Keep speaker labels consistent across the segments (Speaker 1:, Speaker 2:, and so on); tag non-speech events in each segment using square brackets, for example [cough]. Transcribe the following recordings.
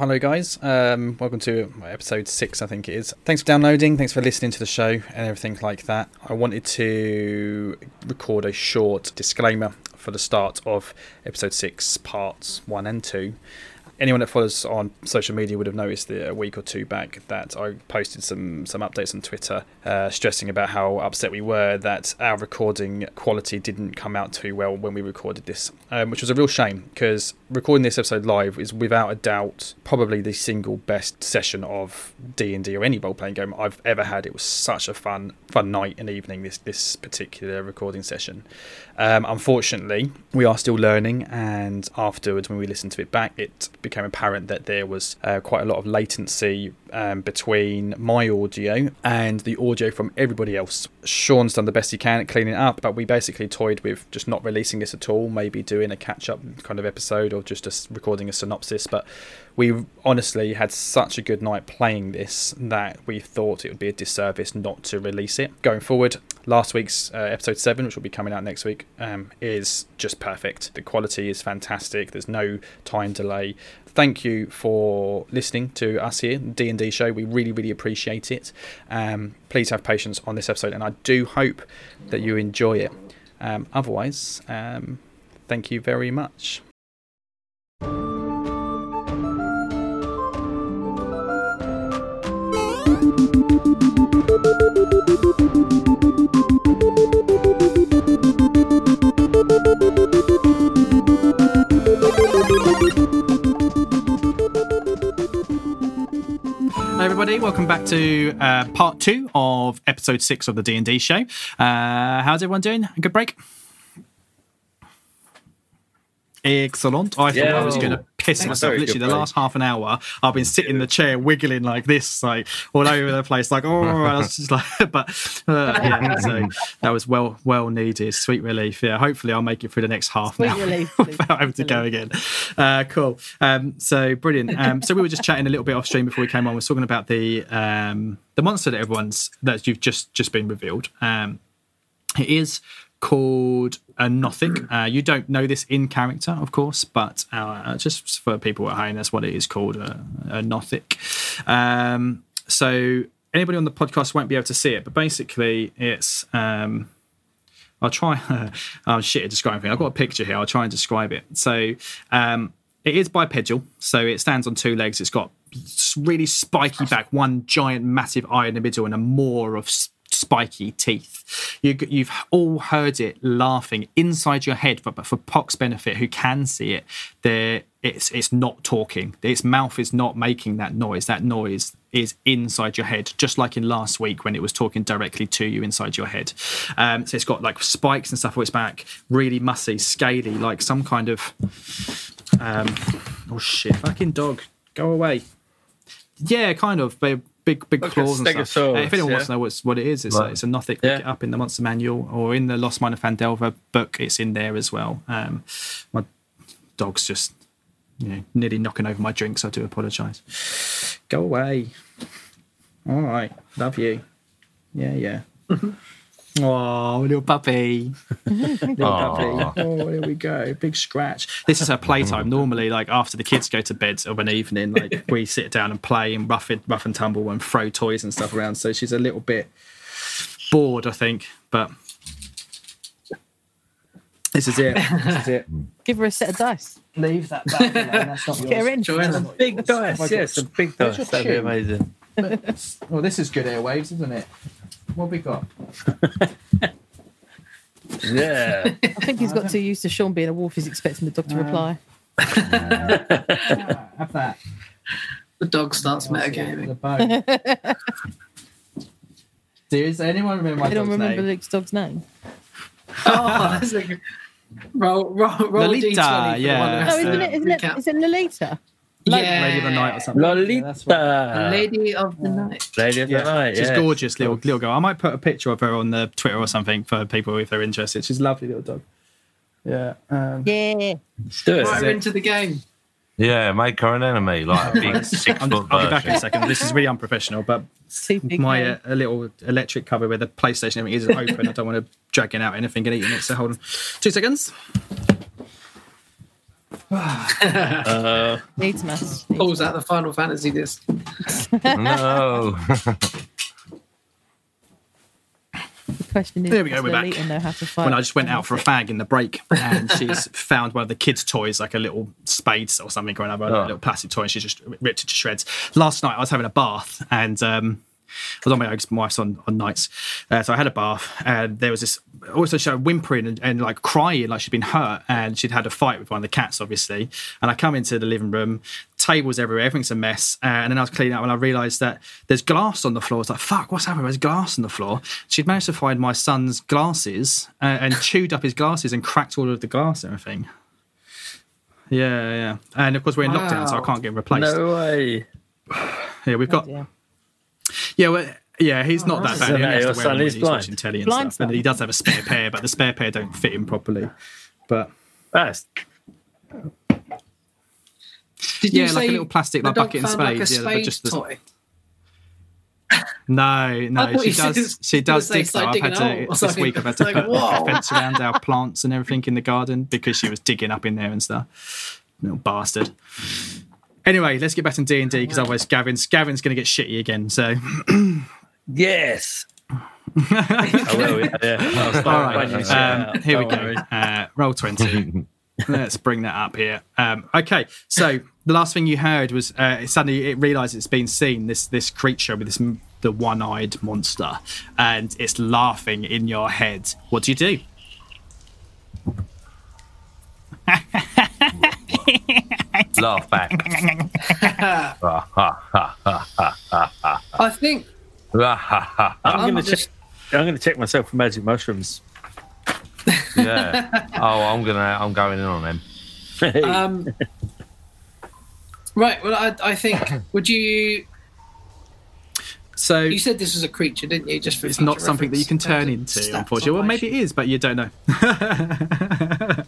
Speaker 1: Hello, guys. Um, welcome to episode six, I think it is. Thanks for downloading. Thanks for listening to the show and everything like that. I wanted to record a short disclaimer for the start of episode six, parts one and two. Anyone that follows on social media would have noticed that a week or two back that I posted some some updates on Twitter, uh, stressing about how upset we were that our recording quality didn't come out too well when we recorded this, um, which was a real shame because recording this episode live is without a doubt probably the single best session of D and D or any role playing game I've ever had. It was such a fun fun night and evening this this particular recording session. Um, unfortunately, we are still learning, and afterwards, when we listened to it back, it became apparent that there was uh, quite a lot of latency um, between my audio and the audio from everybody else. Sean's done the best he can at cleaning it up, but we basically toyed with just not releasing this at all, maybe doing a catch up kind of episode or just a s recording a synopsis. But we honestly had such a good night playing this that we thought it would be a disservice not to release it going forward last week's uh, episode 7 which will be coming out next week um, is just perfect the quality is fantastic there's no time delay thank you for listening to us here d&d show we really really appreciate it um, please have patience on this episode and i do hope that you enjoy it um, otherwise um, thank you very much Hello, everybody. Welcome back to uh, part two of episode six of the D and D show. Uh, how's everyone doing? A good break. Excellent. I thought I was
Speaker 2: Yo.
Speaker 1: going to piss
Speaker 2: Thanks.
Speaker 1: myself.
Speaker 2: Very good
Speaker 1: Literally, the
Speaker 2: break.
Speaker 1: last half an hour, I've been sitting in the chair, wiggling like this, like all over the place, like oh, I was just like, [laughs] but uh, yeah.
Speaker 2: [laughs]
Speaker 1: So that was well, well needed, sweet relief. Yeah, hopefully I'll make it through the next half
Speaker 3: Sweet
Speaker 1: now
Speaker 3: relief,
Speaker 1: [laughs]
Speaker 3: Luke.
Speaker 1: without having to go again. Uh, cool. Um, so brilliant. Um, so we were just chatting a little bit off stream before we came on. We are talking about the um, the monster that everyone's that you've just just been revealed. Um, it is called a Nothic. Uh, you don't know this in character, of course, but uh, just for people at home, that's what it is called a, a Nothic. Um, so anybody on the podcast won't be able to see it, but basically it's. Um, I'll try. [laughs] oh shit! At describing thing. I've got a picture here. I'll try and describe it. So um, it is bipedal. So it stands on two legs. It's got s- really spiky back, one giant, massive eye in the middle, and a moor of s- spiky teeth. You, g- you've all heard it laughing inside your head, but, but for Pock's benefit, who can see it, there it's it's not talking. Its mouth is not making that noise. That noise is inside your head, just like in last week when it was talking directly to you inside your head. Um, so it's got like spikes and stuff on its back, really mussy, scaly, like some kind of. Um, oh shit! Fucking dog, go away. Yeah, kind of. But big, big
Speaker 2: Like a
Speaker 1: claws and stuff.
Speaker 2: stegosaurus,
Speaker 1: Uh, if anyone wants
Speaker 2: yeah?
Speaker 1: to know what's, what it is, it's, a,
Speaker 4: Right.
Speaker 1: it's a Nothic.
Speaker 2: Yeah.
Speaker 1: Look it up in the Monster Manual or in the Lost Mine of Fandelver book. It's in there as well. Um, my dog's just you know, nearly knocking over my drinks. I do apologise. Go away. All right, love you. Yeah,
Speaker 2: [laughs]
Speaker 1: yeah. oh, little puppy. little
Speaker 4: Aw.
Speaker 1: puppy. Oh, here we go. Big scratch. This is her playtime. Normally, like after the kids go to bed of an evening, [laughs] like we sit down and play and rough it, rough and tumble and throw toys and stuff around. So she's a little bit bored, I think. But this is it. This is it.
Speaker 3: Give her a set of dice.
Speaker 1: [laughs] Leave that back. That's not
Speaker 3: Get her in.
Speaker 2: Join some big dice, yeah, some big
Speaker 1: Where's
Speaker 2: dice.
Speaker 1: your
Speaker 2: That'd be
Speaker 1: shoe?
Speaker 2: amazing.
Speaker 1: Well, this is good airwaves, isn't it? What have we got? [laughs]
Speaker 2: Yeah.
Speaker 3: I think he's got too used to Sean being a wolf. He's expecting the dog to
Speaker 1: Um,
Speaker 3: reply.
Speaker 1: Ah, have that.
Speaker 5: The dog starts
Speaker 1: The
Speaker 5: metagaming.
Speaker 3: [laughs]
Speaker 1: bone. Does anyone remember my
Speaker 3: I don't
Speaker 1: dog's
Speaker 3: remember
Speaker 1: name?
Speaker 3: Luke's dog's name.
Speaker 5: [laughs] Oh, that's a good. Roll, roll, roll
Speaker 1: Lolita,
Speaker 5: a d20 for
Speaker 1: yeah.
Speaker 5: one of
Speaker 3: Oh,
Speaker 5: us
Speaker 1: That's,
Speaker 5: to
Speaker 3: isn't it? Isn't it?
Speaker 5: recap.
Speaker 3: Is it Lolita?
Speaker 1: Like
Speaker 5: yeah.
Speaker 1: Lady of the Night or something. Yeah,
Speaker 2: Lolita.
Speaker 1: that's what-
Speaker 5: Lady of the Night.
Speaker 2: Lady of
Speaker 1: Yeah,
Speaker 2: the Night.
Speaker 1: she's
Speaker 2: yeah.
Speaker 1: gorgeous, little little girl. I might put a picture of her on the Twitter or something for people if they're interested. She's a lovely little dog. Yeah. Um,
Speaker 3: Yeah.
Speaker 2: Let's do it.
Speaker 5: Right
Speaker 1: it.
Speaker 5: into the game.
Speaker 4: Yeah, make her an enemy, like
Speaker 1: [laughs]
Speaker 4: a big six
Speaker 1: I'm just,
Speaker 4: foot
Speaker 1: I'll be back in a
Speaker 4: version.
Speaker 1: second. This is really unprofessional, but
Speaker 3: Super big
Speaker 1: my
Speaker 3: game.
Speaker 1: uh, a little electric cover where the PlayStation everything is open. I don't want to dragging out anything and eating it. So hold on, two seconds.
Speaker 2: Uh,
Speaker 3: Needs must.
Speaker 1: Oh,
Speaker 5: Pulls out the Final Fantasy disc.
Speaker 6: no.
Speaker 3: The question is,
Speaker 1: There we go,
Speaker 3: does
Speaker 1: we're back.
Speaker 3: Lolita know how to fight?
Speaker 1: when I just went out for a fag in the break, and she's [laughs] found one of the kids' toys, like a little spade or something, or another, a
Speaker 6: Oh.
Speaker 1: little plastic toy, and she just ripped it to shreds. Last night, I was having a bath, and um, I was on my own 'cause my wife's on, on nights, uh, so I had a bath, and there was this also she started whimpering and, and like crying, like she'd been hurt, and she'd had a fight with one of the cats, obviously. And I come into the living room, tables everywhere, everything's a mess, uh, and then I was cleaning up, and I realised that there's glass on the floor. I was like, "Fuck, what's happened? There's glass on the floor." She'd managed to find my son's glasses uh, and chewed up his glasses and cracked all of the glass and everything. Yeah, yeah, and of course we're in lockdown, so I
Speaker 5: Wow.
Speaker 1: can't get him replaced.
Speaker 2: [laughs] no way.
Speaker 1: Yeah, we've got
Speaker 3: Dear.
Speaker 1: yeah, well, yeah, he's not that
Speaker 5: that's
Speaker 1: bad. He
Speaker 2: amazing.
Speaker 1: only has to wear
Speaker 2: Your son
Speaker 1: them when
Speaker 2: is
Speaker 1: he's
Speaker 2: blind.
Speaker 1: watching telly and
Speaker 3: Blind
Speaker 1: stuff. And
Speaker 3: son.
Speaker 1: he does have a spare pair, but the spare pair don't fit him properly. But
Speaker 2: That's
Speaker 5: Did
Speaker 1: yeah,
Speaker 5: you
Speaker 1: like
Speaker 5: say
Speaker 1: a little plastic
Speaker 5: the
Speaker 1: like
Speaker 5: dog
Speaker 1: bucket and
Speaker 5: found,
Speaker 1: spade.
Speaker 5: like, a
Speaker 1: yeah, but
Speaker 5: spade
Speaker 1: just the, [laughs]
Speaker 5: toy?
Speaker 1: no, no,
Speaker 5: thought
Speaker 1: she
Speaker 5: you said
Speaker 1: does. She
Speaker 5: you
Speaker 1: does
Speaker 5: were gonna
Speaker 1: dig
Speaker 5: say
Speaker 1: though. I've
Speaker 5: dig
Speaker 1: had
Speaker 5: an hole
Speaker 1: to
Speaker 5: or
Speaker 1: this
Speaker 5: something.
Speaker 1: week. I've had to
Speaker 5: It's
Speaker 1: put
Speaker 5: like,
Speaker 1: a
Speaker 5: whoa.
Speaker 1: fence around our plants and everything in the garden because she was digging up in there and stuff. Little bastard. Anyway, let's get back to D and D because otherwise Gavin's Gavin's going to get shitty again. So [laughs]
Speaker 2: yes. I will. Yeah. yeah.
Speaker 1: Oh, all
Speaker 2: Glad you
Speaker 1: right,
Speaker 2: said
Speaker 1: um,
Speaker 2: that.
Speaker 1: here we
Speaker 2: Don't
Speaker 1: go.
Speaker 2: worry.
Speaker 1: Uh, roll twenty. Let's bring that up here. Um, okay, so the last thing you heard was uh, suddenly it realised it's been seen this this creature with this m- the one eyed monster, and it's laughing in your head. What do you do?
Speaker 6: Laugh back. Ah, ha, ha, ha,
Speaker 5: I think
Speaker 6: ah, ha, ha, ha.
Speaker 2: I'm
Speaker 1: Um,
Speaker 2: gonna
Speaker 5: just-
Speaker 2: check. I'm gonna check myself for magic mushrooms. [laughs]
Speaker 6: yeah.
Speaker 5: [laughs]
Speaker 6: Oh, I'm gonna. I'm going in on him.
Speaker 1: uh,
Speaker 5: Um, right. Well, I, I think. Would you?
Speaker 1: So
Speaker 5: You said this was a creature, didn't you? Just for
Speaker 1: it's
Speaker 5: future
Speaker 1: not something that you can
Speaker 5: reference.
Speaker 1: turn
Speaker 5: Uh,
Speaker 1: into,
Speaker 5: stats
Speaker 1: unfortunately. Well,
Speaker 5: on my
Speaker 1: maybe it is, but you don't know. [laughs]
Speaker 5: sheet.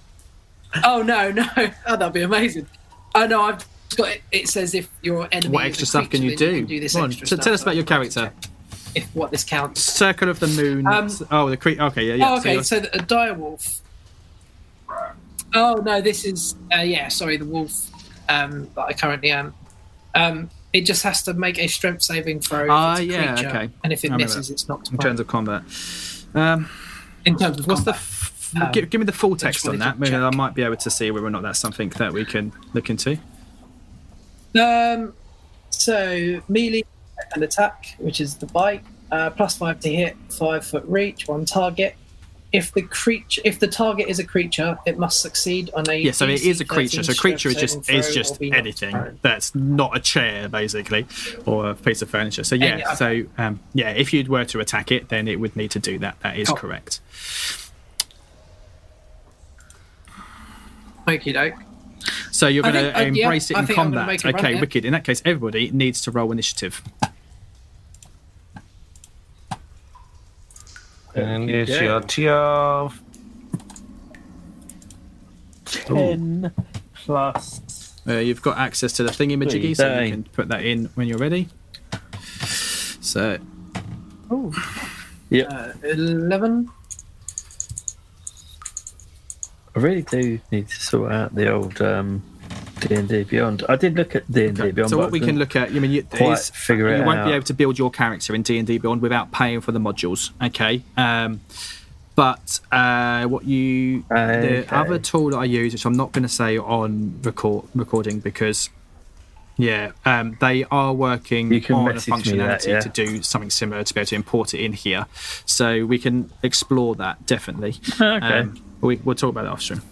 Speaker 5: Oh
Speaker 1: [laughs]
Speaker 5: no, no. Oh, that'd be amazing. Oh no, I've just got it. It says if your enemy.
Speaker 1: what
Speaker 5: is a
Speaker 1: extra stuff can
Speaker 5: creature,
Speaker 1: you
Speaker 5: then
Speaker 1: do?
Speaker 5: this
Speaker 1: Come on,
Speaker 5: extra
Speaker 1: so
Speaker 5: stuff.
Speaker 1: tell us about your character.
Speaker 5: If what this counts.
Speaker 1: Circle of the Moon.
Speaker 5: Um,
Speaker 1: oh, the creature. Okay, yeah, yeah.
Speaker 5: oh,
Speaker 1: so
Speaker 5: okay.
Speaker 1: you're-
Speaker 5: So, the a dire wolf. Oh no, this is uh, yeah. Sorry, the wolf um, that I currently am. Um, it just has to make a strength saving throw. if
Speaker 1: Ah,
Speaker 5: it's a
Speaker 1: yeah,
Speaker 5: creature,
Speaker 1: okay.
Speaker 5: And if it
Speaker 1: I remember
Speaker 5: misses,
Speaker 1: that.
Speaker 5: it's knocked.
Speaker 1: in
Speaker 5: prone.
Speaker 1: terms of combat.
Speaker 5: Oh,
Speaker 1: Um,
Speaker 5: in terms of
Speaker 1: What's the?
Speaker 5: combat.
Speaker 1: F-
Speaker 5: Um,
Speaker 1: give, give me the full text
Speaker 5: one
Speaker 1: on
Speaker 5: is
Speaker 1: that.
Speaker 5: it?
Speaker 1: Maybe I
Speaker 5: Check.
Speaker 1: might be able to see whether or not that's something that we can look into.
Speaker 5: Um, so melee and attack, which is the bite, uh, plus five to hit, five foot reach, one target. If the creature, if the target is a creature, it must succeed on a.
Speaker 1: Yeah, so it is a
Speaker 5: DC13
Speaker 1: creature. So creature is just
Speaker 5: strength saving
Speaker 1: is
Speaker 5: throw or
Speaker 1: just
Speaker 5: be knocked
Speaker 1: anything
Speaker 5: prone.
Speaker 1: that's not a chair, basically, or a piece of furniture. So yeah,
Speaker 5: yeah.
Speaker 1: so um, yeah, if you were to attack it, then it would need to do that. That is
Speaker 5: Cool.
Speaker 1: correct.
Speaker 5: Okie doke.
Speaker 1: So you're
Speaker 5: I
Speaker 1: going
Speaker 5: think-
Speaker 1: to
Speaker 5: uh, yeah,
Speaker 1: embrace
Speaker 5: I
Speaker 1: it in
Speaker 5: think I'm gonna
Speaker 1: combat.
Speaker 5: make a run
Speaker 1: Okay,
Speaker 5: at it.
Speaker 1: wicked. In that case, everybody needs to roll initiative.
Speaker 6: Initiative.
Speaker 3: Ten.
Speaker 2: Plus.
Speaker 1: Uh, you've got access to the thingy majiggy,
Speaker 2: Three,
Speaker 1: so you
Speaker 2: thirteen.
Speaker 1: can put that in when you're ready. So
Speaker 3: Oh,
Speaker 5: Uh, Eleven.
Speaker 2: I really do need to sort out the old um, D&D Beyond. I did look at D&D
Speaker 1: Okay,
Speaker 2: Beyond.
Speaker 1: So
Speaker 2: but I
Speaker 1: what we can
Speaker 2: didn't
Speaker 1: look at, I mean, you,
Speaker 2: quite
Speaker 1: is-
Speaker 2: figure it
Speaker 1: you won't be
Speaker 2: out.
Speaker 1: able to build your character in D and D Beyond without paying for the modules. Okay. Um, but uh, what you
Speaker 2: Okay.
Speaker 1: the other tool that I use, which I'm not going to say on record recording because. Yeah, um, they are working
Speaker 2: You can
Speaker 1: on a
Speaker 2: message me
Speaker 1: functionality
Speaker 2: that, yeah.
Speaker 1: to do something similar to be able to import it in here, so we can explore that definitely.
Speaker 2: [laughs]
Speaker 1: Um,
Speaker 2: Okay.
Speaker 1: we, we'll talk about that off stream.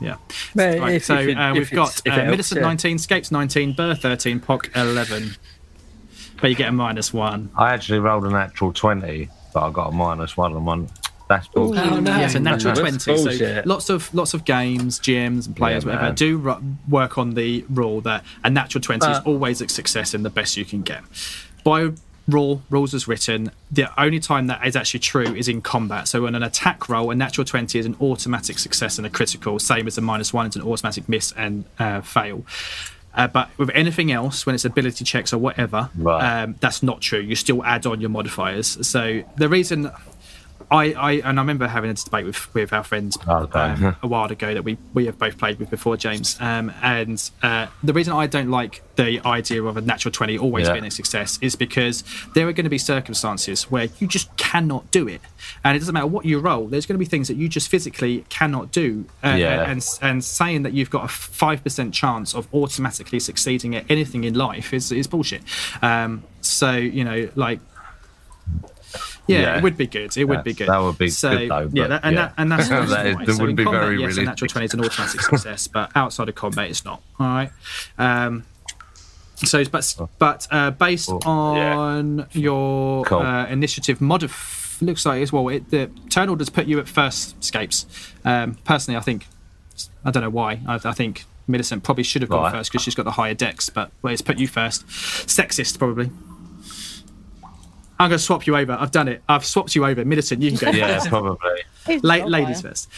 Speaker 1: Yeah.
Speaker 2: Well,
Speaker 1: Right,
Speaker 2: if-
Speaker 1: so
Speaker 2: if it-
Speaker 1: uh,
Speaker 2: if
Speaker 1: we've got
Speaker 2: it's- if it
Speaker 1: uh,
Speaker 2: helps,
Speaker 1: Millicent
Speaker 2: yeah.
Speaker 1: 19, Scapes 19, Burr 13, Pock 11. But you get a minus one.
Speaker 6: I actually rolled a natural twenty, but I got a minus one and one. That's bullshit.
Speaker 5: Oh no.
Speaker 1: Yeah, so natural
Speaker 2: That's
Speaker 1: 20. So
Speaker 2: bullshit.
Speaker 1: lots of lots of games, GMs, and players,
Speaker 6: Yeah,
Speaker 1: whatever,
Speaker 6: man.
Speaker 1: do ru- work on the rule that a natural 20 is
Speaker 2: Uh.
Speaker 1: always a success and the best you can get. By rule, rules as written, the only time that is actually true is in combat. So on an attack roll, a natural 20 is an automatic success and a critical, same as a minus one is an automatic miss and uh, fail. Uh, but with anything else, when it's ability checks or whatever,
Speaker 6: Right.
Speaker 1: um, that's not true. You still add on your modifiers. So the reason I, I and I remember having a debate with with our friends
Speaker 6: Oh, Okay. [laughs]
Speaker 1: um, a while ago that we we have both played with before, James. Um, and uh, the reason I don't like the idea of a natural twenty always
Speaker 6: Yeah.
Speaker 1: being a success is because there are going to be circumstances where you just cannot do it, and it doesn't matter what you roll. There's going to be things that you just physically cannot do, uh,
Speaker 6: Yeah.
Speaker 1: and and saying that you've got a five percent chance of automatically succeeding at anything in life is is bullshit. Um, so you know, like yeah,
Speaker 6: Yeah.
Speaker 1: it would be good. It would be good.
Speaker 6: That would be
Speaker 1: so,
Speaker 6: good though,
Speaker 1: yeah,
Speaker 6: but
Speaker 1: that, and,
Speaker 6: yeah.
Speaker 1: That, and
Speaker 6: [laughs]
Speaker 1: that's
Speaker 6: That
Speaker 1: that
Speaker 6: is-
Speaker 1: why.
Speaker 6: that
Speaker 1: so
Speaker 6: would
Speaker 1: in
Speaker 6: be
Speaker 1: combat,
Speaker 6: very
Speaker 1: yes, a natural
Speaker 6: realistic.
Speaker 1: twenty is an automatic
Speaker 6: [laughs]
Speaker 1: success, but outside of combat, it's not. All right. Um, so, but but uh, based
Speaker 6: Oh, yeah.
Speaker 1: on your
Speaker 6: Cool.
Speaker 1: uh, initiative modif, looks like as well. It, the turn orders put you at first escapes. Um, personally, I think I don't know why. I, I think Millicent probably should have gone
Speaker 6: Right.
Speaker 1: first because she's got the higher decks, but well, it's put you first. Sexist, probably. I'm going to swap you over. I've done it. I've swapped you over. Millicent, you can go.
Speaker 6: [laughs] Yeah, probably.
Speaker 3: It's
Speaker 1: La-
Speaker 3: not
Speaker 1: ladies
Speaker 3: fire.
Speaker 1: first.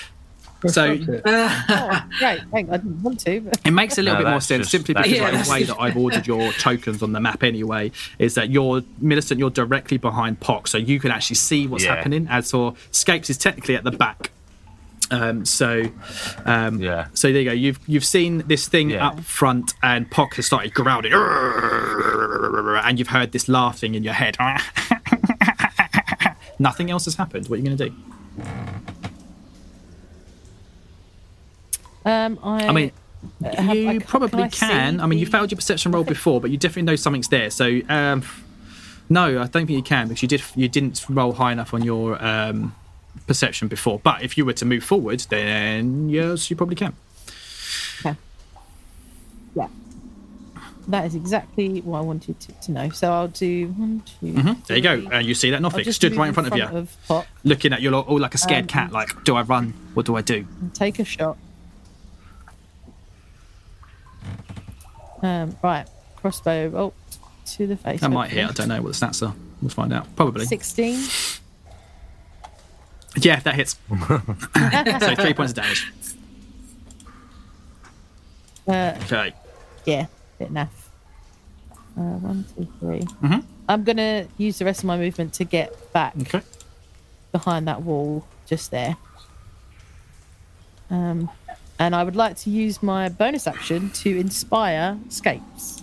Speaker 1: So
Speaker 3: Oh, great. Thank. I didn't want to. But
Speaker 1: it makes a little
Speaker 6: No,
Speaker 1: bit more
Speaker 6: that's
Speaker 1: sense
Speaker 6: just-
Speaker 1: simply
Speaker 6: that's
Speaker 1: because
Speaker 5: just-
Speaker 1: like, the way that I've ordered your tokens on the map anyway is that you're Millicent, you're directly behind Pock, so you can actually see what's
Speaker 6: Yeah.
Speaker 1: happening. As for Scapes is technically at the back. Um, so um,
Speaker 6: Yeah.
Speaker 1: So there you go. You've you've seen this thing
Speaker 6: Yeah.
Speaker 1: up front, and Pock has started growling, and you've heard this laughing in your head. Nothing else has happened. What are you going to do?
Speaker 3: um, I,
Speaker 1: I mean,
Speaker 3: uh, have-
Speaker 1: you
Speaker 3: I ca-
Speaker 1: probably
Speaker 3: I see
Speaker 1: can. I mean, you
Speaker 3: the-
Speaker 1: failed your perception roll before, but you definitely know something's there. So, um, no, I don't think you can because you did you didn't roll high enough on your um, perception before. But if you were to move forward, then yes, you probably can.
Speaker 3: Yeah. That is exactly what I wanted to, to know. So I'll do one, two,
Speaker 1: Hmm? There you go,
Speaker 3: three.
Speaker 1: and you see that
Speaker 3: I'll
Speaker 1: nothing
Speaker 3: just
Speaker 1: Mm-hmm. stood
Speaker 3: move
Speaker 1: right in front, of you,
Speaker 3: Of Pop
Speaker 1: looking at you all, all like a scared
Speaker 3: Um,
Speaker 1: cat. Like, do I run? What do I do?
Speaker 3: and take a shot. Um, right. Crossbow bolt to the face.
Speaker 1: That might
Speaker 3: hopefully.
Speaker 1: hit. I don't know what the stats are. We'll find out. Probably.
Speaker 3: 16.
Speaker 1: Yeah, that hits. so three points of damage.
Speaker 3: Uh,
Speaker 1: Okay.
Speaker 3: yeah, bit naff. Uh, one, two, three.
Speaker 1: Mhm.
Speaker 3: I'm going to use the rest of my movement to get back
Speaker 1: Okay.
Speaker 3: behind that wall just there. Um, and I would like to use my bonus action to inspire scapes.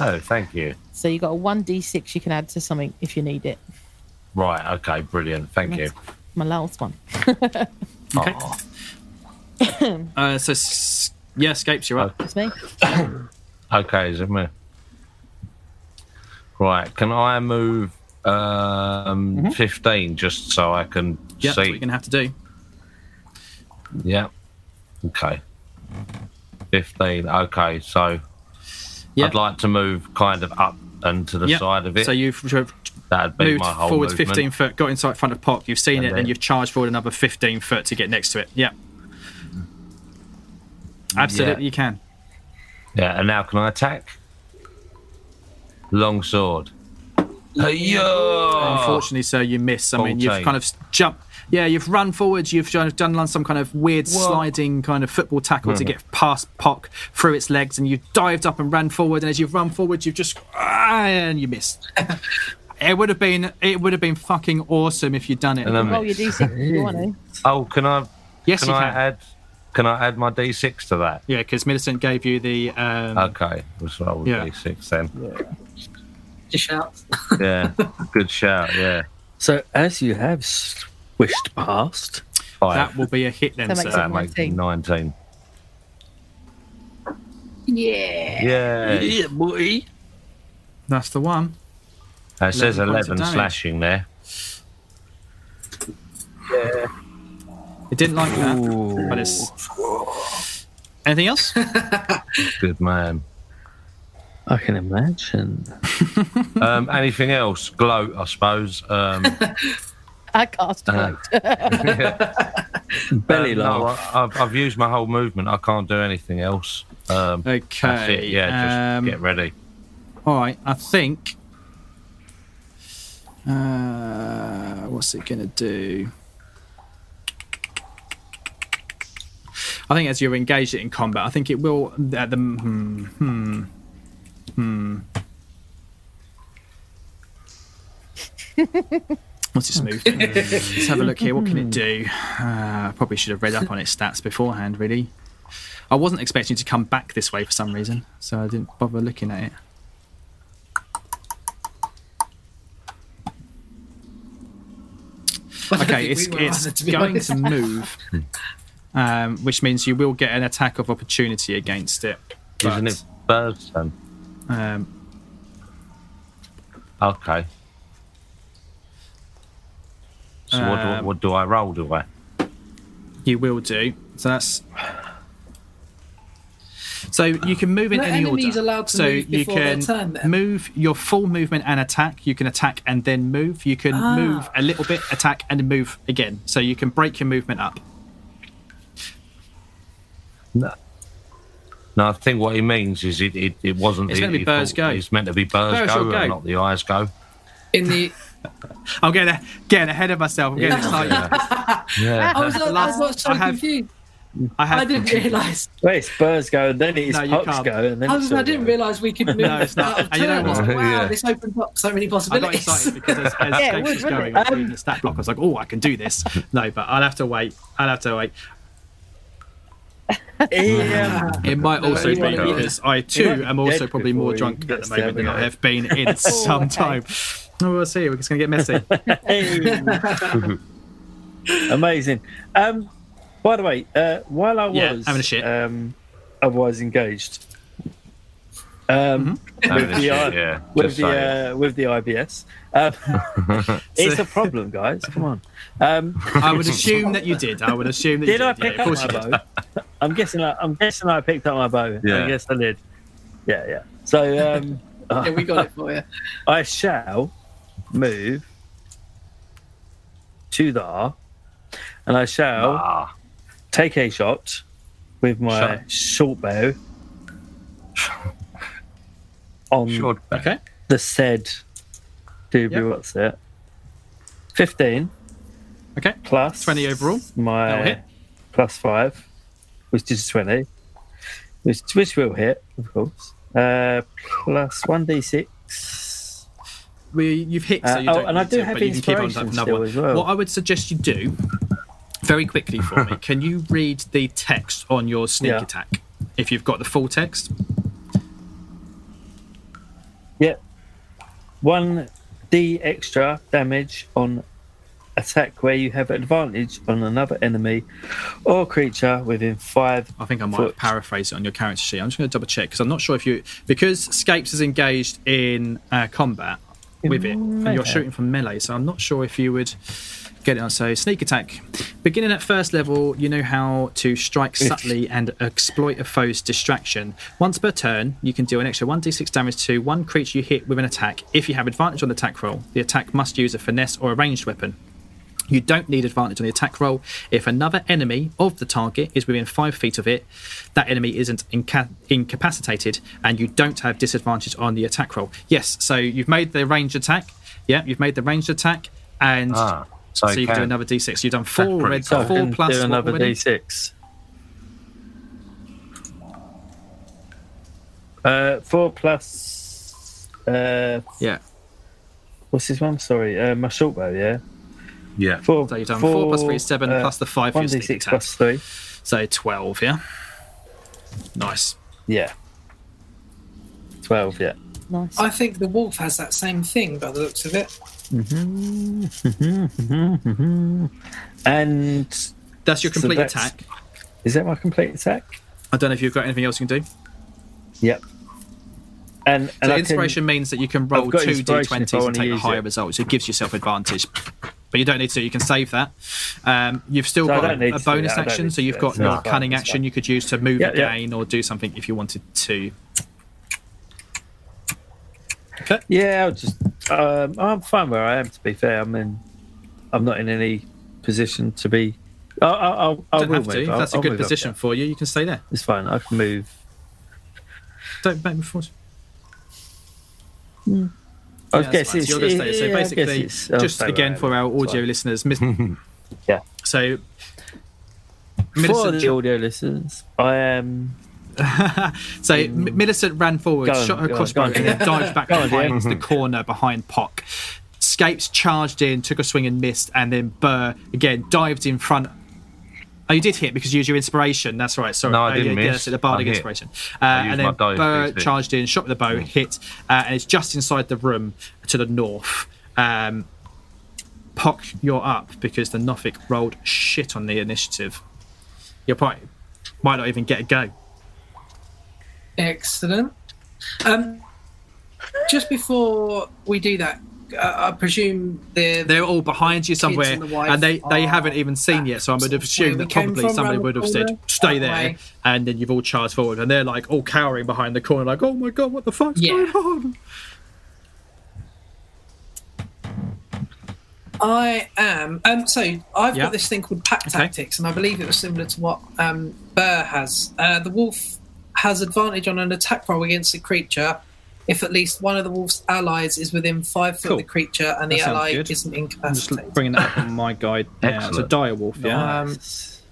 Speaker 6: Oh, thank you.
Speaker 3: So you got a 1d6 you can add to something if you need it.
Speaker 6: Right. Okay. Brilliant. Thank you.
Speaker 3: My last one. [laughs]
Speaker 1: Okay.
Speaker 6: Aw.
Speaker 1: [laughs] Uh, so s- yeah, escapes. You're up.
Speaker 3: That's me.
Speaker 6: Okay, is it me? Right, can I move um, 15 just so I can
Speaker 1: Yeah, that's what
Speaker 6: see?
Speaker 1: you're gonna have to do.
Speaker 6: Yeah. Okay. 15. Okay, so
Speaker 1: Yeah.
Speaker 6: I'd like to move kind of up and to the
Speaker 1: Yeah.
Speaker 6: side of it.
Speaker 1: So you've sort of
Speaker 6: That'd be
Speaker 1: moved
Speaker 6: my whole
Speaker 1: forwards
Speaker 6: movement.
Speaker 1: 15 foot, got inside front of Pock, you've seen
Speaker 6: And
Speaker 1: it,
Speaker 6: then-
Speaker 1: and you've charged forward another 15 foot to get next to it. Yeah. Absolutely,
Speaker 6: Yeah.
Speaker 1: you can.
Speaker 6: Yeah, and now can I attack? Long sword. Hey-yo!
Speaker 1: Unfortunately, sir, you miss. I
Speaker 6: Oh. Full
Speaker 1: mean, you've
Speaker 6: chain.
Speaker 1: kind of s- jumped. Yeah, you've run forwards. You've kind of done like some kind of weird sliding kind of football tackle
Speaker 6: Mm.
Speaker 1: to get past Pock through its legs, and you've dived up and ran forward. And as you've run forward, you've just ah, and you
Speaker 3: [laughs]
Speaker 1: missed. it would have been it would have been fucking awesome if you'd done it.
Speaker 6: And then-
Speaker 3: Roll your d6 if you want to.
Speaker 6: Oh, can I?
Speaker 1: yes,
Speaker 6: can
Speaker 1: you
Speaker 6: I
Speaker 1: can.
Speaker 6: add? Can I add my d6 to that?
Speaker 1: Yeah, because Millicent gave you the. Um,
Speaker 6: Okay, let's roll with
Speaker 1: Yeah.
Speaker 6: d6 then.
Speaker 5: Just shout. [laughs]
Speaker 6: Yeah, good shout. Yeah,
Speaker 2: So as you have swished past,
Speaker 6: five.
Speaker 1: that will be a hit then,
Speaker 3: That makes
Speaker 1: sir.
Speaker 3: sense.
Speaker 6: That makes
Speaker 3: 19.
Speaker 6: Uh, nineteen.
Speaker 5: Yeah.
Speaker 6: Yeah,
Speaker 2: yeah, boy.
Speaker 1: That's the one.
Speaker 6: it
Speaker 1: 11 points
Speaker 6: says
Speaker 1: of
Speaker 6: eleven
Speaker 1: damage.
Speaker 6: slashing there.
Speaker 1: It didn't like that,
Speaker 2: Ooh.
Speaker 1: but it's. Anything
Speaker 6: [laughs]
Speaker 1: else?
Speaker 6: Good man.
Speaker 2: I can imagine.
Speaker 1: [laughs]
Speaker 6: Um, anything else? Gloat, I suppose. Um,
Speaker 3: I cast
Speaker 6: Uh,
Speaker 3: float.
Speaker 1: Uh,
Speaker 2: Belly
Speaker 6: um, no,
Speaker 2: laugh.
Speaker 6: I- I've, I've used my whole movement. I can't do anything else. Um,
Speaker 1: Okay.
Speaker 6: that's it. Yeah, just
Speaker 1: um,
Speaker 6: get ready.
Speaker 1: All right, I think. Uh, what's it going to do? I think as you're engaged in combat, I think it will. At the hmm, hmm, hmm. Once it's
Speaker 5: [laughs]
Speaker 1: moved. Let's have a look here. What can
Speaker 5: Hmm.
Speaker 1: it do? Uh, I probably should have read up on its stats beforehand, really. I wasn't expecting it to come back this way for some reason, so I didn't bother looking
Speaker 5: [laughs]
Speaker 1: at it.
Speaker 5: But I
Speaker 1: Okay,
Speaker 5: think
Speaker 1: it's,
Speaker 5: we were
Speaker 1: it's
Speaker 5: rather, to be
Speaker 1: going
Speaker 5: honest.
Speaker 1: to move,
Speaker 6: Hmm.
Speaker 1: um, which means you will get an attack of opportunity against it.
Speaker 6: Isn't
Speaker 1: but,
Speaker 6: it birds then?
Speaker 1: Um,
Speaker 6: Okay. So what,
Speaker 1: Um,
Speaker 6: do, what do I roll? Do I?
Speaker 1: you will do. So that's. So you can move in
Speaker 5: No
Speaker 1: any
Speaker 5: enemies
Speaker 1: order.
Speaker 5: allowed to
Speaker 1: so
Speaker 5: move
Speaker 1: you
Speaker 5: before their
Speaker 1: can
Speaker 5: turn then?
Speaker 1: move your full movement and attack. You can attack and then move. You can
Speaker 5: Ah.
Speaker 1: move a little bit, attack and move again. So you can break your movement up.
Speaker 6: No. No, I think what he means is it, it, it wasn't.
Speaker 1: It's
Speaker 6: he-
Speaker 1: meant to be
Speaker 6: he
Speaker 1: birds
Speaker 6: thought
Speaker 1: go.
Speaker 6: It's meant to be birds,
Speaker 1: Birds
Speaker 6: go,
Speaker 1: will go.
Speaker 6: and not the eyes go.
Speaker 5: in the. [laughs]
Speaker 1: I'm getting, getting ahead of myself. I'm getting excited.
Speaker 3: [laughs]
Speaker 6: Yeah. [laughs]
Speaker 5: I was, I
Speaker 1: Last-
Speaker 5: was so
Speaker 1: I have-
Speaker 5: confused.
Speaker 1: I have
Speaker 5: I didn't realise.
Speaker 2: Well, it's birds go, and then it's
Speaker 1: No, you
Speaker 2: pups
Speaker 1: can't.
Speaker 2: go, and then
Speaker 5: I,
Speaker 2: it's
Speaker 5: was, I
Speaker 2: all
Speaker 5: didn't
Speaker 2: go.
Speaker 5: realise we could move
Speaker 1: No, it's not.
Speaker 5: out of
Speaker 1: And you know
Speaker 5: turn. I was
Speaker 6: what?
Speaker 5: like, wow,
Speaker 6: Yeah.
Speaker 5: this opens up so many
Speaker 1: I got
Speaker 5: possibilities.
Speaker 1: excited because as, as
Speaker 3: [laughs] Yeah, it
Speaker 1: Jake
Speaker 3: would,
Speaker 1: was
Speaker 3: wouldn't
Speaker 1: going,
Speaker 3: it?
Speaker 1: I was reading the stat block. I was like, "Oh, I can do this." No, but I'll have to wait. I'll have to wait.
Speaker 2: Yeah.
Speaker 1: It might also be
Speaker 2: you wanna be-
Speaker 1: because I too
Speaker 2: wanna be
Speaker 1: am also
Speaker 2: dead
Speaker 1: probably more
Speaker 2: before he
Speaker 1: drunk at
Speaker 2: gets
Speaker 1: the
Speaker 2: to
Speaker 1: moment
Speaker 2: have a
Speaker 1: than I
Speaker 2: go.
Speaker 1: have been
Speaker 2: [laughs]
Speaker 1: in some
Speaker 3: okay.
Speaker 1: time. Oh, we'll see. We're just gonna get messy.
Speaker 2: [laughs] Amazing. Um, by the way, uh, while I
Speaker 1: Yeah,
Speaker 2: was
Speaker 1: having a shit.
Speaker 2: Um, otherwise engaged
Speaker 1: Mm-hmm.
Speaker 2: um, with, the, I-
Speaker 6: yeah.
Speaker 2: with,
Speaker 6: just
Speaker 2: the,
Speaker 6: say it.
Speaker 2: uh, with the IBS,
Speaker 1: [laughs]
Speaker 2: um, it's a problem, guys. Come on.
Speaker 1: [laughs]
Speaker 2: Um,
Speaker 1: I would assume that you did. I would assume that you
Speaker 2: did
Speaker 1: did.
Speaker 2: I
Speaker 1: Yeah,
Speaker 2: pick
Speaker 1: of
Speaker 2: up
Speaker 1: course
Speaker 2: my
Speaker 1: you did.
Speaker 2: bow? I'm guessing. I, I'm guessing I picked up my bow.
Speaker 6: Yeah.
Speaker 2: I guess I did. Yeah, yeah.
Speaker 1: [laughs]
Speaker 2: So um,
Speaker 5: [laughs] yeah, we got it for you.
Speaker 2: I shall move to there, and I shall
Speaker 6: Ah,
Speaker 2: take a shot with my
Speaker 6: Shot.
Speaker 1: [laughs]
Speaker 2: short bow on
Speaker 6: short back.
Speaker 1: Okay.
Speaker 2: the said doobie.
Speaker 1: Yep.
Speaker 2: What's it? Fifteen
Speaker 1: Okay.
Speaker 2: plus
Speaker 1: 20 overall. That'll
Speaker 2: My
Speaker 1: hit.
Speaker 2: plus five, which is twenty, which which will hit, of course. Uh, plus one d six.
Speaker 1: We, you've hit, so
Speaker 2: Uh,
Speaker 1: you
Speaker 2: oh,
Speaker 1: don't
Speaker 2: and I
Speaker 1: need
Speaker 2: do
Speaker 1: to,
Speaker 2: have
Speaker 1: but you can keep on
Speaker 2: inspiration
Speaker 1: with
Speaker 2: still
Speaker 1: another one.
Speaker 2: as well.
Speaker 1: What I would suggest you do very quickly for
Speaker 2: [laughs]
Speaker 1: me. Can you read the text on your sneak
Speaker 2: Yeah.
Speaker 1: attack if you've got the full text?
Speaker 2: Yep. One D extra damage on attack where you have advantage on another enemy or creature within five.
Speaker 1: I think I might
Speaker 2: Foot.
Speaker 1: have paraphrased it on your character sheet. I'm just going to double check because I'm not sure if you because Scapes is engaged in uh, combat with it, and you're
Speaker 2: melee.
Speaker 1: shooting from melee, so I'm not sure if you would get it on. So sneak attack, beginning at first level, you know how to strike subtly and exploit a foe's distraction. Once per turn, you can deal an extra 1d6 damage to one creature you hit with an attack. If you have advantage on the attack roll, the attack must use a finesse or a ranged weapon. You don't need advantage on the attack roll. If another enemy of the target is within five feet of it, that enemy isn't inca- incapacitated, and you don't have disadvantage on the attack roll. Yes, so you've made the ranged attack. Yeah, you've made the ranged attack, and
Speaker 6: Ah,
Speaker 1: so,
Speaker 6: so
Speaker 1: you can do
Speaker 6: can-
Speaker 1: another d6. You've done
Speaker 6: That's
Speaker 1: four
Speaker 6: pretty
Speaker 1: red,
Speaker 6: cool.
Speaker 2: So I
Speaker 1: four
Speaker 2: can
Speaker 1: plus
Speaker 2: do
Speaker 1: what
Speaker 2: another
Speaker 1: already?
Speaker 2: D6. Uh, four plus. Uh,
Speaker 1: Yeah,
Speaker 2: what's this one? Sorry, uh, my short bow. Yeah,
Speaker 6: Yeah.
Speaker 2: four.
Speaker 1: so you've done four, plus three is seven
Speaker 2: uh,
Speaker 1: plus the five for
Speaker 2: One
Speaker 1: your sneak
Speaker 2: D six
Speaker 1: attack.
Speaker 2: plus three.
Speaker 1: So twelve. Yeah, nice.
Speaker 2: Yeah. Twelve. Yeah.
Speaker 3: Nice.
Speaker 5: I think the wolf has that same thing by the looks of it.
Speaker 2: And
Speaker 1: That's your
Speaker 2: So
Speaker 1: complete
Speaker 2: that's-
Speaker 1: attack.
Speaker 2: is that my complete attack?
Speaker 1: I don't know if you've got anything else you can do.
Speaker 2: Yep. And, and
Speaker 1: So
Speaker 2: I can-
Speaker 1: inspiration means that you can roll
Speaker 2: I've got
Speaker 1: two
Speaker 2: inspiration if
Speaker 1: d20s
Speaker 2: I
Speaker 1: and
Speaker 2: wanna
Speaker 1: take a
Speaker 2: use
Speaker 1: higher
Speaker 2: it.
Speaker 1: result, so it gives yourself advantage. But you don't need to. You can save that. Um, you've still
Speaker 2: So I
Speaker 1: got
Speaker 2: don't need
Speaker 1: a
Speaker 2: to do
Speaker 1: bonus
Speaker 2: that, I don't
Speaker 1: action,
Speaker 2: need
Speaker 1: so
Speaker 2: to
Speaker 1: you've
Speaker 2: do
Speaker 1: got
Speaker 2: that,
Speaker 1: your
Speaker 2: that's fine,
Speaker 1: cunning
Speaker 2: that's
Speaker 1: action you could use to move
Speaker 2: Yeah, yeah.
Speaker 1: again or do something if you wanted to.
Speaker 2: yeah, I'll just. Um, I'm fine where I am. To be fair, I'm in. I'm not in any position to be. I, I, I'll, I
Speaker 1: Don't
Speaker 2: will
Speaker 1: have
Speaker 2: move.
Speaker 1: to. If
Speaker 2: I'll-
Speaker 1: that's a
Speaker 2: I'll
Speaker 1: good
Speaker 2: move up.
Speaker 1: position for you. You can stay there.
Speaker 2: It's fine. I can move.
Speaker 1: Don't make me force.
Speaker 2: I
Speaker 1: Yeah, that's
Speaker 2: guess
Speaker 1: fine.
Speaker 2: it's,
Speaker 1: So you're gonna stay.
Speaker 2: yeah,
Speaker 1: So
Speaker 2: I guess
Speaker 1: basically,
Speaker 2: it's- I'll
Speaker 1: just
Speaker 2: stay where I
Speaker 1: again
Speaker 2: am.
Speaker 1: for our
Speaker 2: It's
Speaker 1: audio
Speaker 2: fine.
Speaker 1: listeners, mis-
Speaker 2: [laughs] Yeah.
Speaker 1: So,
Speaker 2: For
Speaker 1: Millicent,
Speaker 2: the audio listeners, I am.
Speaker 1: so M- Millicent ran forward,
Speaker 2: Go on,
Speaker 1: shot her
Speaker 2: go on,
Speaker 1: crossbow,
Speaker 2: go on,
Speaker 6: [laughs]
Speaker 1: and then dived back
Speaker 2: Go on,
Speaker 1: behind
Speaker 2: Ian.
Speaker 1: the corner behind Pock. Scapes charged in, took a swing and missed, and then Burr again dived in front. Oh, you did hit because you used your inspiration. That's right. Sorry.
Speaker 6: No, I
Speaker 1: Oh,
Speaker 6: didn't
Speaker 1: yeah, yeah,
Speaker 6: miss.
Speaker 1: so the bardic
Speaker 6: I hit.
Speaker 1: inspiration. Uh,
Speaker 6: used
Speaker 1: and
Speaker 6: my
Speaker 1: then
Speaker 6: dice,
Speaker 1: Burr
Speaker 6: basically.
Speaker 1: charged in, shot with a bow, hit, uh, and it's just inside the room to the north. Um, Pock, you're up because the Nothic rolled shit on the initiative. You might, might not even get a go.
Speaker 5: Excellent. Um, just before we do that, uh, I presume the
Speaker 1: They're all behind you somewhere,
Speaker 5: and the wife
Speaker 1: and they, they
Speaker 5: are
Speaker 1: haven't even seen yet. So I'm going to
Speaker 5: back where
Speaker 1: assume
Speaker 5: we
Speaker 1: that
Speaker 5: came
Speaker 1: probably
Speaker 5: from,
Speaker 1: somebody
Speaker 5: round the
Speaker 1: would have said,
Speaker 5: corner,
Speaker 1: "Stay
Speaker 5: that
Speaker 1: there,"
Speaker 5: way.
Speaker 1: and then you've all charged forward, and they're like all cowering behind the corner, like, "Oh my god, what the fuck's
Speaker 5: Yeah.
Speaker 1: going on?"
Speaker 5: I am. Um, so I've
Speaker 1: Yeah.
Speaker 5: got this thing called pack
Speaker 1: Okay.
Speaker 5: tactics, and I believe it was similar to what um, Burr has. Uh, the wolf has advantage on an attack roll against the creature if at least one of the wolf's allies is within five foot
Speaker 1: Cool.
Speaker 5: of the creature and
Speaker 1: That
Speaker 5: the
Speaker 1: sounds
Speaker 5: ally
Speaker 1: good.
Speaker 5: isn't
Speaker 1: I'm just
Speaker 5: incapacitated.
Speaker 1: bringing that up on my
Speaker 2: [laughs]
Speaker 1: guide now. It's a
Speaker 6: Excellent.
Speaker 1: dire wolf, yeah.
Speaker 5: Um,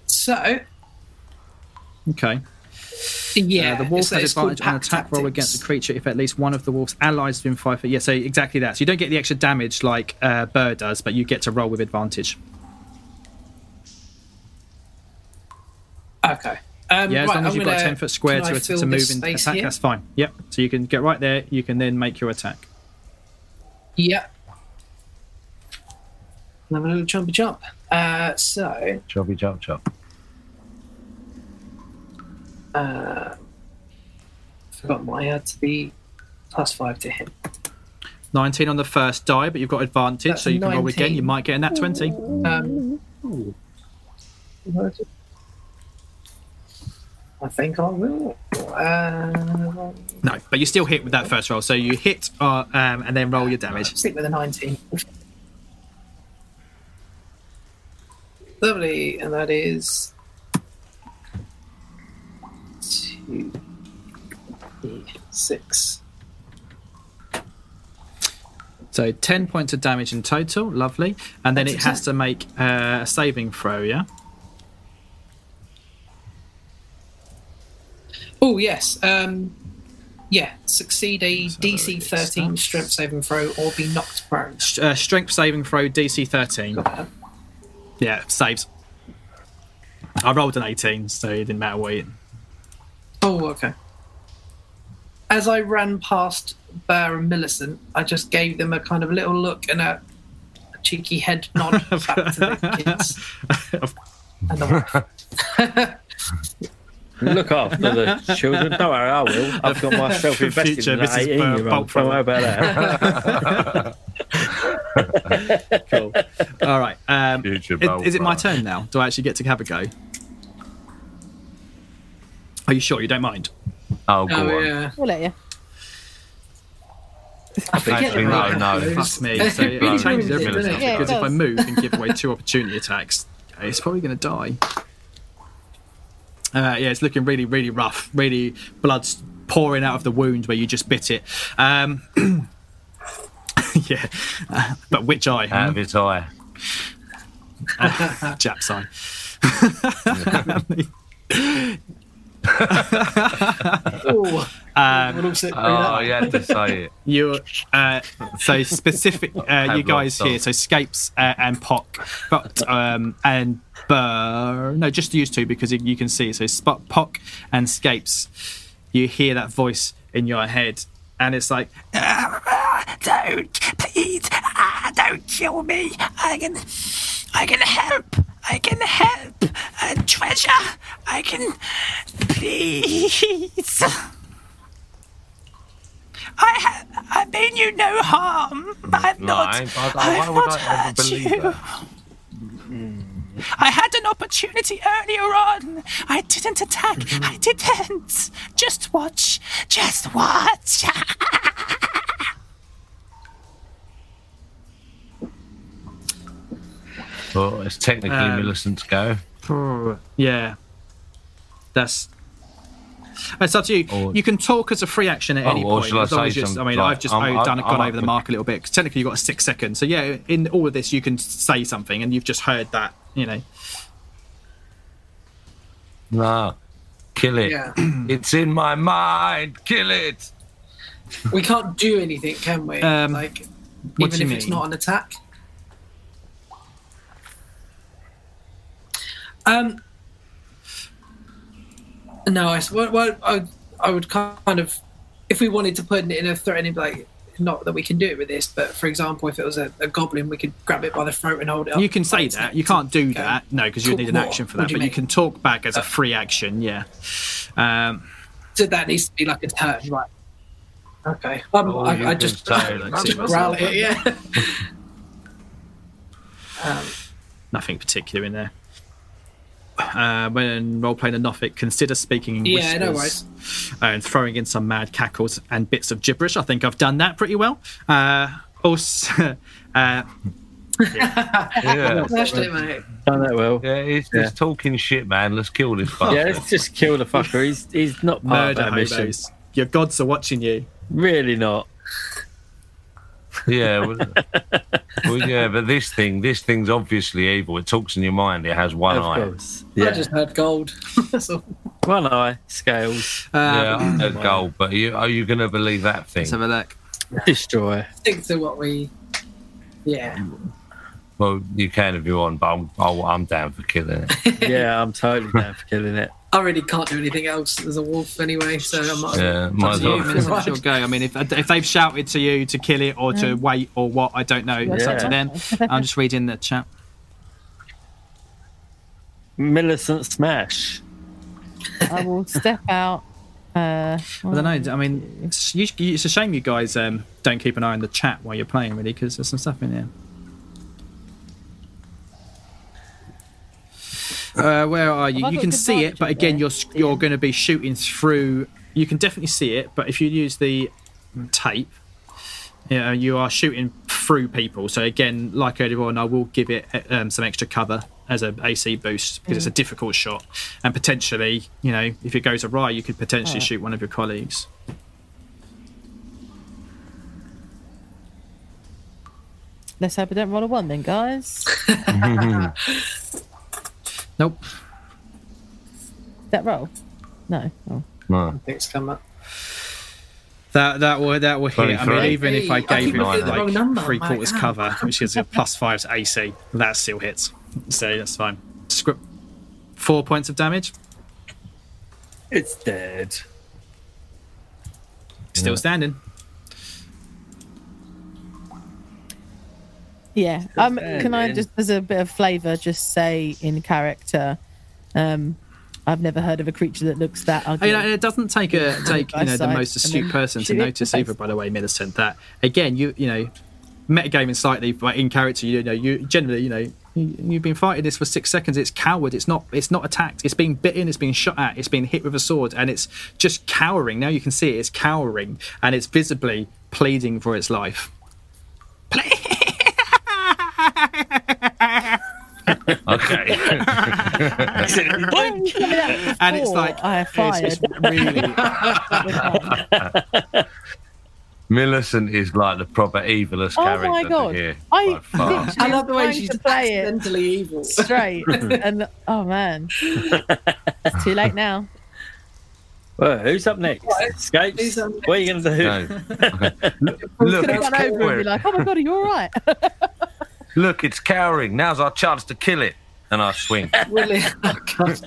Speaker 5: so
Speaker 1: okay.
Speaker 5: yeah,
Speaker 1: Uh, the wolf
Speaker 5: so
Speaker 1: has
Speaker 5: it's called
Speaker 1: advantage on an
Speaker 5: pack
Speaker 1: attack roll against
Speaker 5: tactics.
Speaker 1: the creature if at least one of the wolf's allies is within five foot. Yeah, so exactly that. So you don't get the extra damage like uh, Burr does, but you get to roll with advantage.
Speaker 5: Okay. Um,
Speaker 1: Yeah, as
Speaker 5: right,
Speaker 1: long as
Speaker 5: I'm
Speaker 1: you've got a
Speaker 5: gonna-
Speaker 1: 10 foot square
Speaker 5: can I
Speaker 1: to,
Speaker 5: fill
Speaker 1: to
Speaker 5: this
Speaker 1: move and
Speaker 5: space
Speaker 1: attack,
Speaker 5: here?
Speaker 1: that's fine. Yep. So you can get right there, you can then make your attack.
Speaker 5: Yeah. Another little jumpy jump. Uh, so
Speaker 6: Chubby chop chop.
Speaker 5: forgot my had to be plus five to hit.
Speaker 1: 19 on the first die, but you've got advantage,
Speaker 5: That's
Speaker 1: so you can roll again.
Speaker 5: 19.
Speaker 1: You might get in that 20.
Speaker 5: Um, I think I will. Uh,
Speaker 1: No, but you still hit with that first roll. So you hit uh, um, and then roll your damage.
Speaker 5: stick with a 19. Lovely, and that is. Two, three, six.
Speaker 1: So 10 points of damage in total. Lovely. And then it has to make uh, a saving throw, yeah?
Speaker 5: Oh yes. Um, yeah, succeed a DC
Speaker 1: it's
Speaker 5: 13
Speaker 1: that.
Speaker 5: strength saving throw or be knocked prone.
Speaker 1: St- uh, strength saving throw, DC 13. Yeah, saves. I rolled an 18, so it didn't matter what it. [laughs]
Speaker 5: Oh, okay. As I ran past Bear and Millicent, I just gave them a kind of little look and a, a cheeky head nod back to the kids.
Speaker 1: [laughs]
Speaker 5: And the wife.
Speaker 1: Um,
Speaker 2: Look after the children. Don't worry, I will. I've got myself
Speaker 1: For [laughs]
Speaker 2: invested
Speaker 1: future
Speaker 2: in that
Speaker 1: Mrs.
Speaker 2: 18 year
Speaker 1: Bolt
Speaker 2: old. Don't worry
Speaker 1: Front. [laughs]
Speaker 2: about that.
Speaker 1: Cool. All right. Um,
Speaker 6: Future
Speaker 1: it-
Speaker 6: Bolt
Speaker 1: is it my
Speaker 6: Runner.
Speaker 1: turn now? Do I actually get to have a go? Are you sure you don't mind?
Speaker 6: Oh, go
Speaker 5: oh
Speaker 6: on.
Speaker 5: yeah.
Speaker 3: We'll let you.
Speaker 5: Forget
Speaker 6: Actually,
Speaker 5: about
Speaker 6: no, no.
Speaker 5: those.
Speaker 1: Fuck me. So um, it
Speaker 5: Really
Speaker 1: really changes
Speaker 5: ruins it,
Speaker 1: everything.
Speaker 5: doesn't it?
Speaker 3: Yeah, it
Speaker 1: because if I
Speaker 3: does.
Speaker 1: move and give away two opportunity attacks, it's probably going to die. Uh, yeah, it's looking really, really rough. Really, blood's pouring out of the wound where you just bit it. Um, [clears throat] yeah, Uh, but which eye?
Speaker 6: Out
Speaker 1: huh?
Speaker 6: of his eye.
Speaker 1: Jap's eye.
Speaker 5: Ooh.
Speaker 1: Um,
Speaker 5: We'll all sit through
Speaker 6: Oh,
Speaker 5: that.
Speaker 6: you had to say it.
Speaker 1: You uh, so specific uh, you
Speaker 6: Have
Speaker 1: guys
Speaker 6: lots of-
Speaker 1: here so Scapes uh, and Pock, but um, and Burr. No, just use two because you can see. So Spot Pock and Scapes. You hear that voice in your head, and it's like, "Ah, ah, don't please, ah, don't kill me. I can, I can help. I can help. Uh, treasure. I can, please. I have, I mean you no harm. I've
Speaker 6: No,
Speaker 1: not.
Speaker 6: I ain't- I- I-
Speaker 1: I've
Speaker 6: why would
Speaker 1: not
Speaker 6: I ever
Speaker 1: hurt
Speaker 6: believe
Speaker 1: you.
Speaker 6: that?
Speaker 1: I had an opportunity earlier on. I didn't attack.
Speaker 6: Mm-hmm.
Speaker 1: I didn't. Just watch. Just watch.
Speaker 6: Well, it's technically
Speaker 1: Um,
Speaker 6: Millicent's go.
Speaker 1: yeah. That's. It's up to you.
Speaker 6: Or-
Speaker 1: you can talk as a free action at
Speaker 6: Oh,
Speaker 1: any
Speaker 6: or
Speaker 1: point.
Speaker 6: shall I
Speaker 1: as long
Speaker 6: say
Speaker 1: as you're- I
Speaker 6: something
Speaker 1: mean,
Speaker 6: like,
Speaker 1: I've just
Speaker 6: I'm-
Speaker 1: oh, done it,
Speaker 6: I'm-
Speaker 1: gone
Speaker 6: I'm
Speaker 1: over the
Speaker 6: up-
Speaker 1: mark a little bit because technically you've got six seconds. So, yeah, in all of this, you can say something and you've just heard that, you know.
Speaker 6: No. Kill it.
Speaker 5: Yeah.
Speaker 6: It's in my mind. Kill it.
Speaker 5: We can't do anything, can we?
Speaker 1: Um,
Speaker 5: like
Speaker 1: What do
Speaker 5: even
Speaker 1: you
Speaker 5: if it's
Speaker 1: mean?
Speaker 5: not an attack. Um. No, I s- well, well, I, I would kind of, if we wanted to put it in a threatening, like not that we can do it with this, but for example, if it was a, a goblin, we could grab it by the throat and hold it. up.
Speaker 1: You can say
Speaker 5: Like,
Speaker 1: that. You can't do
Speaker 5: Oh, Okay.
Speaker 1: that. No, because you
Speaker 5: Talk
Speaker 1: need an
Speaker 5: more.
Speaker 1: action for
Speaker 5: What
Speaker 1: that.
Speaker 5: do
Speaker 1: but
Speaker 5: you
Speaker 1: you can
Speaker 5: mean? Uh,
Speaker 1: talk back as a free action. Yeah. Um,
Speaker 5: So that needs to be like a turn, right? Okay. Um,
Speaker 6: Oh, you
Speaker 5: I, I [laughs]
Speaker 6: can
Speaker 5: just
Speaker 6: say
Speaker 1: that.
Speaker 5: growl it. Yeah. [laughs]
Speaker 1: nothing particular in there. Uh, when role playing a Nothic, consider speaking in
Speaker 5: Yeah, no
Speaker 1: whispers uh, and throwing in some mad cackles and bits of gibberish. I think I've done that pretty well. Uh, also, [laughs] uh,
Speaker 3: [laughs]
Speaker 6: Yeah.
Speaker 5: Smashed it, mate.
Speaker 2: Done that well. Yeah.
Speaker 6: Yeah, he's
Speaker 2: Yeah.
Speaker 6: just talking shit, man. Let's kill this [laughs] bastard.
Speaker 2: let's just kill the fucker. He's he's not part of
Speaker 1: murder
Speaker 2: our mission.
Speaker 1: hobos. Your gods are watching you.
Speaker 2: Really not.
Speaker 3: [laughs]
Speaker 6: Yeah. Well, well, yeah, but this thing, this thing's obviously evil. It talks in your mind. It has one
Speaker 2: Of
Speaker 6: eye.
Speaker 2: course.
Speaker 5: I
Speaker 2: Yeah.
Speaker 5: just heard gold. [laughs] so,
Speaker 2: One eye scales. [laughs]
Speaker 1: Uh,
Speaker 6: Yeah,
Speaker 3: Um,
Speaker 6: a goal. But you, are you going to believe that
Speaker 1: [clears throat]
Speaker 6: thing?
Speaker 1: Let's have a look. [laughs]
Speaker 2: Destroy.
Speaker 5: stick to what we. Yeah.
Speaker 6: Well, you can if you want, but I'm, I'll- I'm down for killing
Speaker 3: [laughs]
Speaker 6: it.
Speaker 2: Yeah, I'm totally down for killing it.
Speaker 5: I really can't do anything else as a wolf anyway, so I'm not.
Speaker 6: Yeah, might as
Speaker 1: It's you,
Speaker 6: well.
Speaker 1: man. It's [laughs] your go. I mean, if, if they've shouted to you to kill it or to wait or what, I don't know. It's up to them. I'm just reading the chat.
Speaker 2: Millicent Smash.
Speaker 3: I
Speaker 1: [laughs]
Speaker 3: will step out. Uh,
Speaker 1: I don't know. I mean, it's, you, you- it's a shame you guys um, don't keep an eye on the chat while you're playing, really, because there's some stuff in here. Uh, where are you?
Speaker 3: Have I
Speaker 1: You
Speaker 3: got
Speaker 1: can see
Speaker 3: disadvantage
Speaker 1: it, but
Speaker 3: on
Speaker 1: again,
Speaker 3: there?
Speaker 1: you're s- you're going to be shooting through. You can definitely see it, but if you use the tape, you know, you are shooting through people. So again, like earlier on, I will give it uh, um, some extra cover as a AC boost because it's
Speaker 3: Mm.
Speaker 1: a difficult shot, and potentially, you know, if it goes awry, you could potentially shoot one of your colleagues.
Speaker 3: Let's hope I don't roll a one then, guys.
Speaker 1: Nope.
Speaker 3: That roll? No. Oh.
Speaker 6: No.
Speaker 5: Things come up.
Speaker 1: That that were that were here. I mean,
Speaker 6: 23.
Speaker 1: even if I
Speaker 5: Hey,
Speaker 1: gave
Speaker 5: I think
Speaker 1: him
Speaker 6: we did the
Speaker 5: wrong
Speaker 1: like
Speaker 5: number.
Speaker 1: three
Speaker 5: My
Speaker 1: quarters
Speaker 5: God.
Speaker 1: cover, which
Speaker 5: [laughs]
Speaker 1: is a plus five to AC, that still hits. So that's fine. Script four points of damage.
Speaker 2: It's dead.
Speaker 1: Still standing.
Speaker 3: Yeah. Um,
Speaker 2: fair,
Speaker 3: can I
Speaker 2: then.
Speaker 3: just, as a bit of flavour, just say in character, um, I've never heard of a creature that looks that
Speaker 1: I
Speaker 3: ugly.
Speaker 1: mean, it doesn't take
Speaker 3: [laughs]
Speaker 1: a take you know the
Speaker 3: Eyesight,
Speaker 1: most
Speaker 3: and
Speaker 1: astute
Speaker 3: then
Speaker 1: person to
Speaker 3: [laughs] shoot it in the
Speaker 1: notice
Speaker 3: face.
Speaker 1: either. By the way, Millicent, that again, you you know, metagaming slightly, but in character, you know, you generally you know. you- You've been fighting this for six seconds. It's coward. It's not. It's not attacked. It's being bitten. It's being shot at. It's being hit with a sword, and it's just cowering. Now you can see it. It's cowering, and it's visibly pleading for its life.
Speaker 3: [laughs]
Speaker 6: Okay.
Speaker 3: Oh, you told me that
Speaker 1: [laughs] And it's
Speaker 3: before
Speaker 1: like
Speaker 3: Oh, I
Speaker 1: it's
Speaker 3: fired.
Speaker 1: just really [laughs]
Speaker 6: Millicent is like the proper evilest
Speaker 3: Oh my
Speaker 6: character to
Speaker 3: God.
Speaker 6: hear,
Speaker 3: I
Speaker 6: by far.
Speaker 3: think-
Speaker 5: I love the way
Speaker 3: Trying
Speaker 5: she's
Speaker 3: to play it.
Speaker 5: accidentally
Speaker 3: [laughs]
Speaker 5: evil.
Speaker 3: straight. and oh man, it's too late now.
Speaker 2: Well, who's up next?
Speaker 5: Right.
Speaker 2: Escapes.
Speaker 5: Who's up next?
Speaker 2: What are you going to do?
Speaker 6: No. Look, look,
Speaker 3: Could have
Speaker 6: it's
Speaker 3: run over and be
Speaker 6: cowering.
Speaker 3: like, "Oh my god, are you all right?"
Speaker 1: [laughs]
Speaker 3: [laughs]
Speaker 6: look, it's cowering. Now's our chance to kill it. And I swing.
Speaker 5: Really? [laughs] Oh, God.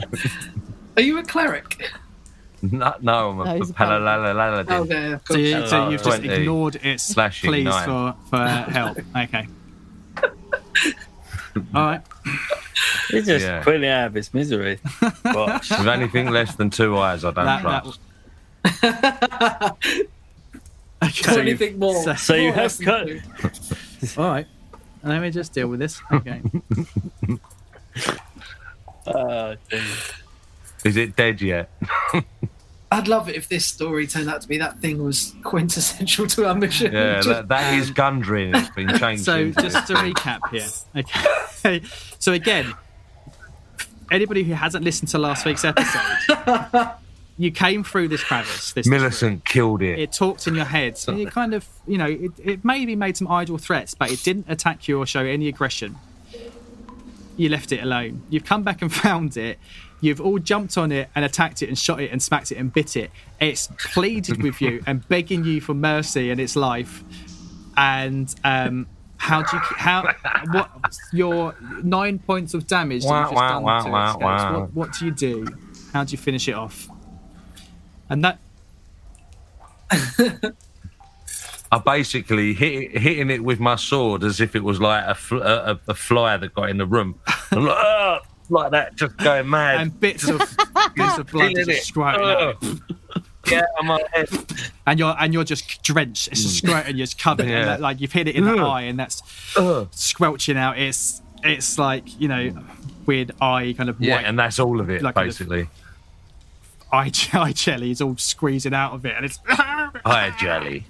Speaker 5: Are you a cleric?
Speaker 6: [laughs] no, no, I'm
Speaker 3: No,
Speaker 6: a
Speaker 3: he's a
Speaker 5: Oh,
Speaker 6: palalaladin.
Speaker 5: there. of
Speaker 1: So,
Speaker 5: course.
Speaker 1: you, so you've just
Speaker 6: 20.
Speaker 1: ignored its
Speaker 6: Slashing
Speaker 1: pleas
Speaker 6: nine.
Speaker 1: for, for
Speaker 6: [laughs]
Speaker 1: help. Okay. All right.
Speaker 2: [laughs] He's just
Speaker 6: Yeah.
Speaker 2: quickly out of his misery. Watch.
Speaker 6: With anything less than two eyes, I don't
Speaker 1: That- that-
Speaker 6: trust.
Speaker 1: [laughs] Okay.
Speaker 5: Don't anything more.
Speaker 1: so-
Speaker 2: so you
Speaker 5: What
Speaker 2: have
Speaker 5: else
Speaker 2: cut.
Speaker 5: do?
Speaker 1: All right. Let me just deal with this.
Speaker 6: [laughs]
Speaker 1: Okay.
Speaker 2: Oh, dear.
Speaker 6: Is it dead yet?
Speaker 1: [laughs]
Speaker 5: I'd love it if this story turned out to be that thing was quintessential to our mission. [laughs]
Speaker 6: Yeah,
Speaker 5: Just-
Speaker 6: that, that is Gundry and it's
Speaker 1: [laughs]
Speaker 6: been changed.
Speaker 1: um, So
Speaker 6: into.
Speaker 1: just to recap here. Okay. [laughs] So again, anybody who hasn't listened to last week's episode,
Speaker 5: [laughs]
Speaker 1: you came through this crevice. This
Speaker 6: Millicent killed it.
Speaker 1: it talked in your head and it kind of you know it, it maybe made some idle threats but it didn't attack you or show any aggression you left it alone you've come back and [laughs] found it you've all jumped on it and attacked it and shot it and smacked it and bit it it's pleaded with you and begging you for mercy and its life and um, how do you how what's your nine points of damage that
Speaker 6: Wah,
Speaker 1: you've just
Speaker 6: wah,
Speaker 1: done
Speaker 6: wah,
Speaker 1: to it,
Speaker 6: wah,
Speaker 1: Skakes?
Speaker 6: wah.
Speaker 1: What, what do you do? How do you finish it off? And that
Speaker 6: I basically hit, hitting it with my sword as if it was like a, fl- a, a- a fly that got in
Speaker 1: [laughs]
Speaker 6: the room. I'm like, "Ah," like that, just going mad.
Speaker 1: and bits
Speaker 6: [laughs]
Speaker 1: of bits of blood are
Speaker 6: Feeling
Speaker 1: just
Speaker 6: it.
Speaker 1: squirting out.
Speaker 6: Ah. yeah, on my head.
Speaker 1: and you're and you're just drenched. It's just squirting. You're just covered.
Speaker 6: Yeah.
Speaker 1: And that, like you've hit it in the
Speaker 6: Ugh.
Speaker 1: eye, and that's
Speaker 6: Ugh.
Speaker 1: squelching out. It's it's like you know, weird eye kind of
Speaker 6: Yeah,
Speaker 1: white
Speaker 6: and that's all of it,
Speaker 1: Like a-
Speaker 6: basically.
Speaker 1: eye, [laughs] eye jelly is all squeezing out of it, and it's [laughs]
Speaker 6: Hi, Jelly.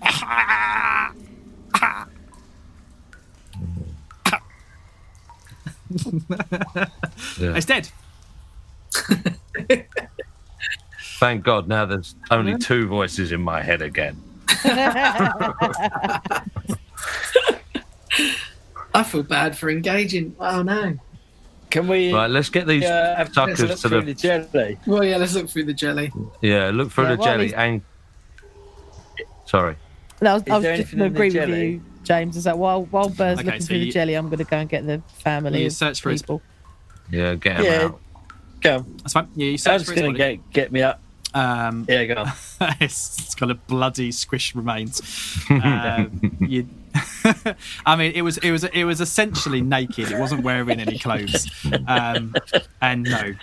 Speaker 6: Yeah.
Speaker 1: it's dead.
Speaker 6: Thank God now there's only two voices in my head again.
Speaker 5: I feel bad for engaging. Oh no.
Speaker 2: Can we
Speaker 6: Right, let's get these
Speaker 2: uh, have let's look
Speaker 6: suckers to
Speaker 2: through
Speaker 6: the.
Speaker 2: the jelly?
Speaker 5: Well, yeah. Let's look through the jelly.
Speaker 6: Yeah, look through
Speaker 3: Yeah,
Speaker 6: the
Speaker 3: well,
Speaker 6: jelly
Speaker 3: he's-
Speaker 6: and. Sorry.
Speaker 3: No, I was,
Speaker 2: Is
Speaker 3: I was
Speaker 2: there
Speaker 3: just
Speaker 2: anything
Speaker 3: going
Speaker 2: in
Speaker 3: to
Speaker 2: the
Speaker 3: agree with
Speaker 2: jelly?
Speaker 3: you, James. Is that while while Burr's
Speaker 1: Okay,
Speaker 3: looking
Speaker 1: so
Speaker 3: through
Speaker 1: you-
Speaker 3: the jelly, I'm going to go and get the family.
Speaker 1: You
Speaker 3: of
Speaker 1: search for his- [laughs]
Speaker 3: people.
Speaker 6: Yeah, get him
Speaker 2: Yeah.
Speaker 6: out.
Speaker 2: Go. On.
Speaker 1: That's fine. Yeah, you
Speaker 2: I'm
Speaker 1: search for
Speaker 2: just
Speaker 1: his
Speaker 2: gonna
Speaker 1: body.
Speaker 2: get get me up.
Speaker 1: Um,
Speaker 2: Yeah, go. On.
Speaker 1: [laughs] it's, it's got a bloody squish
Speaker 6: [laughs]
Speaker 1: remains. Um, you, [laughs] I mean, it was it was it was essentially naked. It wasn't wearing any clothes, um, and no,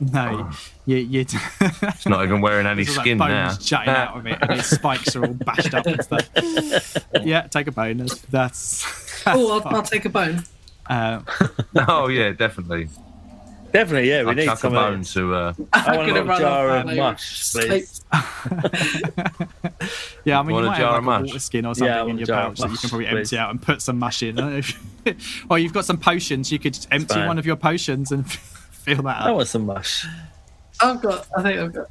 Speaker 1: no, you you. [laughs]
Speaker 6: It's not even wearing any
Speaker 1: It's all
Speaker 6: skin
Speaker 1: like
Speaker 6: now.
Speaker 1: bones jutting out of it, and its spikes are all bashed up and stuff.
Speaker 5: [laughs]
Speaker 1: yeah, take a bone. That's that's. that's [laughs]
Speaker 5: Oh, I'll, I'll
Speaker 1: fine.
Speaker 5: take a bone.
Speaker 1: Uh,
Speaker 6: [laughs] oh, yeah,
Speaker 2: [laughs]
Speaker 6: definitely.
Speaker 2: Definitely, yeah, we
Speaker 6: I'll
Speaker 2: need
Speaker 6: chuck a
Speaker 2: some.
Speaker 6: bone
Speaker 2: of it.
Speaker 6: to. Uh,
Speaker 2: I want a
Speaker 5: gonna
Speaker 2: little
Speaker 5: run
Speaker 2: jar
Speaker 5: off
Speaker 2: of
Speaker 5: my
Speaker 2: mush,
Speaker 5: load.
Speaker 2: please.
Speaker 1: [laughs] yeah, I mean, you
Speaker 6: Want a
Speaker 1: might
Speaker 6: jar
Speaker 1: have
Speaker 6: of
Speaker 1: like, a
Speaker 6: mush?
Speaker 1: water skin or something
Speaker 2: I
Speaker 1: in
Speaker 2: want a
Speaker 1: your
Speaker 2: jar of
Speaker 1: pouch that you can
Speaker 2: mush,
Speaker 1: probably
Speaker 2: please.
Speaker 1: empty out and put some mush in. [laughs] I don't know if- or you've got some potions. You could just empty
Speaker 2: fine. Oh,
Speaker 1: one of your potions and [laughs] fill that
Speaker 2: I
Speaker 1: up.
Speaker 2: want some mush.
Speaker 5: I've got. I think I've got.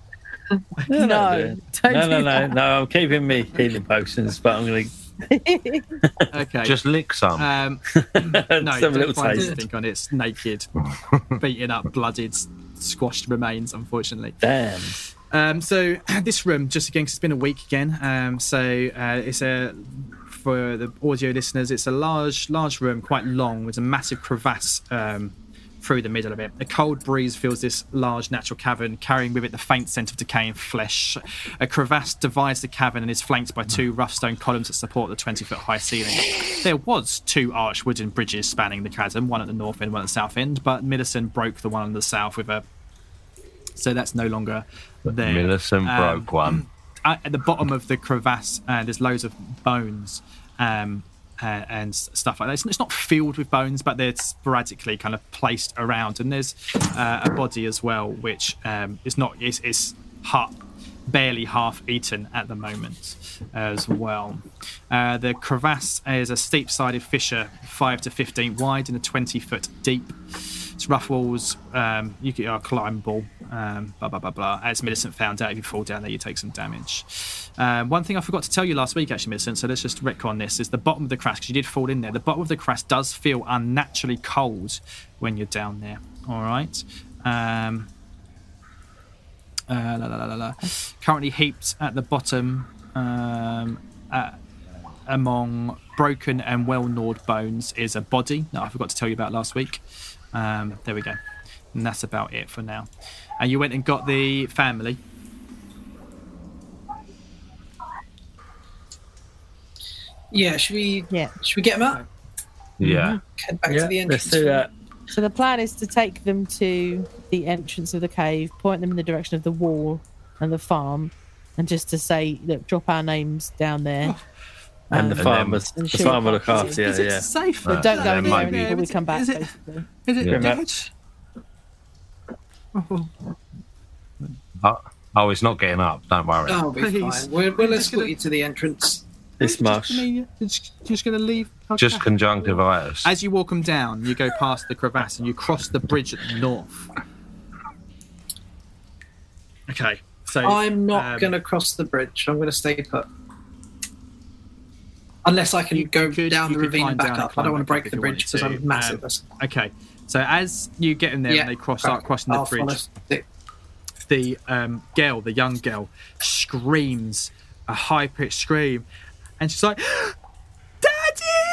Speaker 2: No,
Speaker 3: No, don't
Speaker 2: no, no,
Speaker 3: do
Speaker 2: no, no. I'm keeping me healing potions, but I'm [laughs] gonna
Speaker 1: Okay.
Speaker 6: just lick some.
Speaker 2: [laughs]
Speaker 1: um, no,
Speaker 2: have a
Speaker 1: don't
Speaker 2: little
Speaker 1: find
Speaker 2: taste.
Speaker 1: anything on it. It's naked, beaten up, blooded, squashed remains. Unfortunately.
Speaker 2: Damn.
Speaker 1: Um, so [clears throat] this room, just again, 'cause it's been a week again. Um, so uh, it's a for the audio listeners, it's a large, large room, quite long, with a massive crevasse um, through the middle of it. A cold breeze fills this large natural cavern, carrying with it the faint scent of decaying flesh. A crevasse divides the cavern and is flanked by
Speaker 6: Hmm.
Speaker 1: two rough stone columns that support the 20-foot high ceiling. There was two arched wooden bridges spanning the chasm, one at the north end, one at the south end, but Millicent broke the one on the south with a so that's no longer there.
Speaker 6: Millicent
Speaker 1: Um,
Speaker 6: broke one.
Speaker 1: At, at the bottom of the crevasse, uh, there's loads of bones um, uh, and s- stuff like that. It's, it's not filled with bones, but they're sporadically kind of placed around. And there's uh, a body as well, which um, is not is is hot. Barely half eaten at the moment, as well. Uh, the crevasse is a steep sided fissure, 5 to 15 wide and a 20 foot deep. It's rough walls. Um, you get are climbable. Um, blah blah blah blah. As Millicent found out, if you fall down there, you take some damage. Um, one thing I forgot to tell you last week, actually, Millicent. So let's just retcon on this: is the bottom of the crash because you did fall in there. The bottom of the crash does feel unnaturally cold when you're down there. All right. Um, uh, la, la, la, la, la. Currently heaped at the bottom um, among broken and well gnawed bones is a body that I forgot to tell you about last week. Um, there we go. And that's about it for now. And you went and got the family.
Speaker 5: Yeah. Should we?
Speaker 3: Yeah.
Speaker 5: Should we get them up?
Speaker 1: mm-hmm.
Speaker 6: Yeah.
Speaker 5: Head back
Speaker 2: Yeah,
Speaker 5: to the
Speaker 2: let's
Speaker 5: entrance.
Speaker 2: do that.
Speaker 3: So the plan is to take them to the entrance of the cave, point them in the direction of the wall and the farm, and just to say, look, drop our names down
Speaker 1: Oh,
Speaker 3: there.
Speaker 2: And the
Speaker 3: Um,
Speaker 6: then-
Speaker 2: farmers,
Speaker 3: And
Speaker 2: the
Speaker 3: shoot
Speaker 2: farmer look
Speaker 3: foxes.
Speaker 2: after you. Yeah.
Speaker 1: safe?
Speaker 6: Uh,
Speaker 3: But don't
Speaker 6: Yeah,
Speaker 3: go
Speaker 6: there might
Speaker 3: anywhere
Speaker 6: be.
Speaker 3: until we come back.
Speaker 1: Is it-
Speaker 3: basically.
Speaker 1: Is it
Speaker 6: Yeah.
Speaker 1: damaged? Oh,
Speaker 6: Oh, oh, it's not getting up. Don't worry.
Speaker 5: Oh, we'll be
Speaker 1: Please.
Speaker 5: fine. We'll, we'll
Speaker 1: Just
Speaker 5: escort
Speaker 1: gonna-
Speaker 5: you to the entrance.
Speaker 2: It's mush.
Speaker 1: You're just going to leave. Okay.
Speaker 6: Just conjunctivitis.
Speaker 1: As you walk them down, you go past the crevasse and you cross the bridge at the north. Okay. So
Speaker 5: I'm not
Speaker 1: um,
Speaker 5: going to cross the bridge. I'm going to stay put. Unless I can
Speaker 1: You-
Speaker 5: go
Speaker 1: you could-
Speaker 5: down
Speaker 1: you
Speaker 5: the
Speaker 1: could
Speaker 5: ravine
Speaker 1: climb
Speaker 5: and
Speaker 1: down
Speaker 5: back
Speaker 1: and
Speaker 5: up. I
Speaker 1: climb
Speaker 5: don't want to
Speaker 1: back up
Speaker 5: break
Speaker 1: if
Speaker 5: the
Speaker 1: you
Speaker 5: bridge because
Speaker 1: wanted to.
Speaker 5: I'm massive.
Speaker 1: Um, Okay, so as you get in there and they cross start crossing the
Speaker 5: I'll
Speaker 1: bridge,
Speaker 5: follow suit.
Speaker 1: the um, girl, the young girl, screams a high pitched scream, and she's like,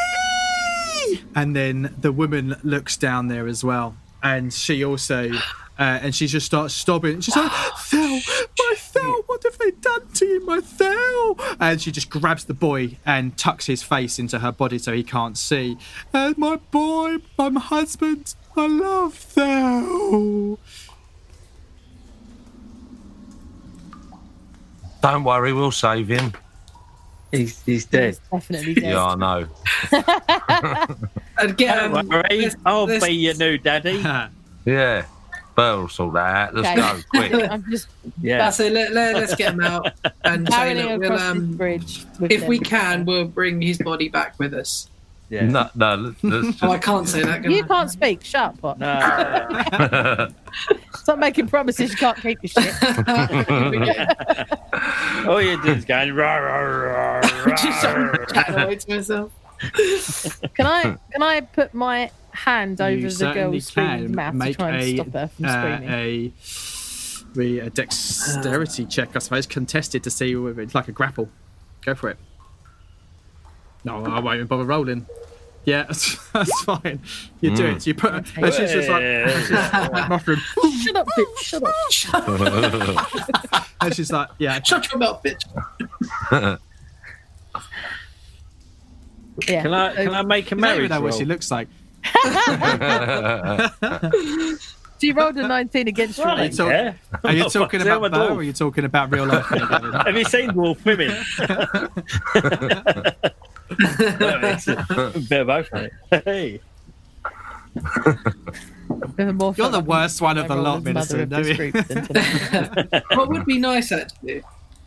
Speaker 1: [gasps] and then the woman looks down there as well, and she also. Uh, and she just starts sobbing. She's like, Thel, my Thel, what have they done to you, my Thel? And she just grabs the boy and tucks his face into her body so he can't see. And my boy, my husband, I love [laughs] Thel.
Speaker 6: Don't worry, we'll save him.
Speaker 2: He's, he's dead.
Speaker 3: It's
Speaker 1: [laughs]
Speaker 3: definitely dead.
Speaker 6: Yeah, I know.
Speaker 5: And get um,
Speaker 2: Worry,
Speaker 5: let's-
Speaker 2: I'll
Speaker 5: let's-
Speaker 2: be your new [laughs] daddy.
Speaker 6: Yeah. Burl saw that. Let's
Speaker 3: Okay.
Speaker 6: go quick.
Speaker 3: I'm just
Speaker 2: Yeah.
Speaker 5: That's it. Let, us get
Speaker 1: [laughs]
Speaker 5: him out and say,
Speaker 3: barreling
Speaker 5: look,
Speaker 3: across
Speaker 5: we'll,
Speaker 3: this
Speaker 5: um,
Speaker 3: bridge. With
Speaker 5: if
Speaker 3: them.
Speaker 5: we can, we'll bring his body back with us.
Speaker 2: [laughs] yeah.
Speaker 6: No, no. Let's,
Speaker 2: [laughs]
Speaker 6: let's just,
Speaker 5: Oh, I can't say that. Can
Speaker 3: you
Speaker 5: I? [laughs]
Speaker 3: can't speak. Shut up. Pot.
Speaker 2: No. [laughs]
Speaker 3: Stop making promises you can't keep. Your
Speaker 2: [laughs]
Speaker 3: shit.
Speaker 2: All you do is going rah, rah, rah,
Speaker 1: [laughs]
Speaker 5: Just
Speaker 2: rah.
Speaker 5: sort of chatting away to myself.
Speaker 1: [laughs]
Speaker 3: Can I? Can I put my hand over
Speaker 1: you
Speaker 3: the
Speaker 1: certainly
Speaker 3: girl's screaming mouth to
Speaker 1: make
Speaker 3: try and
Speaker 1: a,
Speaker 3: stop her from
Speaker 1: uh,
Speaker 3: screaming?
Speaker 1: a, we- a dexterity check, I suppose, contested to see whether it's like a grapple. Go for it. No, I won't even bother rolling. Yeah, [laughs] that's, that's fine. You do it. You put. And she's just like, [laughs] like mushroom.
Speaker 3: Shut up, bitch.
Speaker 1: [laughs]
Speaker 3: Shut up.
Speaker 6: [laughs]
Speaker 1: And she's like,
Speaker 2: [laughs]
Speaker 1: yeah.
Speaker 5: Shut your mouth, bitch. [laughs]
Speaker 3: Yeah.
Speaker 2: Can I can I make a
Speaker 1: You don't even
Speaker 2: marriage
Speaker 1: know
Speaker 2: roll?
Speaker 1: what she looks
Speaker 2: [laughs]
Speaker 1: like.
Speaker 3: She rolled a 19 against
Speaker 2: Right,
Speaker 3: rolling.
Speaker 1: So-
Speaker 2: yeah.
Speaker 1: Are
Speaker 2: [laughs]
Speaker 1: you talking
Speaker 2: Fuck, they're
Speaker 1: about
Speaker 2: my
Speaker 1: that, or
Speaker 2: dwarf.
Speaker 1: are you talking about real
Speaker 3: [laughs]
Speaker 1: life?
Speaker 2: Have you seen Wolf Women? They're both right. Hey.
Speaker 3: Even more
Speaker 1: You're
Speaker 3: fun.
Speaker 1: the worst one of the
Speaker 3: I rolled
Speaker 1: lot,
Speaker 3: as mother
Speaker 1: Minister.
Speaker 3: of
Speaker 1: don't
Speaker 3: this
Speaker 1: you?
Speaker 3: group than tonight.
Speaker 1: [laughs]
Speaker 5: What would be nice, actually?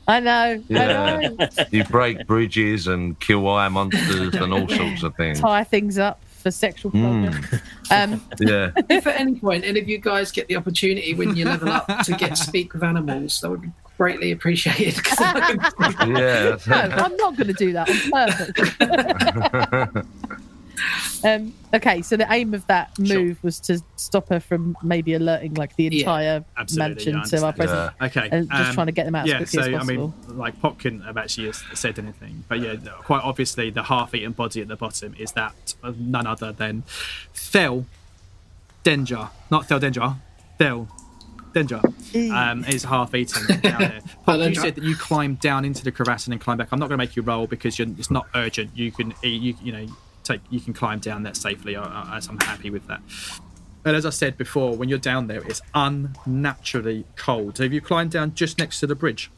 Speaker 3: I know.
Speaker 6: Yeah.
Speaker 3: I know.
Speaker 6: [laughs] you break bridges and kill eye monsters and all sorts of things. Hmm.
Speaker 3: Tie things up for sexual
Speaker 1: Hmm.
Speaker 3: problems. Um,
Speaker 6: Yeah.
Speaker 5: If at any point any of you guys get the opportunity when you level up to get to speak with animals, that would be greatly appreciated. [laughs] 'cause I can-
Speaker 6: Yeah. [laughs]
Speaker 3: no, I'm not going to do that on purpose. um, okay, so the aim of that move
Speaker 1: Sure.
Speaker 3: was to stop her from maybe alerting like the
Speaker 5: Yeah,
Speaker 3: entire
Speaker 1: absolutely,
Speaker 3: mansion
Speaker 1: I
Speaker 3: to our
Speaker 1: understand.
Speaker 3: presence.
Speaker 6: Yeah.
Speaker 1: Okay.
Speaker 3: And just
Speaker 1: um,
Speaker 3: trying to get them out as
Speaker 1: yeah,
Speaker 3: quickly as
Speaker 1: so,
Speaker 3: possible.
Speaker 1: I mean, like Pop couldn't have actually s- said anything, but yeah, quite obviously the half-eaten body at the bottom is that of none other than Thel Denjar, not Thel Denjar, Thel Denjar. Um, is half-eaten down there.
Speaker 3: [laughs]
Speaker 1: Pop, you
Speaker 5: Denjar.
Speaker 1: said that you climbed down into the crevasse and then climb back. I'm not going to make you roll because you're, it's not urgent. You can, e- you you know, take you can climb down there safely. I, I, I'm happy with that. And as I said before, when you're down there, it's unnaturally cold. So if you climb down just next to the bridge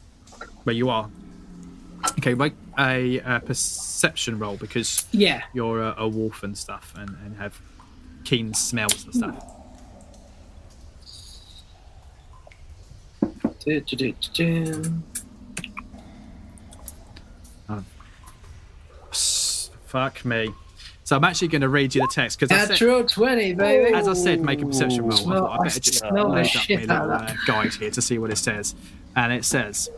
Speaker 1: where you are, okay, make a, uh perception roll because
Speaker 5: yeah.
Speaker 1: you're a, a wolf and stuff and, and have keen smells and stuff.
Speaker 5: Du- du- du- du- du.
Speaker 1: Psst, Fuck me. So I'm actually going to read you the text because I said,
Speaker 5: Natural 20, baby.
Speaker 1: as I said, make a perception roll. I,
Speaker 5: Smell-
Speaker 1: thought I better just
Speaker 5: I smell the
Speaker 1: load up
Speaker 5: shit
Speaker 1: my little,
Speaker 5: out of that.
Speaker 1: uh, guide here to see what it says. And it says,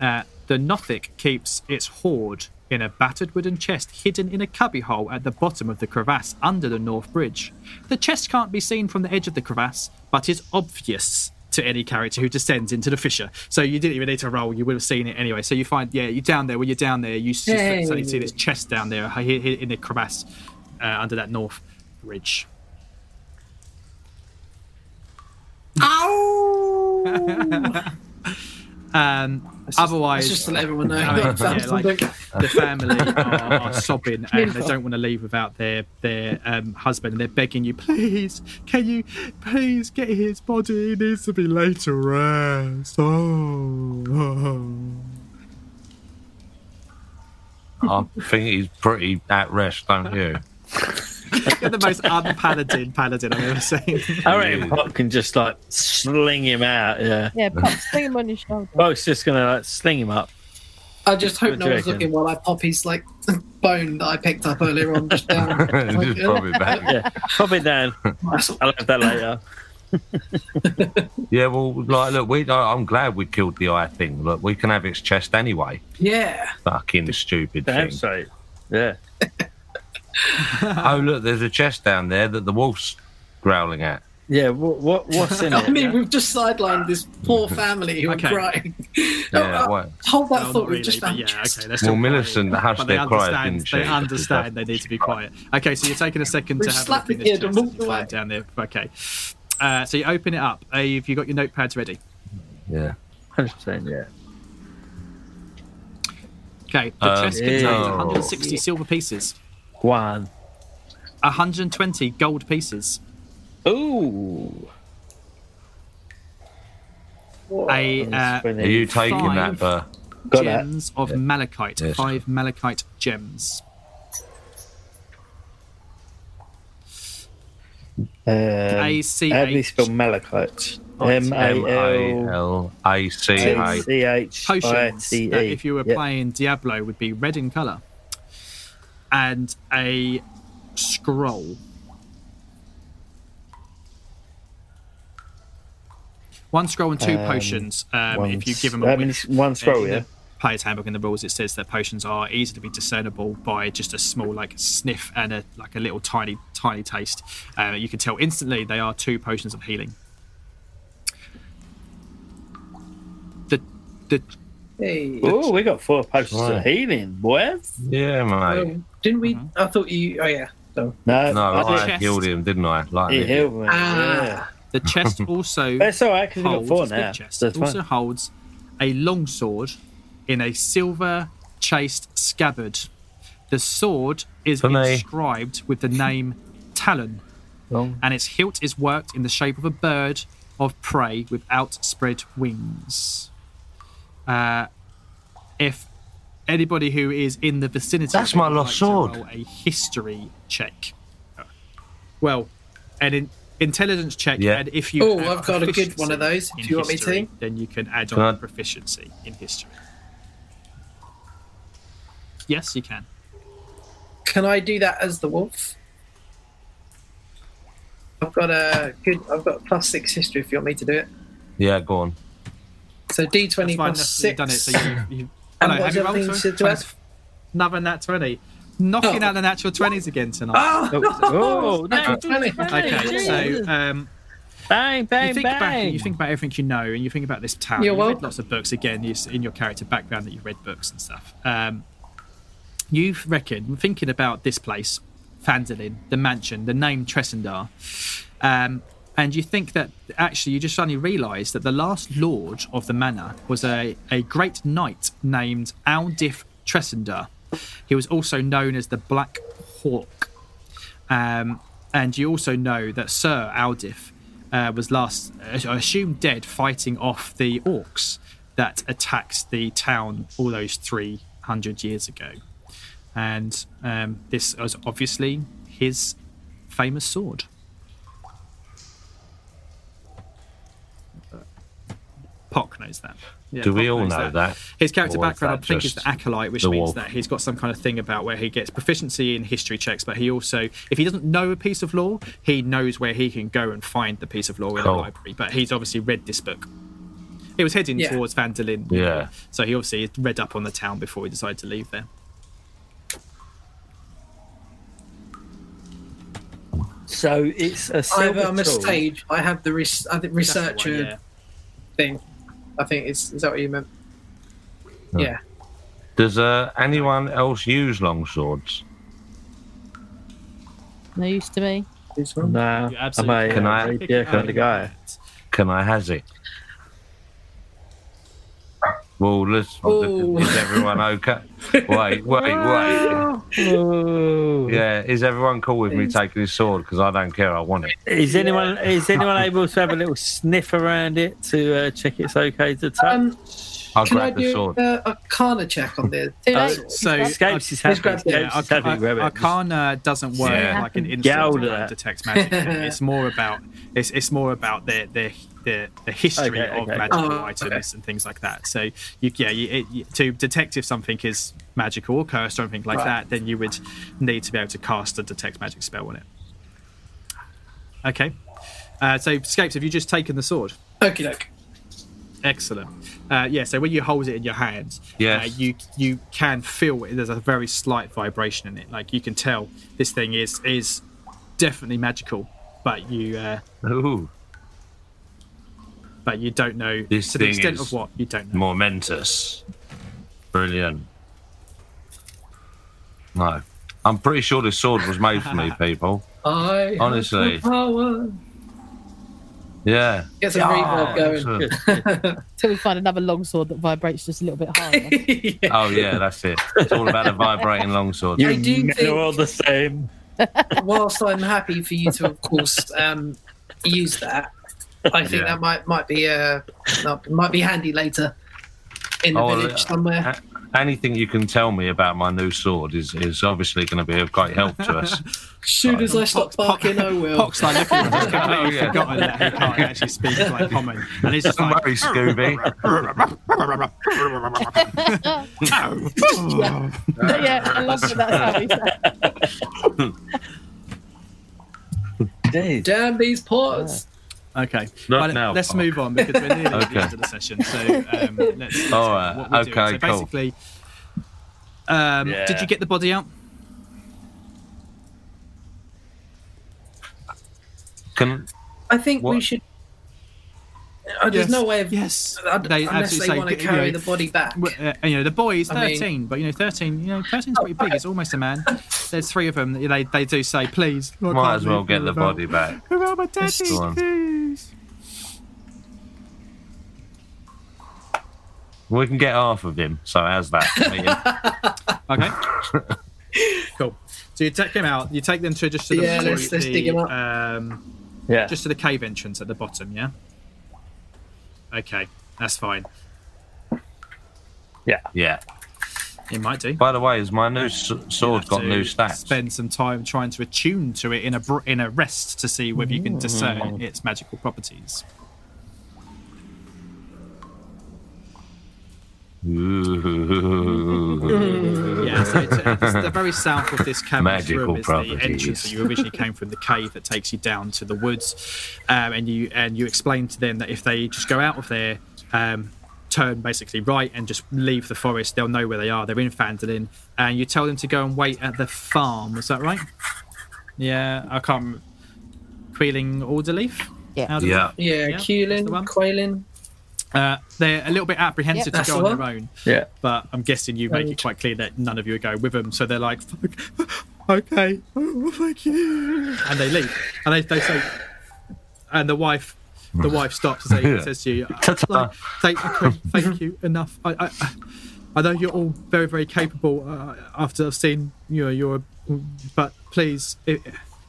Speaker 1: uh, the Nothic keeps its hoard in a battered wooden chest hidden in a cubbyhole at the bottom of the crevasse under the North Bridge. The chest can't be seen from the edge of the crevasse, but is obvious to any character who descends into the fissure. So you didn't even need to roll, you would have seen it anyway. So you find, yeah, you're down there. When you're down there, you s- just
Speaker 5: Hey.
Speaker 1: suddenly see this chest down there uh, hi- hi- hi- in the crevasse uh, under that North Bridge. Um,
Speaker 5: That's
Speaker 1: otherwise,
Speaker 5: just to let everyone know.
Speaker 1: [laughs]
Speaker 5: [laughs]
Speaker 1: I mean,
Speaker 5: I've done
Speaker 1: yeah, like,
Speaker 5: something.
Speaker 1: the family
Speaker 5: [laughs]
Speaker 1: are, are sobbing and they don't want to leave without their their um, husband and they're begging you, please, can you please get his body? He needs to be laid to rest. Oh. [laughs]
Speaker 6: I think he's pretty at rest, don't you? [laughs]
Speaker 1: You're the most unpaladin paladin I've ever seen.
Speaker 2: I reckon Pop can just like sling him out. Yeah.
Speaker 3: yeah, pop, sling him on your shoulder.
Speaker 2: Pop's just gonna like sling him up.
Speaker 5: I just hope
Speaker 2: What
Speaker 5: no
Speaker 2: do you
Speaker 5: one's
Speaker 2: reckon?
Speaker 5: looking while I pop his like [laughs] bone that I picked up earlier on. Just down.
Speaker 6: He's probably back.
Speaker 2: Yeah. Pop it down. I'll have that later.
Speaker 6: Yeah, well, like, look, we. I- I'm glad we killed the eye thing. Look, we can have its chest anyway.
Speaker 5: yeah.
Speaker 6: Fucking stupid
Speaker 2: Damn
Speaker 6: thing.
Speaker 2: straight. Yeah.
Speaker 6: Oh, look, there's a chest down there that the wolf's growling at.
Speaker 2: Yeah, what, what what's in it?
Speaker 5: [laughs] I mean,
Speaker 2: yeah?
Speaker 5: we've just sidelined this
Speaker 2: [laughs]
Speaker 5: poor family who
Speaker 1: Okay.
Speaker 5: are crying. [laughs]
Speaker 2: Oh,
Speaker 6: Yeah, why?
Speaker 5: Hold that
Speaker 1: No,
Speaker 5: thought.
Speaker 1: not really,
Speaker 5: we've just
Speaker 1: but
Speaker 5: found
Speaker 1: yeah, okay,
Speaker 5: Tristan.
Speaker 1: they're still
Speaker 6: Well,
Speaker 1: quiet.
Speaker 6: Millicent has
Speaker 1: But
Speaker 6: to
Speaker 1: they
Speaker 6: their cry,
Speaker 1: understand.
Speaker 6: didn't she?
Speaker 1: They understand. They need to be quiet. Okay, so you are taking a second
Speaker 5: We've
Speaker 1: to have a
Speaker 5: slapped
Speaker 1: look in
Speaker 5: the
Speaker 1: this
Speaker 5: kid
Speaker 1: chest
Speaker 5: and
Speaker 1: that
Speaker 5: walked
Speaker 1: you find
Speaker 5: away.
Speaker 1: down there. Okay, uh, so you open it up. Uh, you've you got your notepads ready.
Speaker 6: Yeah.
Speaker 2: 100%, yeah.
Speaker 1: Okay, the
Speaker 6: Um,
Speaker 1: chest contains
Speaker 2: ew.
Speaker 1: 160 silver pieces,
Speaker 2: One.
Speaker 1: 120 gold pieces,
Speaker 2: Ooh.
Speaker 1: a uh,
Speaker 2: That's
Speaker 6: Are
Speaker 2: brilliant.
Speaker 6: you taking
Speaker 1: Five.
Speaker 6: that, Burr?
Speaker 2: Got that.
Speaker 1: gems of malachite,
Speaker 6: Yes.
Speaker 1: five malachite gems.
Speaker 2: Um,
Speaker 1: A-C-H.
Speaker 2: How do we spell malachite? M
Speaker 6: M
Speaker 2: A
Speaker 6: I
Speaker 2: L
Speaker 6: L A C
Speaker 2: T
Speaker 6: A.
Speaker 2: C H I
Speaker 1: potions
Speaker 2: T
Speaker 1: that
Speaker 2: E.
Speaker 1: if you were
Speaker 2: Yeah.
Speaker 1: playing Diablo would be red in color and a scroll one scroll and two
Speaker 2: Um,
Speaker 1: potions um,
Speaker 2: one
Speaker 1: if you give them
Speaker 2: s-
Speaker 1: a
Speaker 2: I mean,
Speaker 1: win.
Speaker 2: it's one scroll,
Speaker 1: in
Speaker 2: yeah.
Speaker 1: the player's handbook in the rules it says that potions are easily to be discernible by just a small like sniff and a like a little tiny tiny taste uh, you can tell instantly they are two potions of healing the the
Speaker 5: Hey.
Speaker 2: Oh, we got four potions of
Speaker 6: Right.
Speaker 2: healing, boy.
Speaker 6: Yeah, mate.
Speaker 5: Um, didn't we?
Speaker 1: Mm-hmm.
Speaker 5: I thought you. Oh yeah. So
Speaker 2: No,
Speaker 6: No, I
Speaker 2: did.
Speaker 1: chest.
Speaker 6: healed him, didn't I? Like
Speaker 2: He
Speaker 6: it.
Speaker 2: healed me.
Speaker 5: Ah.
Speaker 2: yeah.
Speaker 1: The chest also
Speaker 2: That's all right, because we got
Speaker 1: holds,
Speaker 2: four
Speaker 1: the
Speaker 2: now.
Speaker 1: Oh, chest
Speaker 2: That's
Speaker 1: also
Speaker 2: fine.
Speaker 1: holds a long sword in a silver chased scabbard. The sword is
Speaker 6: For me.
Speaker 1: inscribed with the name Talon, and its hilt is worked in the shape of a bird of prey with outspread wings. Uh, if anybody who is in the vicinity,
Speaker 6: That's
Speaker 1: of it
Speaker 6: my
Speaker 1: would
Speaker 6: lost
Speaker 1: to
Speaker 6: sword.
Speaker 1: roll a history check. Well, an in- intelligence check,
Speaker 6: Yeah.
Speaker 1: and if you
Speaker 5: Oh,
Speaker 1: have
Speaker 5: I've got a good one of
Speaker 1: proficiency
Speaker 5: those, if
Speaker 1: in
Speaker 5: you want me to.
Speaker 1: history, Then you can add
Speaker 6: Can
Speaker 1: on
Speaker 6: I-
Speaker 1: proficiency in history. Yes, you can.
Speaker 5: can I do that as the wolf? I've got a good. I've got a plus six history. If you want me to do it.
Speaker 6: Yeah, go on.
Speaker 5: So D
Speaker 1: That's
Speaker 5: twenty
Speaker 1: fine,
Speaker 5: plus
Speaker 1: that's-
Speaker 5: six.
Speaker 1: you've done it. So you, you,
Speaker 5: [laughs] And
Speaker 1: Hello, have
Speaker 5: what
Speaker 1: you
Speaker 5: other
Speaker 1: rolled,
Speaker 5: things
Speaker 1: sorry?
Speaker 5: to add?
Speaker 1: 20. Another nat 20. Knocking
Speaker 5: Oh.
Speaker 1: out the natural 20s again tonight.
Speaker 5: Ah!
Speaker 1: [laughs]
Speaker 2: Oh,
Speaker 5: [laughs]
Speaker 2: oh, no.
Speaker 1: Okay, so um,
Speaker 2: Bang, bang,
Speaker 1: you think
Speaker 2: bang.
Speaker 1: back, you think about everything you know, and you think about this town.
Speaker 5: You're
Speaker 1: You've read
Speaker 5: welcome.
Speaker 1: lots of books again you, s- in your character background that you've read books and stuff. Um, you reckon, thinking about this place, Fandolin, the mansion, the name Tressendar, um, and you think that actually you just suddenly realise that the last lord of the manor was a, a great knight named Aldif Tressendar. He was also known as the Black Hawk. Um, and you also know that Sir Aldif uh, was last uh, assumed dead fighting off the orcs that attacked the town all those 300 years ago. And um, this was obviously his famous sword. Pock knows that. Yeah,
Speaker 6: Do we
Speaker 1: Pock
Speaker 6: all
Speaker 1: knows
Speaker 6: know that?
Speaker 1: His character
Speaker 6: Or is
Speaker 1: background,
Speaker 6: that
Speaker 1: I think, is
Speaker 6: just
Speaker 1: the acolyte, which
Speaker 6: the
Speaker 1: means
Speaker 6: wolf?
Speaker 1: that he's got some kind of thing about where he gets proficiency in history checks, but he also, if he doesn't know a piece of law, he knows where he can go and find the piece of law in the
Speaker 6: Cool.
Speaker 1: library. But he's obviously read this book. He was heading
Speaker 5: Yeah.
Speaker 1: towards Vandalin.
Speaker 6: Yeah.
Speaker 1: So he obviously read up on the town before he decided to leave there.
Speaker 2: oh, So it's a
Speaker 5: I
Speaker 2: silver
Speaker 5: am a
Speaker 2: tool.
Speaker 5: stage. I have the res- I think
Speaker 1: That's the one,
Speaker 5: researcher
Speaker 1: yeah.
Speaker 5: thing. I think it's is that what you meant?
Speaker 6: No.
Speaker 5: Yeah.
Speaker 6: Does uh, anyone else use long swords?
Speaker 3: No use to me.
Speaker 5: This one.
Speaker 2: No,
Speaker 1: You
Speaker 2: am
Speaker 1: absolutely
Speaker 2: I?
Speaker 6: Can I-
Speaker 1: Pick
Speaker 2: uh, Yeah,
Speaker 1: it
Speaker 2: kind
Speaker 1: up.
Speaker 2: of guy.
Speaker 6: Can I has it? Well, let's.
Speaker 5: Ooh.
Speaker 6: Is
Speaker 5: [laughs]
Speaker 6: everyone okay? Wait, wait, wait.
Speaker 2: Ooh.
Speaker 6: Yeah, is everyone cool with me taking his sword? Because I don't care. I want it.
Speaker 2: Is anyone is anyone able to have a little sniff around it to uh, check it's okay to touch?
Speaker 5: Um,
Speaker 6: I'll
Speaker 5: can I
Speaker 6: grab the
Speaker 5: do
Speaker 6: sword.
Speaker 5: uh, a Kana check on this?
Speaker 1: uh, So
Speaker 2: Escapes is happy.
Speaker 5: grab
Speaker 2: Escapes
Speaker 5: the-
Speaker 1: Yeah,
Speaker 2: is happy. grab
Speaker 1: Arc-
Speaker 2: it.
Speaker 1: Arcana uh, doesn't work
Speaker 6: Yeah.
Speaker 1: like an instant
Speaker 2: Get out of
Speaker 1: that
Speaker 2: that.
Speaker 1: detects magic. thing. It's more about it's it's more about the the the, the history
Speaker 2: Okay,
Speaker 1: of
Speaker 2: okay.
Speaker 1: magical
Speaker 5: Oh,
Speaker 1: items
Speaker 5: okay.
Speaker 1: and things like that. So you yeah, you, it, you, to detect if something is magical or cursed or anything like
Speaker 5: Right.
Speaker 1: that, then you would need to be able to cast a detect magic spell on it. Okay. Uh, so Scapes, have you just taken the sword?
Speaker 5: Okay, look.
Speaker 1: Excellent. Uh, yeah, so when you hold it in your hands,
Speaker 6: Yes.
Speaker 1: uh, you you can feel it. There's a very slight vibration in it. Like you can tell this thing is is definitely magical. but you uh,
Speaker 6: Ooh,
Speaker 1: but you don't know
Speaker 6: This
Speaker 1: to the
Speaker 6: thing
Speaker 1: extent
Speaker 6: is
Speaker 1: of what you don't know.
Speaker 6: momentous. Brilliant. No. I'm pretty sure this sword was
Speaker 5: [laughs]
Speaker 6: made for me, people.
Speaker 5: I
Speaker 6: Honestly.
Speaker 5: have the power.
Speaker 6: Yeah. Ah,
Speaker 5: Get some reverb going. [laughs]
Speaker 6: Excellent.
Speaker 3: Until we find another longsword that vibrates just a little bit [laughs] higher.
Speaker 6: Oh, yeah, that's it. It's all about the vibrating longsword.
Speaker 5: I do
Speaker 2: men
Speaker 5: think-
Speaker 2: are all the same.
Speaker 5: Whilst I'm happy for you to, of course, um, use that, I think
Speaker 6: Yeah.
Speaker 5: that might might be uh, not- might be handy later in the
Speaker 6: Oh, well,
Speaker 5: village
Speaker 6: uh,
Speaker 5: somewhere.
Speaker 6: a- Anything you can tell me about my new sword is, is obviously going to be of great help
Speaker 1: [laughs]
Speaker 6: to us.
Speaker 5: As soon as I stop barking, I will.
Speaker 1: Pox like looking at him,
Speaker 6: [laughs]
Speaker 1: he's
Speaker 6: Oh,
Speaker 1: completely
Speaker 6: yeah.
Speaker 1: forgotten that he can't actually speak
Speaker 6: [laughs]
Speaker 1: like common, and he's just
Speaker 6: Don't
Speaker 1: like,
Speaker 6: [laughs] worry, Scooby.
Speaker 1: Uh,
Speaker 3: yeah, I love that. That's how he sounds.
Speaker 2: Jeez.
Speaker 5: Damn these pots!
Speaker 1: okay,
Speaker 6: Not
Speaker 1: Well,
Speaker 6: now,
Speaker 1: let's
Speaker 6: Park.
Speaker 1: move on because we're nearly at
Speaker 6: Okay.
Speaker 1: the end of the session. So um, let's, let's
Speaker 6: All
Speaker 1: go
Speaker 6: right,
Speaker 1: on, what we're doing.
Speaker 6: okay,
Speaker 1: So
Speaker 6: cool.
Speaker 1: basically, um,
Speaker 2: Yeah.
Speaker 1: did you get the body out?
Speaker 6: Can
Speaker 5: I think we
Speaker 6: What?
Speaker 5: should. Uh,
Speaker 1: Yes.
Speaker 5: there's no way of
Speaker 1: Yes,
Speaker 5: I d- unless
Speaker 1: absolutely
Speaker 5: they
Speaker 1: say,
Speaker 5: want to
Speaker 1: you know,
Speaker 5: carry the
Speaker 1: [laughs]
Speaker 5: body back.
Speaker 1: Well, uh, you know, the boy is
Speaker 5: I mean-
Speaker 1: 13, but you know, 13, you know, 13's pretty big. It's almost a man. There's three of them. that They, they do say, please. I
Speaker 6: might
Speaker 1: can't
Speaker 6: as well
Speaker 1: leave
Speaker 6: get
Speaker 1: you
Speaker 6: the
Speaker 1: alone."
Speaker 6: body back.
Speaker 1: Who are my daddy,
Speaker 6: Go on. [laughs]
Speaker 1: please?
Speaker 6: We can get half of him. So
Speaker 1: [laughs]
Speaker 6: how's that?
Speaker 1: Okay. cool. So you take them out. You take them to just to the,
Speaker 5: Yeah, let's-
Speaker 1: to
Speaker 5: let's
Speaker 1: the,
Speaker 5: dig 'em up.
Speaker 1: Um,
Speaker 2: Yeah.
Speaker 1: just to the cave entrance at the bottom. Yeah. Okay, that's fine.
Speaker 6: yeah.
Speaker 1: It might do.
Speaker 6: By the way, has my new s- sword
Speaker 1: Have
Speaker 6: got
Speaker 1: to
Speaker 6: new stats?
Speaker 1: Spend some time trying to attune to it in a br- in a rest to see whether you can discern its magical properties.
Speaker 6: Ooh.
Speaker 1: Yeah, so it's, it's
Speaker 6: [laughs]
Speaker 1: the very south of this cavernous
Speaker 6: Magical
Speaker 1: room is the entrance
Speaker 6: properties.
Speaker 1: that you originally came from, the cave that takes you down to the woods, um, and you and you explain to them that if they just go out of there, um, turn basically right and just leave the forest, they'll know where they are. They're in Fandolin, and you tell them to go and wait at the farm. Is that right? Yeah, I can't. rem- Queeling Alderleaf.
Speaker 3: Yeah.
Speaker 1: Alderleaf?
Speaker 6: yeah.
Speaker 5: Yeah,
Speaker 1: Yeah, that's the one.
Speaker 5: Keelan, Quailin.
Speaker 1: Uh, they're a little bit apprehensive
Speaker 5: Yeah,
Speaker 1: to
Speaker 5: that's
Speaker 1: go
Speaker 5: the
Speaker 1: on
Speaker 5: one.
Speaker 1: their own
Speaker 2: Yeah.
Speaker 1: but I'm guessing you make it quite clear that none of you go with them. So they're like, "Fuck, okay, oh, thank you, and they leave. And they, they say, and the wife, the wife stops and say,
Speaker 6: Yeah.
Speaker 1: says to you,
Speaker 6: Ta-ta.
Speaker 1: like, thank, thank you enough. I, I, I know you're all very, very capable. Uh, after I've seen you know your, but please i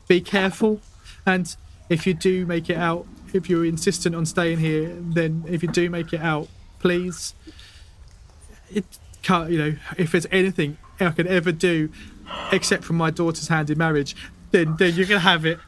Speaker 1: be careful, and if you do make it out. If you're insistent on staying here, then if you do make it out, please it can't you know if there's anything I can ever do except from my daughter's hand in marriage then then you can have it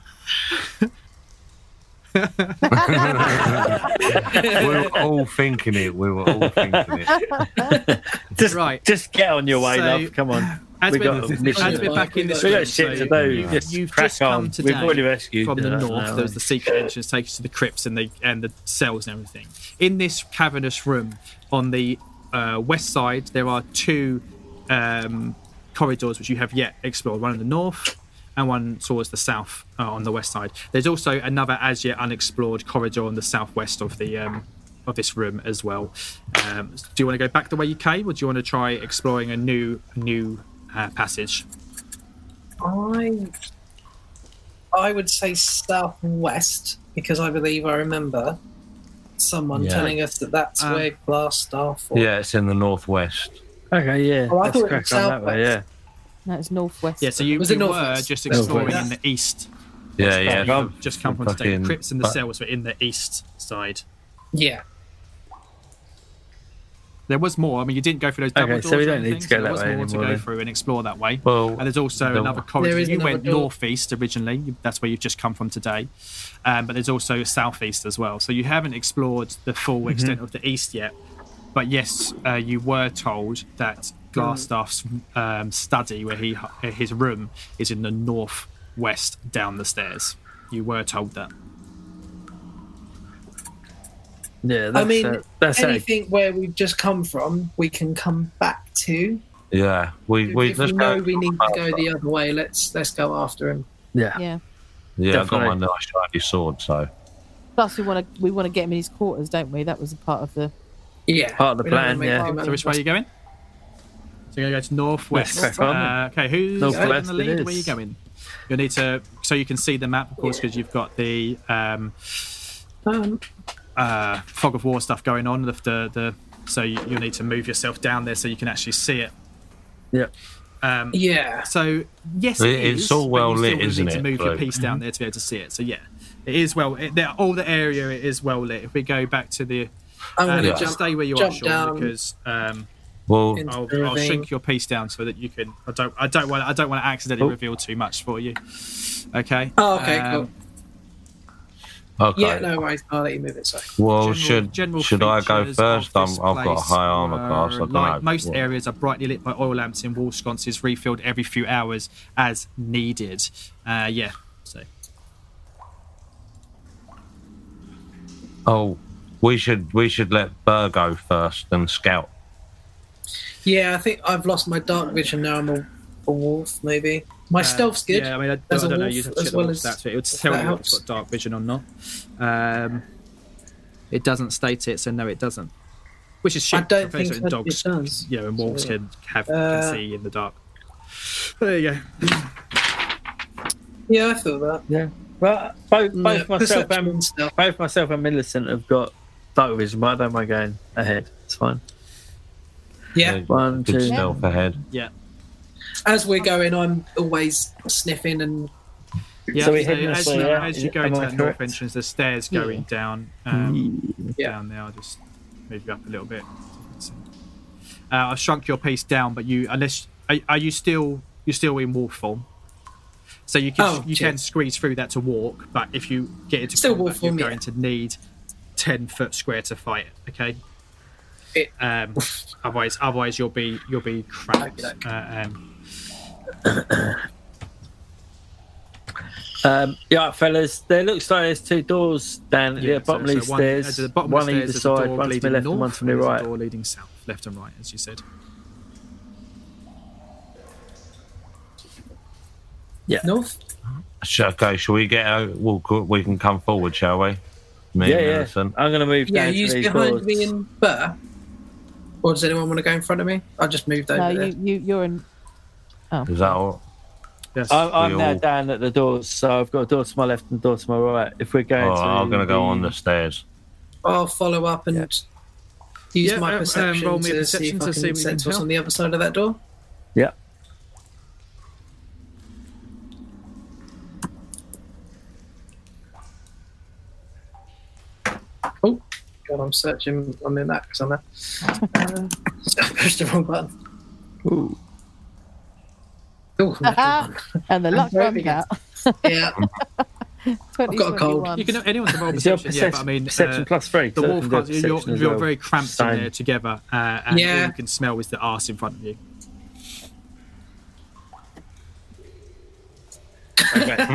Speaker 6: We were all thinking it. We were all thinking
Speaker 1: [laughs]
Speaker 6: it.
Speaker 2: Just,
Speaker 1: Right.
Speaker 2: just get on your way,
Speaker 1: So-
Speaker 2: love. Come on.
Speaker 1: as
Speaker 2: We
Speaker 1: we are
Speaker 2: got a mission.
Speaker 1: as we're back in this
Speaker 2: We
Speaker 1: room,
Speaker 2: got shit
Speaker 1: so
Speaker 2: to do.
Speaker 1: you-
Speaker 2: Just
Speaker 1: you've
Speaker 2: crack
Speaker 1: just come
Speaker 2: on.
Speaker 1: today
Speaker 2: We've already rescued
Speaker 1: from the
Speaker 2: us
Speaker 1: north
Speaker 2: now.
Speaker 1: there's the secret entrance takes you to the crypts and the and the cells and everything in this cavernous room on the uh, west side there are two um, corridors which you have yet explored one in the north and one towards the south uh, on the west side there's also another as yet unexplored corridor on the southwest of the um, of this room as well um, do you want to go back the way you came or do you want to try exploring a new new uh, passage
Speaker 5: I I would say southwest because I believe I remember someone
Speaker 6: Yeah.
Speaker 5: telling us that that's
Speaker 1: Um,
Speaker 5: where blast off. Or,
Speaker 6: Yeah, it's in the northwest.
Speaker 2: Okay, yeah.
Speaker 5: Oh, I
Speaker 2: Let's
Speaker 5: thought it
Speaker 2: crack
Speaker 5: was
Speaker 2: on that way, yeah.
Speaker 5: southwest.
Speaker 3: [laughs] No, it's northwest.
Speaker 1: yeah so you,
Speaker 5: Was it
Speaker 1: you were
Speaker 5: northwest?
Speaker 1: just exploring in the
Speaker 5: Northwest.
Speaker 1: east
Speaker 6: Yeah, yeah.
Speaker 2: back up.
Speaker 1: I've just come from today.
Speaker 6: Fucking-
Speaker 1: The crypts and the
Speaker 6: but-
Speaker 1: cells were in the east side.
Speaker 5: yeah.
Speaker 1: There was more. I mean, you didn't go through those double
Speaker 2: Okay,
Speaker 1: doors.
Speaker 2: so we
Speaker 1: or
Speaker 2: don't need
Speaker 1: anything,
Speaker 2: to go
Speaker 1: so
Speaker 2: that
Speaker 1: there was
Speaker 2: way
Speaker 1: more
Speaker 2: anymore
Speaker 1: to go
Speaker 2: then.
Speaker 1: through and explore that way.
Speaker 6: Well,
Speaker 1: and there's also
Speaker 6: the-
Speaker 1: another corridor.
Speaker 5: There is
Speaker 1: You
Speaker 5: another
Speaker 1: went
Speaker 5: door.
Speaker 1: northeast originally. you- That's where you've just come from today. Um, but there's also southeast as well. So you haven't explored the
Speaker 2: Mm-hmm.
Speaker 1: full extent of the east yet. But yes, uh, you were told that Glassstaff's um, study, where he his room, is in the northwest down the stairs. You were told that.
Speaker 2: Yeah, that's,
Speaker 5: I mean,
Speaker 2: uh, that's it.
Speaker 5: anything where we've just come from, we can come back to.
Speaker 6: yeah. We, we,
Speaker 5: if
Speaker 6: let's
Speaker 5: we know
Speaker 6: go-
Speaker 5: we need to go the other way, let's let's go after him.
Speaker 2: Yeah.
Speaker 3: Yeah.
Speaker 6: Yeah, I've got
Speaker 2: Definitely.
Speaker 6: my nice shiny sword, so
Speaker 3: Plus, we want to we want to get him in his quarters, don't we? That was a part of the.
Speaker 5: Yeah.
Speaker 2: Part of the
Speaker 5: we don't wanna
Speaker 2: plan,
Speaker 5: make
Speaker 2: yeah.
Speaker 5: too much
Speaker 1: So which way are you going? So you're going to go to northwest.
Speaker 2: West,
Speaker 1: Uh, okay, who's in
Speaker 2: Northwest
Speaker 1: the
Speaker 2: it
Speaker 1: lead?
Speaker 2: is.
Speaker 1: Where are you going? You'll need to, so you can see the map, of course, because you've got the um,
Speaker 5: Um,
Speaker 1: uh, fog of war stuff going on. The, the, the so you, you'll need to move yourself down there so you can actually see it.
Speaker 2: Yeah.
Speaker 1: Um,
Speaker 5: yeah.
Speaker 1: So yes,
Speaker 6: It-
Speaker 1: it is,
Speaker 6: it's all
Speaker 1: but
Speaker 6: well
Speaker 1: you still
Speaker 6: lit,
Speaker 1: would need
Speaker 6: isn't
Speaker 1: To
Speaker 6: it?
Speaker 1: move your
Speaker 6: Like- mm-hmm.
Speaker 1: piece down there to be able to see it. So yeah, it is well. It, there- all the area it is well lit. If we go back to the,
Speaker 5: I'm
Speaker 1: uh,
Speaker 5: gonna
Speaker 6: Yeah.
Speaker 5: jump,
Speaker 1: stay where you are,
Speaker 5: jump
Speaker 1: Sean,
Speaker 5: down.
Speaker 1: because um,
Speaker 6: well,
Speaker 5: in-
Speaker 1: I'll, I'll
Speaker 5: Irving.
Speaker 1: shrink your piece down so that you can. I don't. I don't want. I don't want to accidentally
Speaker 2: Oh.
Speaker 1: reveal too much for you. Okay.
Speaker 5: Oh, okay,
Speaker 1: Um,
Speaker 5: cool.
Speaker 6: okay.
Speaker 5: Yeah, no worries. I'll let you move it. Sorry.
Speaker 1: general-
Speaker 6: Well, should
Speaker 1: general
Speaker 6: should I go
Speaker 1: features of
Speaker 6: first? I'm,
Speaker 1: this
Speaker 6: I've got a
Speaker 1: place
Speaker 6: high armor
Speaker 1: are
Speaker 6: class. I don't
Speaker 1: light-
Speaker 6: know.
Speaker 1: Most
Speaker 6: What-
Speaker 1: areas are brightly lit by oil lamps in wall sconces, refilled every few hours as needed. Uh, yeah. So
Speaker 6: Oh, we should we should let Burr go first and Scout.
Speaker 5: Yeah, I think I've lost my dark vision now. I'm a, a wolf, maybe. My
Speaker 1: Uh,
Speaker 5: stealth's good.
Speaker 1: Yeah, I mean, I, I
Speaker 5: There's a
Speaker 1: don't know.
Speaker 5: wolf
Speaker 1: You'd have to
Speaker 5: as
Speaker 1: check the
Speaker 5: well
Speaker 1: wolf
Speaker 5: as-
Speaker 1: stats. but It would
Speaker 5: if
Speaker 1: tell
Speaker 5: that
Speaker 1: you if it's
Speaker 5: helps.
Speaker 1: got dark vision or not. Um, it doesn't state it, so no, it doesn't. Which is shit.
Speaker 5: I don't
Speaker 1: because
Speaker 5: think
Speaker 1: dogs,
Speaker 5: it does.
Speaker 1: yeah, and wolves
Speaker 5: So,
Speaker 1: can have
Speaker 5: Uh,
Speaker 1: can see in the dark. There you go.
Speaker 5: Yeah, I feel that.
Speaker 2: Yeah. Well, both,
Speaker 5: Yeah,
Speaker 1: Mm.
Speaker 2: both myself
Speaker 5: perception
Speaker 2: and
Speaker 5: stealth.
Speaker 2: both myself and Millicent have got dark vision, but I don't mind going ahead. It's fine.
Speaker 5: Yeah.
Speaker 2: One,
Speaker 6: Good
Speaker 2: two.
Speaker 6: stealth ahead.
Speaker 1: Yeah.
Speaker 5: As we're going, I'm always sniffing and
Speaker 1: Yeah,
Speaker 2: So we
Speaker 1: so
Speaker 2: hit this
Speaker 1: as, you,
Speaker 2: way, yeah?
Speaker 1: as you go
Speaker 2: Am
Speaker 1: into
Speaker 2: I
Speaker 1: that north
Speaker 2: correct?
Speaker 1: entrance, the stairs going down
Speaker 2: Mm.
Speaker 1: um,
Speaker 5: Yeah.
Speaker 1: down there. I'll just move you up a little bit. So, Uh, I've shrunk your piece down, but you unless are, are you still you're still in wolf form, so you can
Speaker 5: Oh,
Speaker 1: you
Speaker 5: yeah.
Speaker 1: can squeeze through that to walk. But if you get into
Speaker 5: Still
Speaker 1: combat,
Speaker 5: wolf
Speaker 1: you're
Speaker 5: form, yeah.
Speaker 1: going to need ten foot square to fight it. Okay.
Speaker 5: It-
Speaker 1: Um, otherwise, otherwise you'll be you'll be cracked.
Speaker 5: Okey-doke.
Speaker 1: Uh, um,
Speaker 2: Um, yeah, fellas, there looks like there's two doors down at
Speaker 1: Yeah,
Speaker 2: the bottom
Speaker 1: so-
Speaker 2: of these
Speaker 1: so one-
Speaker 2: stairs.
Speaker 1: at the bottom
Speaker 2: one
Speaker 1: of the stairs,
Speaker 2: either
Speaker 1: there's a door
Speaker 2: side, one to
Speaker 1: leading
Speaker 2: my left
Speaker 1: north,
Speaker 2: and one to my
Speaker 1: there's a
Speaker 2: right.
Speaker 1: door leading south, left and right, as you said.
Speaker 5: north.
Speaker 6: Sh- Okay, shall we get out? We'll, go- we can come forward, shall we? Me
Speaker 2: Yeah,
Speaker 6: and
Speaker 2: yeah.
Speaker 6: Millicent.
Speaker 2: I'm going to move
Speaker 5: Yeah,
Speaker 2: down to
Speaker 5: you's
Speaker 2: these
Speaker 5: behind
Speaker 2: doors.
Speaker 5: me and Burr. Or does anyone want to go in front of me? I just moved over
Speaker 3: No,
Speaker 5: there.
Speaker 3: you you
Speaker 1: [laughs]
Speaker 3: you're in. Oh,
Speaker 6: Is that all?
Speaker 1: Yes.
Speaker 2: I'm, I'm
Speaker 6: We
Speaker 2: now
Speaker 6: all-
Speaker 2: down at the doors, so I've got a door to my left and a door to my right. If we're going
Speaker 6: Oh,
Speaker 2: to,
Speaker 6: I'm gonna go on the stairs. [laughs]
Speaker 5: I'll follow up and use
Speaker 1: Yeah, um,
Speaker 5: my
Speaker 1: um,
Speaker 5: perception,
Speaker 1: roll me a
Speaker 5: to, see
Speaker 1: perception to
Speaker 5: if I can
Speaker 1: see what you
Speaker 5: sense
Speaker 1: can
Speaker 5: what's
Speaker 1: tell.
Speaker 5: on the other side of that door.
Speaker 2: Yeah.
Speaker 5: Oh, God, I'm searching. I'm in that because [laughs] I'm there. Uh, I pushed the wrong button.
Speaker 2: Ooh.
Speaker 5: Oh,
Speaker 3: Aha! [laughs] and the luck
Speaker 5: very
Speaker 3: runs
Speaker 5: big.
Speaker 3: out.
Speaker 5: [laughs] yeah.
Speaker 3: Twenty
Speaker 5: got a cold.
Speaker 3: twenty-one.
Speaker 1: You can anyone
Speaker 2: [laughs]
Speaker 1: can roll
Speaker 2: Is Um, your
Speaker 1: perception, yeah,
Speaker 2: percep-
Speaker 1: but I mean
Speaker 2: perception
Speaker 1: uh,
Speaker 2: plus three?
Speaker 1: the
Speaker 2: 'cause I
Speaker 1: wolf
Speaker 2: can do a
Speaker 1: can't, you're,
Speaker 2: perception as
Speaker 1: you're
Speaker 2: well.
Speaker 1: very cramped
Speaker 2: Same.
Speaker 1: in there together, uh, and all
Speaker 5: Yeah.
Speaker 1: you can smell is the arse in front of you.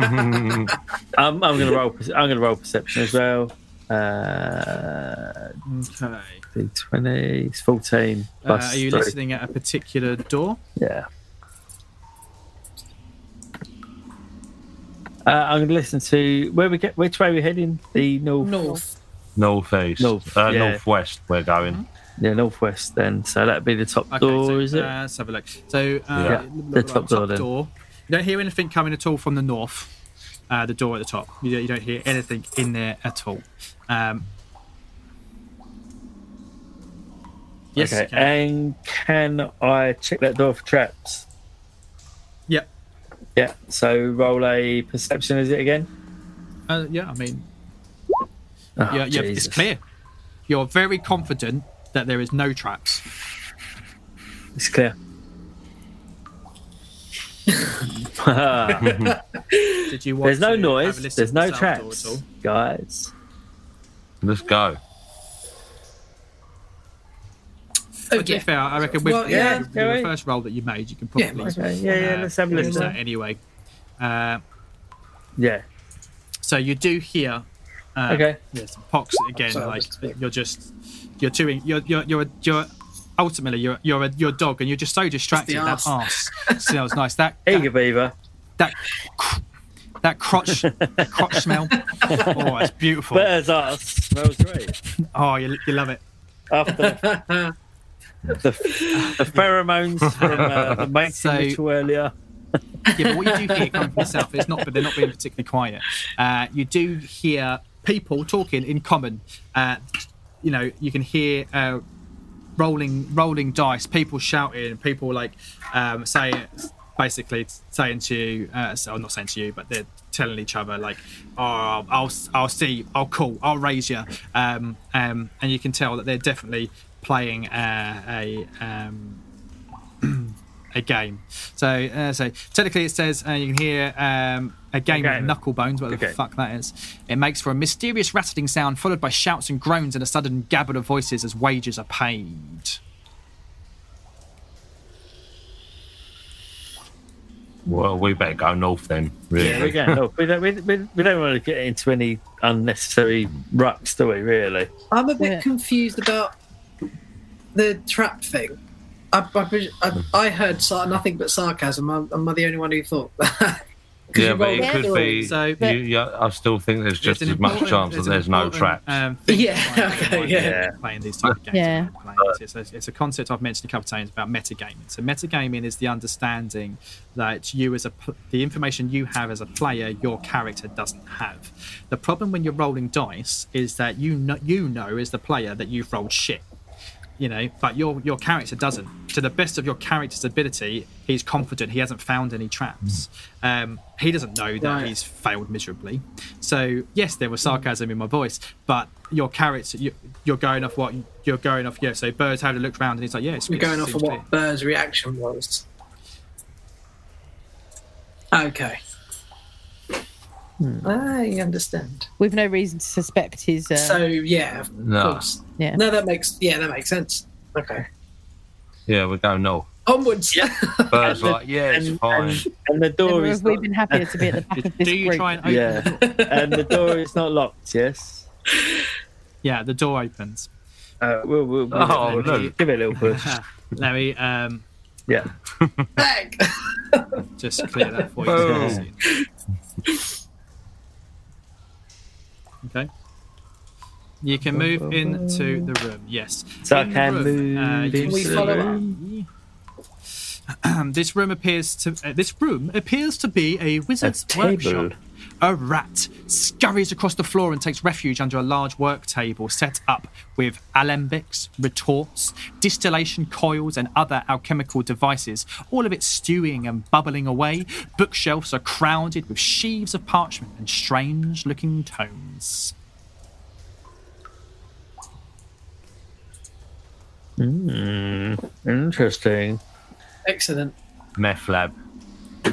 Speaker 2: I'm, I'm going to roll. perce- I'm going to roll perception as well. Uh,
Speaker 1: Okay.
Speaker 2: D20, it's 14
Speaker 1: Uh,
Speaker 2: plus
Speaker 1: are you
Speaker 2: three.
Speaker 1: listening at a particular door?
Speaker 2: Yeah. Uh, I'm going to listen to where we get. Which way we heading? The north.
Speaker 5: North.
Speaker 6: Northeast,
Speaker 2: North,
Speaker 6: uh,
Speaker 2: yeah.
Speaker 6: northwest. We're going.
Speaker 2: Yeah, northwest. Then, so that'd be the top
Speaker 1: Okay,
Speaker 2: door,
Speaker 1: so,
Speaker 2: is it?
Speaker 1: Uh, let's have a look. So, uh,
Speaker 6: Yeah.
Speaker 2: The top door then.
Speaker 1: You don't hear anything coming at all from the north. Uh, the door at the top. You don't, you don't hear anything in there at all. Um, yes.
Speaker 2: okay.
Speaker 1: you can.
Speaker 2: And can I check that door for traps?
Speaker 1: Yep.
Speaker 2: Yeah. So roll a perception. Is it again?
Speaker 1: Uh, yeah. I mean,
Speaker 2: Oh,
Speaker 1: yeah, yeah, it's
Speaker 2: Jesus.
Speaker 1: clear. You're very confident that there is no traps.
Speaker 2: It's
Speaker 1: [laughs]
Speaker 2: clear. [laughs] There's
Speaker 1: Did you want?
Speaker 2: no
Speaker 1: to have
Speaker 2: noise.
Speaker 1: a listen
Speaker 2: There's
Speaker 1: to the
Speaker 2: no
Speaker 1: sound
Speaker 2: traps,
Speaker 1: door at all?
Speaker 2: guys.
Speaker 6: Let's go.
Speaker 5: Oh,
Speaker 1: But to be
Speaker 5: yeah.
Speaker 1: fair, I reckon with,
Speaker 5: Well, yeah,
Speaker 1: with
Speaker 2: yeah,
Speaker 1: the
Speaker 2: right.
Speaker 1: first roll that you made, you can
Speaker 5: Yeah,
Speaker 1: probably
Speaker 2: Okay. Yeah, yeah.
Speaker 1: uh,
Speaker 2: Let's have a
Speaker 1: use that
Speaker 2: listen.
Speaker 1: anyway. Uh,
Speaker 2: Yeah.
Speaker 1: so you do hear. Uh,
Speaker 2: Okay.
Speaker 1: Yes, pox again.
Speaker 5: Sorry, I
Speaker 1: like
Speaker 5: was just-
Speaker 1: you're just you're doing you're you're you're, you're ultimately you're you're a your dog and you're just so distracted that
Speaker 5: arse.
Speaker 1: arse smells nice that
Speaker 2: Eager
Speaker 1: that,
Speaker 2: beaver.
Speaker 1: that That crotch, crotch smell. Oh, it's beautiful.
Speaker 2: But as us, that was great.
Speaker 1: Oh, you, you love it. [laughs]
Speaker 2: After the, the, the pheromones from
Speaker 1: [laughs]
Speaker 2: uh, the mating
Speaker 1: So-
Speaker 2: ritual earlier.
Speaker 1: Yeah, but what you do hear coming from the south is not, but they're not being particularly quiet. Uh, you do hear people talking in common. Uh, you know, you can hear uh, rolling, rolling dice, people shouting, people like um, saying, basically saying to you, uh, so not saying to you, but they're telling each other like, "Oh, I'll, I'll see, I'll call, I'll raise you," um, um, and you can tell that they're definitely playing uh, a. Um, [clears throat] a game. So, uh, so technically, it says uh, you can hear um, a game of
Speaker 2: game.
Speaker 1: knuckle bones, whatever the
Speaker 2: Okay.
Speaker 1: fuck that is. It makes for a mysterious rattling sound, followed by shouts and groans and a sudden gabble of voices as wages are paid.
Speaker 6: Well, we better go north then. Really.
Speaker 2: Yeah, again, look, we don't, we, we, we don't want to get into any unnecessary rucks, do we, really?
Speaker 5: I'm a bit
Speaker 3: Yeah.
Speaker 5: confused about the trap thing. I, I, pres- I, I heard sar- nothing but sarcasm. I'm, am I the only one who thought that?
Speaker 6: Yeah,
Speaker 5: you
Speaker 6: but
Speaker 5: rolled
Speaker 6: it could be.
Speaker 5: earlier.
Speaker 1: So-
Speaker 6: you, yeah, I still think there's just
Speaker 1: It's an
Speaker 6: as much
Speaker 1: important-
Speaker 6: chance that
Speaker 1: it's an
Speaker 6: there's no
Speaker 1: important,
Speaker 6: traps.
Speaker 1: um, thing [laughs]
Speaker 5: [laughs] Yeah,
Speaker 1: to find out
Speaker 5: okay,
Speaker 1: why
Speaker 5: yeah.
Speaker 1: people Playing these type of games.
Speaker 3: Yeah.
Speaker 1: It's, a, it's a concept I've mentioned a couple of times about metagaming. So metagaming is the understanding that you as a pl- the information you have as a player, your character doesn't have. The problem when you're rolling dice is that you know, you know as the player that you've rolled shit. You know, but your your character doesn't. To the best of your character's ability, he's confident. He hasn't found any traps. Um, he doesn't know that
Speaker 5: Right.
Speaker 1: he's failed miserably. So yes, there was sarcasm in my voice, but your character, you, you're going off what you're going off. Yeah. So Burr's had a look round and he's like, yeah, it's
Speaker 5: We're going
Speaker 1: it
Speaker 5: off of
Speaker 1: seems
Speaker 5: what Burr's reaction was. Okay. I understand.
Speaker 3: We've no reason to suspect his. Uh,
Speaker 5: So yeah, of
Speaker 6: No.
Speaker 5: course.
Speaker 3: yeah.
Speaker 5: No, that makes yeah, that makes sense. Okay.
Speaker 1: uh,
Speaker 6: Yeah, we're
Speaker 1: [laughs]
Speaker 6: going north.
Speaker 5: Onwards. [laughs]
Speaker 6: Bird's like, yeah, it's
Speaker 2: and,
Speaker 6: fine.
Speaker 2: And, and the door
Speaker 3: Never
Speaker 2: is
Speaker 3: have we
Speaker 2: not,
Speaker 3: been happier to be at
Speaker 1: [laughs]
Speaker 3: the back of
Speaker 1: to be.
Speaker 3: this
Speaker 5: [laughs]
Speaker 1: Do you
Speaker 3: group.
Speaker 1: try and open
Speaker 2: [laughs] yeah,
Speaker 1: the door?
Speaker 2: and the door is not locked. Yes.
Speaker 1: Yeah, the door opens.
Speaker 2: Uh, we'll, we'll, we'll
Speaker 6: Oh,
Speaker 2: give it-
Speaker 6: no.
Speaker 2: give it a
Speaker 1: [laughs]
Speaker 2: little push.
Speaker 1: Let me um,
Speaker 2: yeah.
Speaker 5: Back.
Speaker 1: just clear that for you.
Speaker 6: Oh.
Speaker 1: Okay. You can move into the room. Yes.
Speaker 2: So I
Speaker 1: In the
Speaker 2: can
Speaker 1: room, uh,
Speaker 2: move
Speaker 1: you
Speaker 2: into
Speaker 5: We
Speaker 1: see-
Speaker 2: the
Speaker 5: follow
Speaker 2: room.
Speaker 1: Um, this room appears to uh, this room appears to be a
Speaker 2: A
Speaker 1: wizard's
Speaker 2: table.
Speaker 1: workshop. A rat scurries across the floor and takes refuge under a large work table set up with alembics, retorts, distillation coils, and other alchemical devices, all of it stewing and bubbling away. Bookshelves are crowded with sheaves of parchment and strange looking tomes.
Speaker 2: Hmm, Interesting.
Speaker 5: Excellent.
Speaker 6: Meth lab.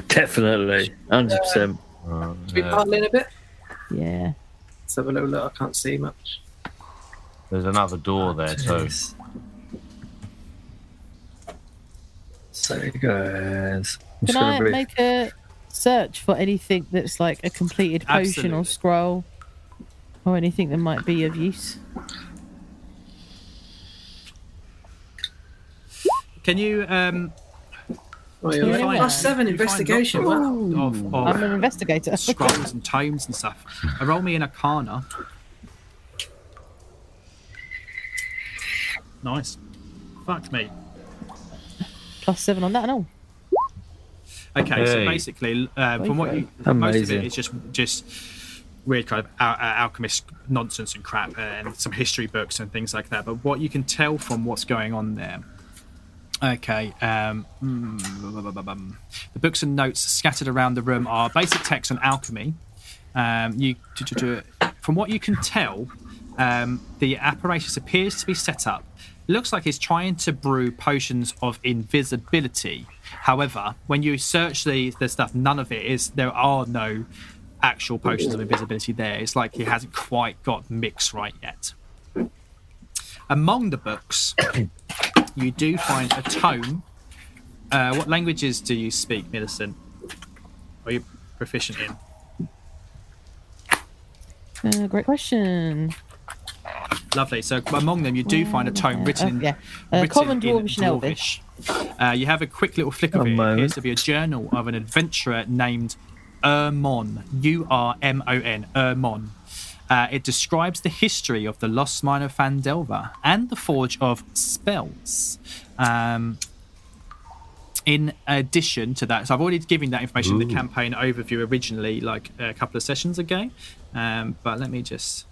Speaker 2: Definitely, hundred percent.
Speaker 6: Uh,
Speaker 5: Should we paddle in a bit?
Speaker 3: Yeah.
Speaker 5: Let's have a little look. I can't see much.
Speaker 6: There's another
Speaker 1: Oh,
Speaker 6: door there too.
Speaker 2: So guys, I'm just
Speaker 3: Can I
Speaker 2: gonna read.
Speaker 3: make a search for anything that's like a completed potion
Speaker 1: Absolutely.
Speaker 3: or scroll or anything that might be of use?
Speaker 1: Can you um,
Speaker 5: Oh,
Speaker 3: you
Speaker 5: yeah.
Speaker 3: find-
Speaker 5: Plus seven
Speaker 1: you find
Speaker 5: investigation.
Speaker 1: lots
Speaker 5: Wow.
Speaker 1: of- of- of-
Speaker 3: I'm an investigator. [laughs]
Speaker 1: scrolls and tomes and stuff. Uh, roll me in Arcana. Nice. Fuck me.
Speaker 3: Plus seven on that and all.
Speaker 1: Okay, so
Speaker 6: Hey.
Speaker 1: basically, uh, from what you, most of
Speaker 2: Amazing.
Speaker 1: it is just just weird kind of al- uh, alchemist nonsense and crap, uh, and some history books and things like that. But what you can tell from what's going on there. Okay. Um, mm, bum, bum, bum, bum. the books and notes scattered around the room are basic texts on alchemy. Um, you, to, to, to, from what you can tell, um, the apparatus appears to be set up. Looks like it's trying to brew potions of invisibility. However, when you search the, the stuff, none of it is. There are no actual potions of invisibility there. It's like it hasn't quite got mixed right yet. Among the books, you do find a tome. Uh, what languages do you speak, Millicent? Are you proficient in?
Speaker 3: Uh, great question.
Speaker 1: Lovely. So among them, you do find a tome written in
Speaker 3: yeah. Uh,
Speaker 1: written
Speaker 3: common
Speaker 1: in
Speaker 3: dwarvish and elvish.
Speaker 1: Dwarvish. Uh, you have a quick little flick of
Speaker 2: A
Speaker 1: it. It appears
Speaker 2: moment.
Speaker 1: to be a journal of an adventurer named Ermon. U R M O N. Ermon. Uh, it describes the history of the lost mine of Fandelva and the forge of spells. Um, in addition to that, so I've already given that information in the campaign overview originally, like a couple of sessions ago. Um, but let me just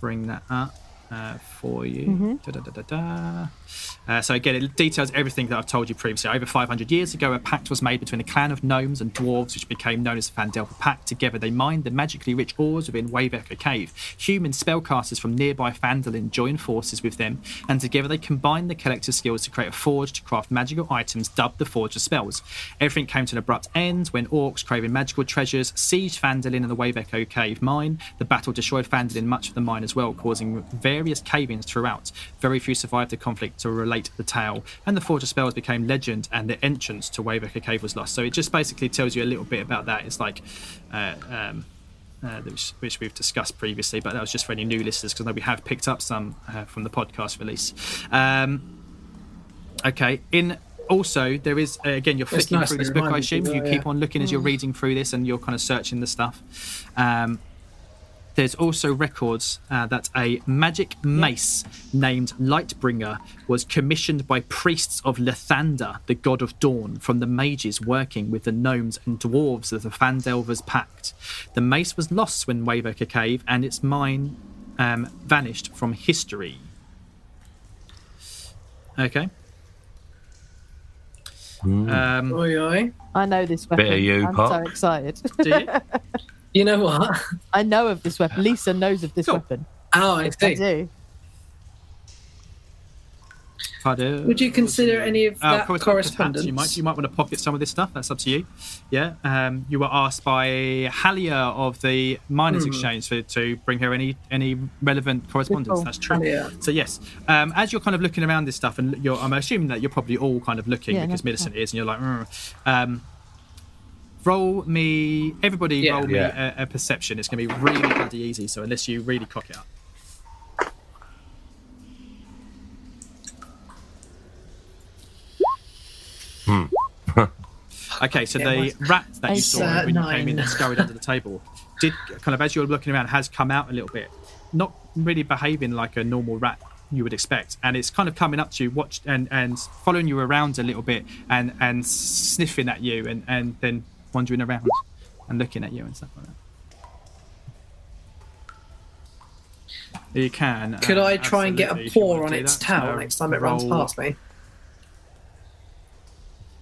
Speaker 1: bring that up uh, for you. Da, da, da, da, da. Uh, so again, it details everything that I've told you previously. Over 500 years ago, a pact was made between a clan of gnomes and dwarves, which became known as the Fandelva Pact. Together, they mined the magically rich ores within Wavecker Cave. Human spellcasters from nearby Phandalin join forces with them, and together they combine their collective skills to create a forge to craft magical items dubbed the Forge of Spells. Everything came to an abrupt end when orcs, craving magical treasures, sieged Phandalin and the Waveco Cave mine. The battle destroyed Phandalin much of the mine as well, causing various cave-ins throughout. Very few survived the conflict to relate the tale, and the Forge of Spells became legend, and the entrance to Waveco Cave was lost. So it just basically tells you a little bit about that. It's like. Uh, um, uh, which, which we've discussed previously, but that was just for any new listeners because I know we have picked up some uh, from the podcast release. Um, Okay. In also, there is uh, again you're
Speaker 5: That's
Speaker 1: flicking
Speaker 5: nice,
Speaker 1: through
Speaker 5: they
Speaker 1: this book. I
Speaker 5: remind
Speaker 1: assume
Speaker 5: you,
Speaker 1: you
Speaker 5: yeah, Mm.
Speaker 1: keep
Speaker 5: yeah.
Speaker 1: on looking as you're reading through this, and you're kind of searching the stuff. Um, there's also records uh, that a magic mace named Lightbringer was commissioned by priests of Lethander, the god of dawn, from the mages working with the gnomes and dwarves of the Fandelver's pact. The mace was lost when Waveker Cave and its mine um, vanished from history. Okay.
Speaker 6: hmm.
Speaker 1: Um,
Speaker 5: Oi, oi.
Speaker 3: I know this weapon.
Speaker 6: you,
Speaker 3: I'm
Speaker 6: Pop.
Speaker 3: so excited.
Speaker 1: [laughs] do you?
Speaker 5: You know what? [laughs]
Speaker 3: I know of this weapon. Lisa knows of this
Speaker 1: Cool.
Speaker 3: weapon.
Speaker 5: Oh, I
Speaker 3: I
Speaker 5: see.
Speaker 3: do.
Speaker 1: Pardon.
Speaker 5: Would you consider any of
Speaker 1: Uh,
Speaker 5: that
Speaker 1: probably
Speaker 5: correspondence?
Speaker 1: perhaps You might, you might want to pocket some of this stuff. That's up to you. Yeah. Um, you were asked by Halia of the Miners
Speaker 5: Hmm.
Speaker 1: Exchange for, to bring her any any relevant correspondence.
Speaker 3: Cool.
Speaker 1: That's true.
Speaker 5: Oh, Halia.
Speaker 1: So yes, um, as you're kind of looking around this stuff, and you're, I'm assuming that you're probably all kind of looking
Speaker 3: Yeah,
Speaker 1: because
Speaker 3: that's
Speaker 1: Millicent is, and you're like, "Mm." um, roll me, everybody,
Speaker 5: Yeah.
Speaker 1: roll me
Speaker 6: Yeah.
Speaker 1: a, a perception. It's going to be really bloody easy. So unless you really cock it up. Okay, so
Speaker 5: Yeah,
Speaker 1: the rat that you
Speaker 3: It's,
Speaker 1: saw
Speaker 5: uh,
Speaker 1: when you came in
Speaker 5: nine.
Speaker 1: that scurried under the
Speaker 5: [laughs]
Speaker 1: table did kind of as you were looking around has come out a little bit, not really behaving like a normal rat you would expect, and it's kind of coming up to you, watch and and following you around a little bit, and and sniffing at you, and and then wandering around and looking at you and stuff like that. You can.
Speaker 5: Could
Speaker 1: uh,
Speaker 5: I try and get
Speaker 1: absolutely,
Speaker 5: a
Speaker 1: if you
Speaker 5: paw
Speaker 1: wanna
Speaker 5: on
Speaker 1: do
Speaker 5: its
Speaker 1: that.
Speaker 5: tail
Speaker 1: Uh,
Speaker 5: next time it runs
Speaker 1: roll-
Speaker 5: past me?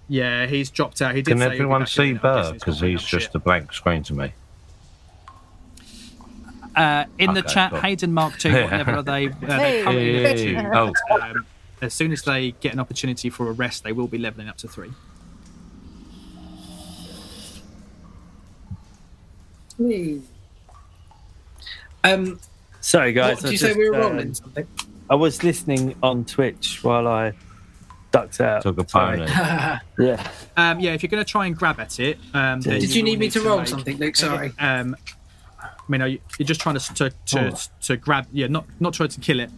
Speaker 1: Yeah, he's dropped out. He did.
Speaker 6: Can
Speaker 1: say he'd be back
Speaker 6: everyone
Speaker 1: in a
Speaker 6: see
Speaker 1: minute. I'm
Speaker 6: Burr?
Speaker 1: guessing
Speaker 6: Because
Speaker 1: probably
Speaker 6: he's
Speaker 1: not
Speaker 6: just
Speaker 1: shit.
Speaker 6: a blank screen to me.
Speaker 1: Uh, in the
Speaker 6: Okay,
Speaker 1: chat,
Speaker 6: cool.
Speaker 1: Hayden Mark
Speaker 6: [laughs]
Speaker 1: II, whatever are they, uh, they're currently level
Speaker 6: Hey.
Speaker 1: two.
Speaker 6: Oh.
Speaker 1: Um, as soon as they get an opportunity for a rest, they will be leveling up to three.
Speaker 5: Hmm. Um,
Speaker 2: Sorry, guys.
Speaker 5: what did
Speaker 2: I
Speaker 5: you say
Speaker 2: just,
Speaker 5: we were
Speaker 1: um,
Speaker 2: uh,
Speaker 5: rolling something? [laughs]
Speaker 2: I was listening on Twitch while I ducked out.
Speaker 6: Took a
Speaker 2: Sorry.
Speaker 6: pony.
Speaker 2: Yeah.
Speaker 1: Um, yeah, if you're going to try and grab at it, um, then
Speaker 5: Did you
Speaker 1: will
Speaker 5: need me to roll
Speaker 1: make-
Speaker 5: something, Luke? Sorry.
Speaker 1: Um, I mean, are you, you're just trying to to, to,
Speaker 6: Oh.
Speaker 1: to grab. Yeah, not not try to kill it.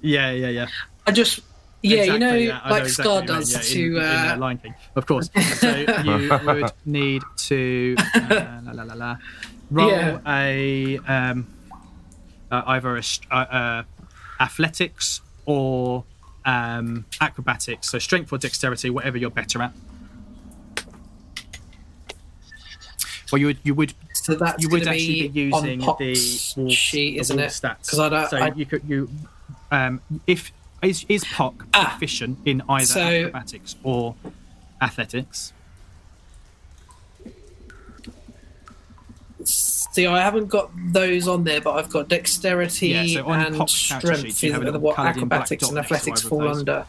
Speaker 1: Yeah, yeah, yeah.
Speaker 5: I just, yeah,
Speaker 1: Exactly
Speaker 5: you know,
Speaker 1: that. I
Speaker 5: like
Speaker 1: exactly
Speaker 5: Scar
Speaker 1: what you mean.
Speaker 5: does
Speaker 1: Yeah, in-
Speaker 5: to.
Speaker 1: in,
Speaker 5: uh,
Speaker 1: uh, Lion King, of
Speaker 5: [laughs]
Speaker 1: course. So you would need to uh, la, la, la, la, roll
Speaker 5: Yeah.
Speaker 1: a um, uh, either a, st- uh, uh, athletics or um, acrobatics, so strength or dexterity, whatever you're better at. Well, you would, you would
Speaker 5: So that's
Speaker 1: you would
Speaker 5: gonna
Speaker 1: actually be
Speaker 5: on
Speaker 1: using the
Speaker 5: Pop's
Speaker 1: wolf-
Speaker 5: sheet,
Speaker 1: the
Speaker 5: isn't
Speaker 1: wolf
Speaker 5: it?
Speaker 1: stats.
Speaker 5: Because I don't.
Speaker 1: so
Speaker 5: I,
Speaker 1: you could you um if is is Pock
Speaker 5: Ah.
Speaker 1: proficient in either
Speaker 5: So-
Speaker 1: acrobatics or athletics?
Speaker 5: see, I haven't got those on there, but I've got dexterity
Speaker 1: Yeah, so on
Speaker 5: and
Speaker 1: Pop's character
Speaker 5: strength.
Speaker 1: sheet, you have a
Speaker 5: isn't it?
Speaker 1: little
Speaker 5: what
Speaker 1: coloured in black
Speaker 5: acrobatics
Speaker 1: dot
Speaker 5: and
Speaker 1: next to
Speaker 5: athletics
Speaker 1: either of
Speaker 5: fall
Speaker 1: those.
Speaker 5: under.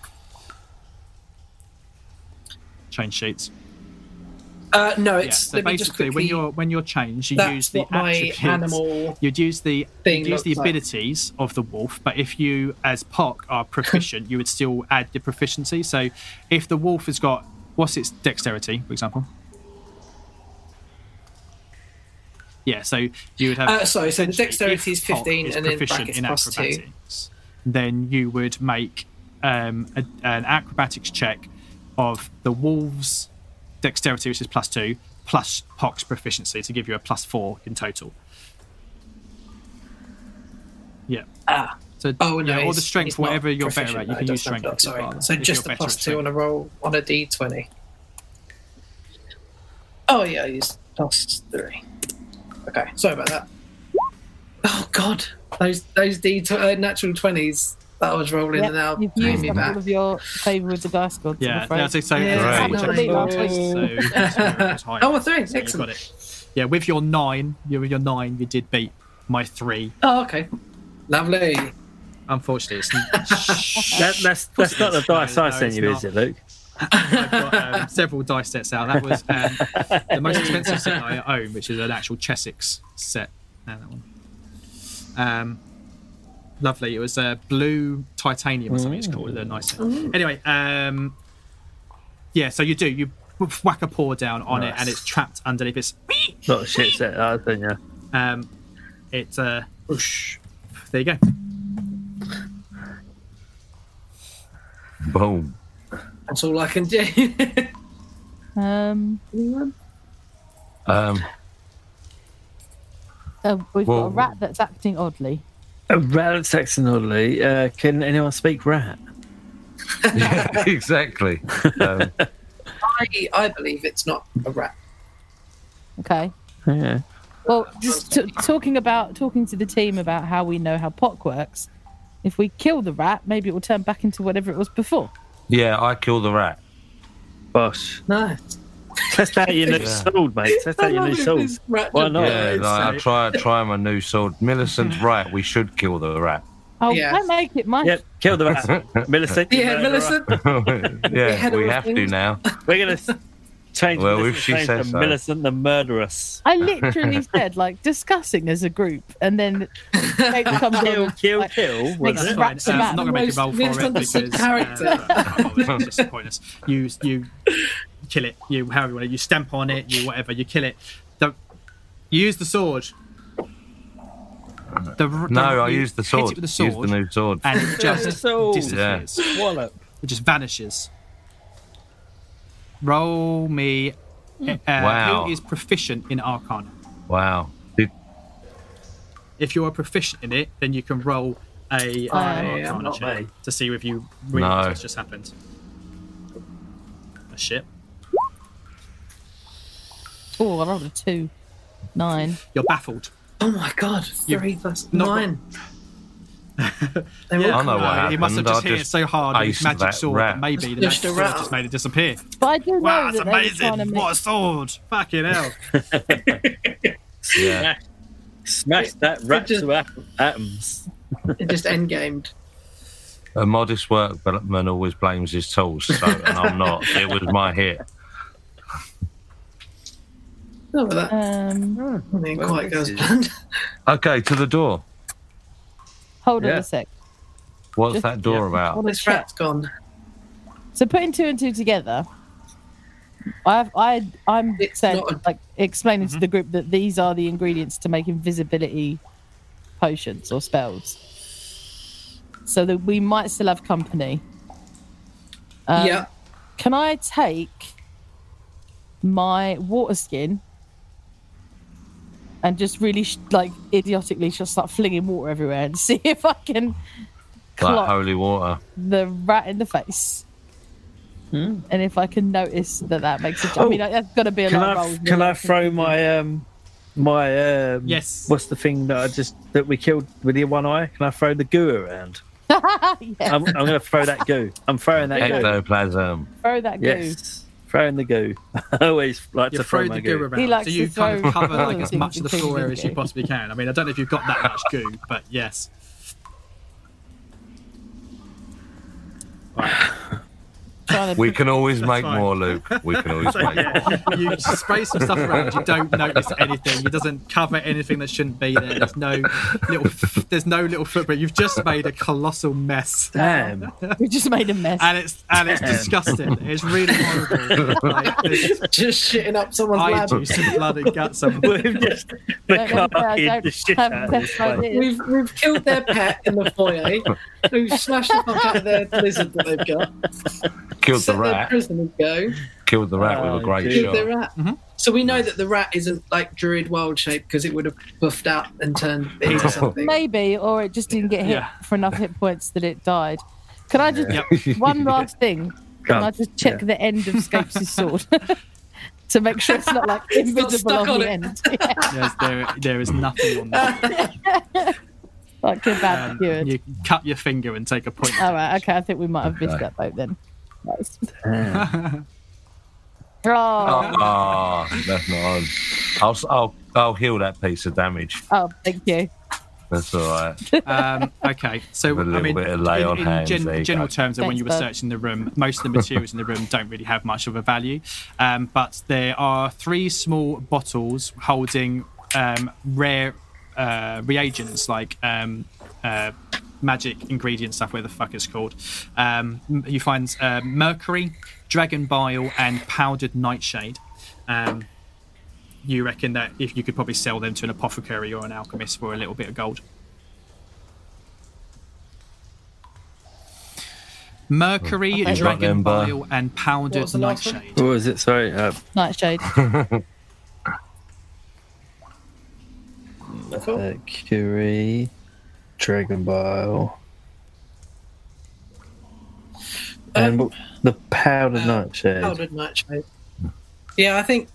Speaker 1: Change sheets.
Speaker 5: Uh, no,
Speaker 1: Yeah.
Speaker 5: it's
Speaker 1: So
Speaker 5: let me just
Speaker 1: basically,
Speaker 5: quickly.
Speaker 1: when you're when you're changed, you
Speaker 5: that's
Speaker 1: use the
Speaker 5: what my
Speaker 1: attributes.
Speaker 5: animal
Speaker 1: You'd use the
Speaker 5: thing
Speaker 1: you'd use the
Speaker 5: looks like.
Speaker 1: abilities of the wolf, but if you as Pock
Speaker 5: [laughs]
Speaker 1: are proficient, you would still add your proficiency. So if the wolf has got what's its dexterity, for example. Yeah, so you would have.
Speaker 5: Uh, sorry, so the
Speaker 1: essentially,
Speaker 5: dexterity
Speaker 1: if
Speaker 5: is 15
Speaker 1: Pock is
Speaker 5: and in
Speaker 1: proficient
Speaker 5: brackets plus two.
Speaker 1: acrobatics, Then you would make um, a, an acrobatics check of the wolves' dexterity, which is plus two, plus Pox proficiency to give you a plus four in total. Yeah.
Speaker 5: Ah.
Speaker 1: So
Speaker 5: Oh no!
Speaker 1: yeah, or
Speaker 5: it's-
Speaker 1: the strength,
Speaker 5: it's not
Speaker 1: whatever you're better
Speaker 5: proficient,
Speaker 1: at,
Speaker 5: no,
Speaker 1: you
Speaker 5: it
Speaker 1: can use
Speaker 5: does not
Speaker 1: strength.
Speaker 5: count,
Speaker 1: if you're
Speaker 5: Sorry.
Speaker 1: better-
Speaker 5: So
Speaker 1: if
Speaker 5: just
Speaker 1: you're
Speaker 5: the
Speaker 1: better at
Speaker 5: plus two
Speaker 1: strength.
Speaker 5: on a roll on a D twenty. Oh yeah, I used plus three. Okay, sorry about that. Oh god, those those D tw- uh, natural twenties that I was rolling
Speaker 3: Yeah,
Speaker 5: and now
Speaker 3: You've
Speaker 5: pay
Speaker 3: used
Speaker 5: me
Speaker 3: up [laughs]
Speaker 5: back.
Speaker 3: all of your favour with the dice gods. I'm
Speaker 1: Yeah,
Speaker 3: afraid.
Speaker 1: that's so, so
Speaker 5: Yeah,
Speaker 1: so-
Speaker 3: Right.
Speaker 1: so-
Speaker 3: Right.
Speaker 1: so-
Speaker 5: [laughs]
Speaker 1: so-
Speaker 5: Oh, a three,
Speaker 1: so you got
Speaker 5: excellent.
Speaker 1: it. Yeah, with your nine, you with your nine, you did beat my three.
Speaker 5: Oh okay, lovely.
Speaker 1: Unfortunately, it's
Speaker 2: That, that's that's not the dice
Speaker 1: No,
Speaker 2: I
Speaker 1: no,
Speaker 2: sent
Speaker 1: it's
Speaker 2: you, is
Speaker 1: not.
Speaker 2: it, Luke?
Speaker 1: I've got um, several dice sets out. That was um, the most expensive set I own, which is an actual Chessex set. Uh, that one. Um, lovely. It was uh, blue titanium or something. It's called a nice set. Anyway, um, yeah. So you do you whack a paw down on it,
Speaker 2: Nice.
Speaker 1: and it's trapped underneath its
Speaker 2: Not a shit set that I sent you.
Speaker 1: Um, it's uh, whoosh. There you go.
Speaker 6: Boom.
Speaker 5: That's all I can do.
Speaker 3: Um,
Speaker 6: Um, [laughs]
Speaker 3: uh, we've got a
Speaker 6: Well-
Speaker 3: rat that's acting oddly.
Speaker 2: A rat Saxon Audley. Uh, can anyone speak rat?
Speaker 1: [laughs]
Speaker 6: yeah, exactly. Um,
Speaker 5: I, I believe it's not a rat.
Speaker 3: Okay.
Speaker 2: Yeah.
Speaker 3: Well, just t- talking about talking to the team about how we know how POC works. If we kill the rat, maybe it will turn back into whatever it was before.
Speaker 6: yeah, I killed the rat.
Speaker 2: Bosh.
Speaker 5: No,
Speaker 2: Test out your new
Speaker 6: Yeah.
Speaker 2: sword, mate. Test
Speaker 5: [laughs]
Speaker 2: out your new sword.
Speaker 5: rat.
Speaker 2: Why not?
Speaker 6: Yeah, like, I try try my new sword.
Speaker 1: [laughs]
Speaker 6: Millicent's right. We should kill the rat. [laughs]
Speaker 3: Oh,
Speaker 5: Yeah.
Speaker 3: I make it mine.
Speaker 2: Yep, kill the rat. Millicent. you
Speaker 5: Yeah,
Speaker 2: murderer.
Speaker 5: Millicent.
Speaker 6: yeah,
Speaker 5: had
Speaker 6: we
Speaker 5: all
Speaker 6: have to
Speaker 5: things.
Speaker 6: now.
Speaker 2: We're going to change
Speaker 6: Well, if
Speaker 2: Millicent's
Speaker 6: she
Speaker 2: name
Speaker 6: says
Speaker 2: to
Speaker 6: so.
Speaker 2: Millicent the murderess. [laughs]
Speaker 3: I literally said like discussing as a group, and then
Speaker 1: [laughs]
Speaker 3: they come
Speaker 2: Kill,
Speaker 3: down.
Speaker 2: kill,
Speaker 3: like,
Speaker 2: kill. Was
Speaker 3: Makes
Speaker 2: it?
Speaker 3: Just wraps
Speaker 1: Um,
Speaker 3: them
Speaker 1: I'm
Speaker 3: up.
Speaker 1: not going to make a roll for
Speaker 5: Most
Speaker 1: it because
Speaker 5: misunderstood
Speaker 1: [laughs]
Speaker 5: character.
Speaker 1: uh, that would be just pointless. You you kill it. You however you want it. You stamp on it. You whatever. You kill it. Don't you use the sword. The, r-
Speaker 6: No,
Speaker 1: the-
Speaker 6: I
Speaker 1: you
Speaker 6: used the
Speaker 1: hit it
Speaker 6: sword.
Speaker 1: with the
Speaker 6: Used the
Speaker 1: sword,
Speaker 6: new sword. [laughs]
Speaker 1: and it just
Speaker 2: sword.
Speaker 1: disappears.
Speaker 2: Wallop.
Speaker 1: It just vanishes. Roll me. Uh,
Speaker 6: Wow.
Speaker 1: Who is proficient in Arcana?
Speaker 6: Wow. Did,
Speaker 1: If you are proficient in it, then you can roll a uh,
Speaker 3: I am
Speaker 1: Arcana
Speaker 2: not
Speaker 1: check
Speaker 2: me.
Speaker 1: to see if you realize
Speaker 6: No.
Speaker 1: what's just happened. Oh, shit.
Speaker 3: Oh, I rolled a two, nine.
Speaker 1: You're baffled.
Speaker 5: Oh my god, three plus
Speaker 1: not- [laughs]
Speaker 5: nine. They were
Speaker 1: Yeah,
Speaker 6: I know what
Speaker 1: He must have
Speaker 6: happened.
Speaker 1: just
Speaker 6: I
Speaker 1: hit it
Speaker 6: just
Speaker 1: so hard with his
Speaker 6: aced
Speaker 1: magic
Speaker 6: that
Speaker 1: sword that
Speaker 6: rat.
Speaker 1: maybe the magic
Speaker 5: Just a
Speaker 1: sword
Speaker 5: rat.
Speaker 1: just made it disappear.
Speaker 3: But I do know
Speaker 1: Wow, that's
Speaker 3: that they were trying to
Speaker 1: amazing!
Speaker 3: make
Speaker 1: What a sword! Fucking
Speaker 6: [laughs]
Speaker 1: hell!
Speaker 2: [laughs]
Speaker 6: yeah.
Speaker 2: Smash that rat
Speaker 5: just-
Speaker 2: to atom- atoms.
Speaker 5: It just endgamed.
Speaker 6: A modest workman always blames his tools, so and I'm not. It was my hit.
Speaker 5: No, but that
Speaker 3: Um,
Speaker 5: didn't quite go as
Speaker 2: this is-
Speaker 6: [laughs]
Speaker 5: planned.
Speaker 6: Okay, to the door.
Speaker 3: hold on
Speaker 2: Yeah.
Speaker 3: a sec.
Speaker 6: What's
Speaker 3: Just-
Speaker 6: that door about?
Speaker 3: Hold on a
Speaker 5: This
Speaker 3: sec.
Speaker 5: rat's gone.
Speaker 3: So putting two and two together, I've, I I'm
Speaker 5: It's
Speaker 3: saying
Speaker 5: not a- Mm-hmm.
Speaker 3: like explaining to the group that these are the ingredients to make invisibility potions or spells, so that we might still have company. Um,
Speaker 5: yeah. [laughs]
Speaker 3: Can I take my water skin and just really sh- like idiotically just start flinging water everywhere and [laughs] see if I can
Speaker 6: Like
Speaker 3: clock
Speaker 6: holy water.
Speaker 3: the rat in the face? And if I can notice that that makes a jump. I mean, like, that's got to be a
Speaker 2: Can
Speaker 3: lot of
Speaker 2: I
Speaker 3: rolls.
Speaker 2: can I throw my um my um
Speaker 1: Yes.
Speaker 2: what's the thing that I just that we killed with your one eye? Can I throw the goo
Speaker 3: [laughs]
Speaker 2: around?
Speaker 3: yeah,
Speaker 2: I'm, I'm gonna throw that goo. I'm throwing that goo.
Speaker 6: Ectoplasm.
Speaker 3: throw that goo.
Speaker 2: Yes, throwing the goo. [laughs] I always like
Speaker 1: You
Speaker 2: to throw
Speaker 1: throw
Speaker 2: my
Speaker 1: the
Speaker 2: goo.
Speaker 1: goo around,
Speaker 3: He likes
Speaker 1: so you
Speaker 3: to
Speaker 1: kind of
Speaker 3: throw
Speaker 1: cover like
Speaker 3: other
Speaker 1: as
Speaker 3: things
Speaker 1: much of the
Speaker 3: between
Speaker 1: floor
Speaker 3: the
Speaker 1: area as you
Speaker 3: goo.
Speaker 1: possibly can. I mean, I don't know if you've got that much goo, but yes. Right.
Speaker 3: Trying to
Speaker 6: We can always make
Speaker 1: fine.
Speaker 6: more, Luke. We can always make more.
Speaker 1: [laughs] you spray some stuff around. You don't notice anything. It doesn't cover anything that shouldn't be there. There's no little. There's no little footprint. You've just made a colossal mess, [laughs]
Speaker 2: Damn.
Speaker 3: [laughs]
Speaker 2: [laughs]
Speaker 3: we just made a mess.
Speaker 1: and it's and
Speaker 3: [laughs]
Speaker 1: it's disgusting. It's really horrible. Like, there's
Speaker 5: Just shitting up someone's
Speaker 1: eye [laughs]
Speaker 5: lab.
Speaker 1: juice and blood and guts.
Speaker 3: [laughs]
Speaker 1: And
Speaker 2: We've just
Speaker 3: Don't know why I
Speaker 2: McCarthyed
Speaker 3: don't
Speaker 2: the shit
Speaker 3: have
Speaker 2: out of
Speaker 3: the
Speaker 2: this
Speaker 3: best
Speaker 2: place.
Speaker 3: idea.
Speaker 5: We've, we've killed their pet in the foyer. We've smashed the fuck out of their lizard that they've got.
Speaker 6: Killed the
Speaker 5: Set their
Speaker 6: rat.
Speaker 5: prisoners go.
Speaker 6: Killed the rat with a
Speaker 2: Oh,
Speaker 6: great
Speaker 2: dear.
Speaker 5: uh, Killed
Speaker 6: shot.
Speaker 1: Mm-hmm.
Speaker 5: their rat. So we know that the rat isn't like druid wild shape because it would have buffed out and turned into
Speaker 6: [laughs]
Speaker 5: something.
Speaker 3: Maybe, or it just didn't get hit
Speaker 1: Yeah.
Speaker 3: for enough hit points that it died. Can I just one last thing? Can
Speaker 6: on.
Speaker 3: I just check the end of Scapes' sword [laughs] to make sure it's not like
Speaker 5: not
Speaker 3: invisible
Speaker 5: stuck
Speaker 3: on,
Speaker 5: on
Speaker 3: the
Speaker 5: it.
Speaker 3: end,
Speaker 1: There's, there, there is nothing on
Speaker 3: [laughs]
Speaker 1: that.
Speaker 3: like a bad
Speaker 1: Um,
Speaker 3: cured.
Speaker 1: you cut your finger and take a point.
Speaker 3: All right, okay. I think we might have missed
Speaker 6: Okay.
Speaker 3: that boat then. Nice. oh,
Speaker 6: Ah, that's not on. I'll, s- I'll, I'll heal that piece of damage.
Speaker 3: oh, thank you.
Speaker 6: That's all right.
Speaker 1: Um, okay, so
Speaker 6: With a
Speaker 1: I
Speaker 6: little
Speaker 1: mean,
Speaker 6: bit of lay
Speaker 1: in,
Speaker 6: on
Speaker 1: in
Speaker 6: hands,
Speaker 1: gen-
Speaker 6: there you
Speaker 1: general
Speaker 6: go.
Speaker 1: terms, of when
Speaker 3: Thanks,
Speaker 1: you were
Speaker 3: bud.
Speaker 1: searching the room, most of the materials in the room don't really have much of a value. Um, but there are three small bottles holding um, rare uh, reagents, like um, uh, magic ingredient stuff, where the fuck it's called. Um, m- you find uh, mercury, dragon bile, and powdered nightshade. Um, you reckon that if you could probably sell them to an apothecary or an alchemist for a little bit of gold. Mercury,
Speaker 3: Okay.
Speaker 1: dragon
Speaker 6: Got them, bud.
Speaker 1: bile, and powdered
Speaker 5: was the last one?
Speaker 1: nightshade.
Speaker 2: What was it? Sorry. Uh,
Speaker 3: Nightshade. Oh.
Speaker 5: Cool.
Speaker 2: Mercury, Dragon Bile.
Speaker 3: Uh,
Speaker 2: And what- the powdered
Speaker 5: uh,
Speaker 2: nightshade.
Speaker 5: Powdered nightshade. Yeah, I think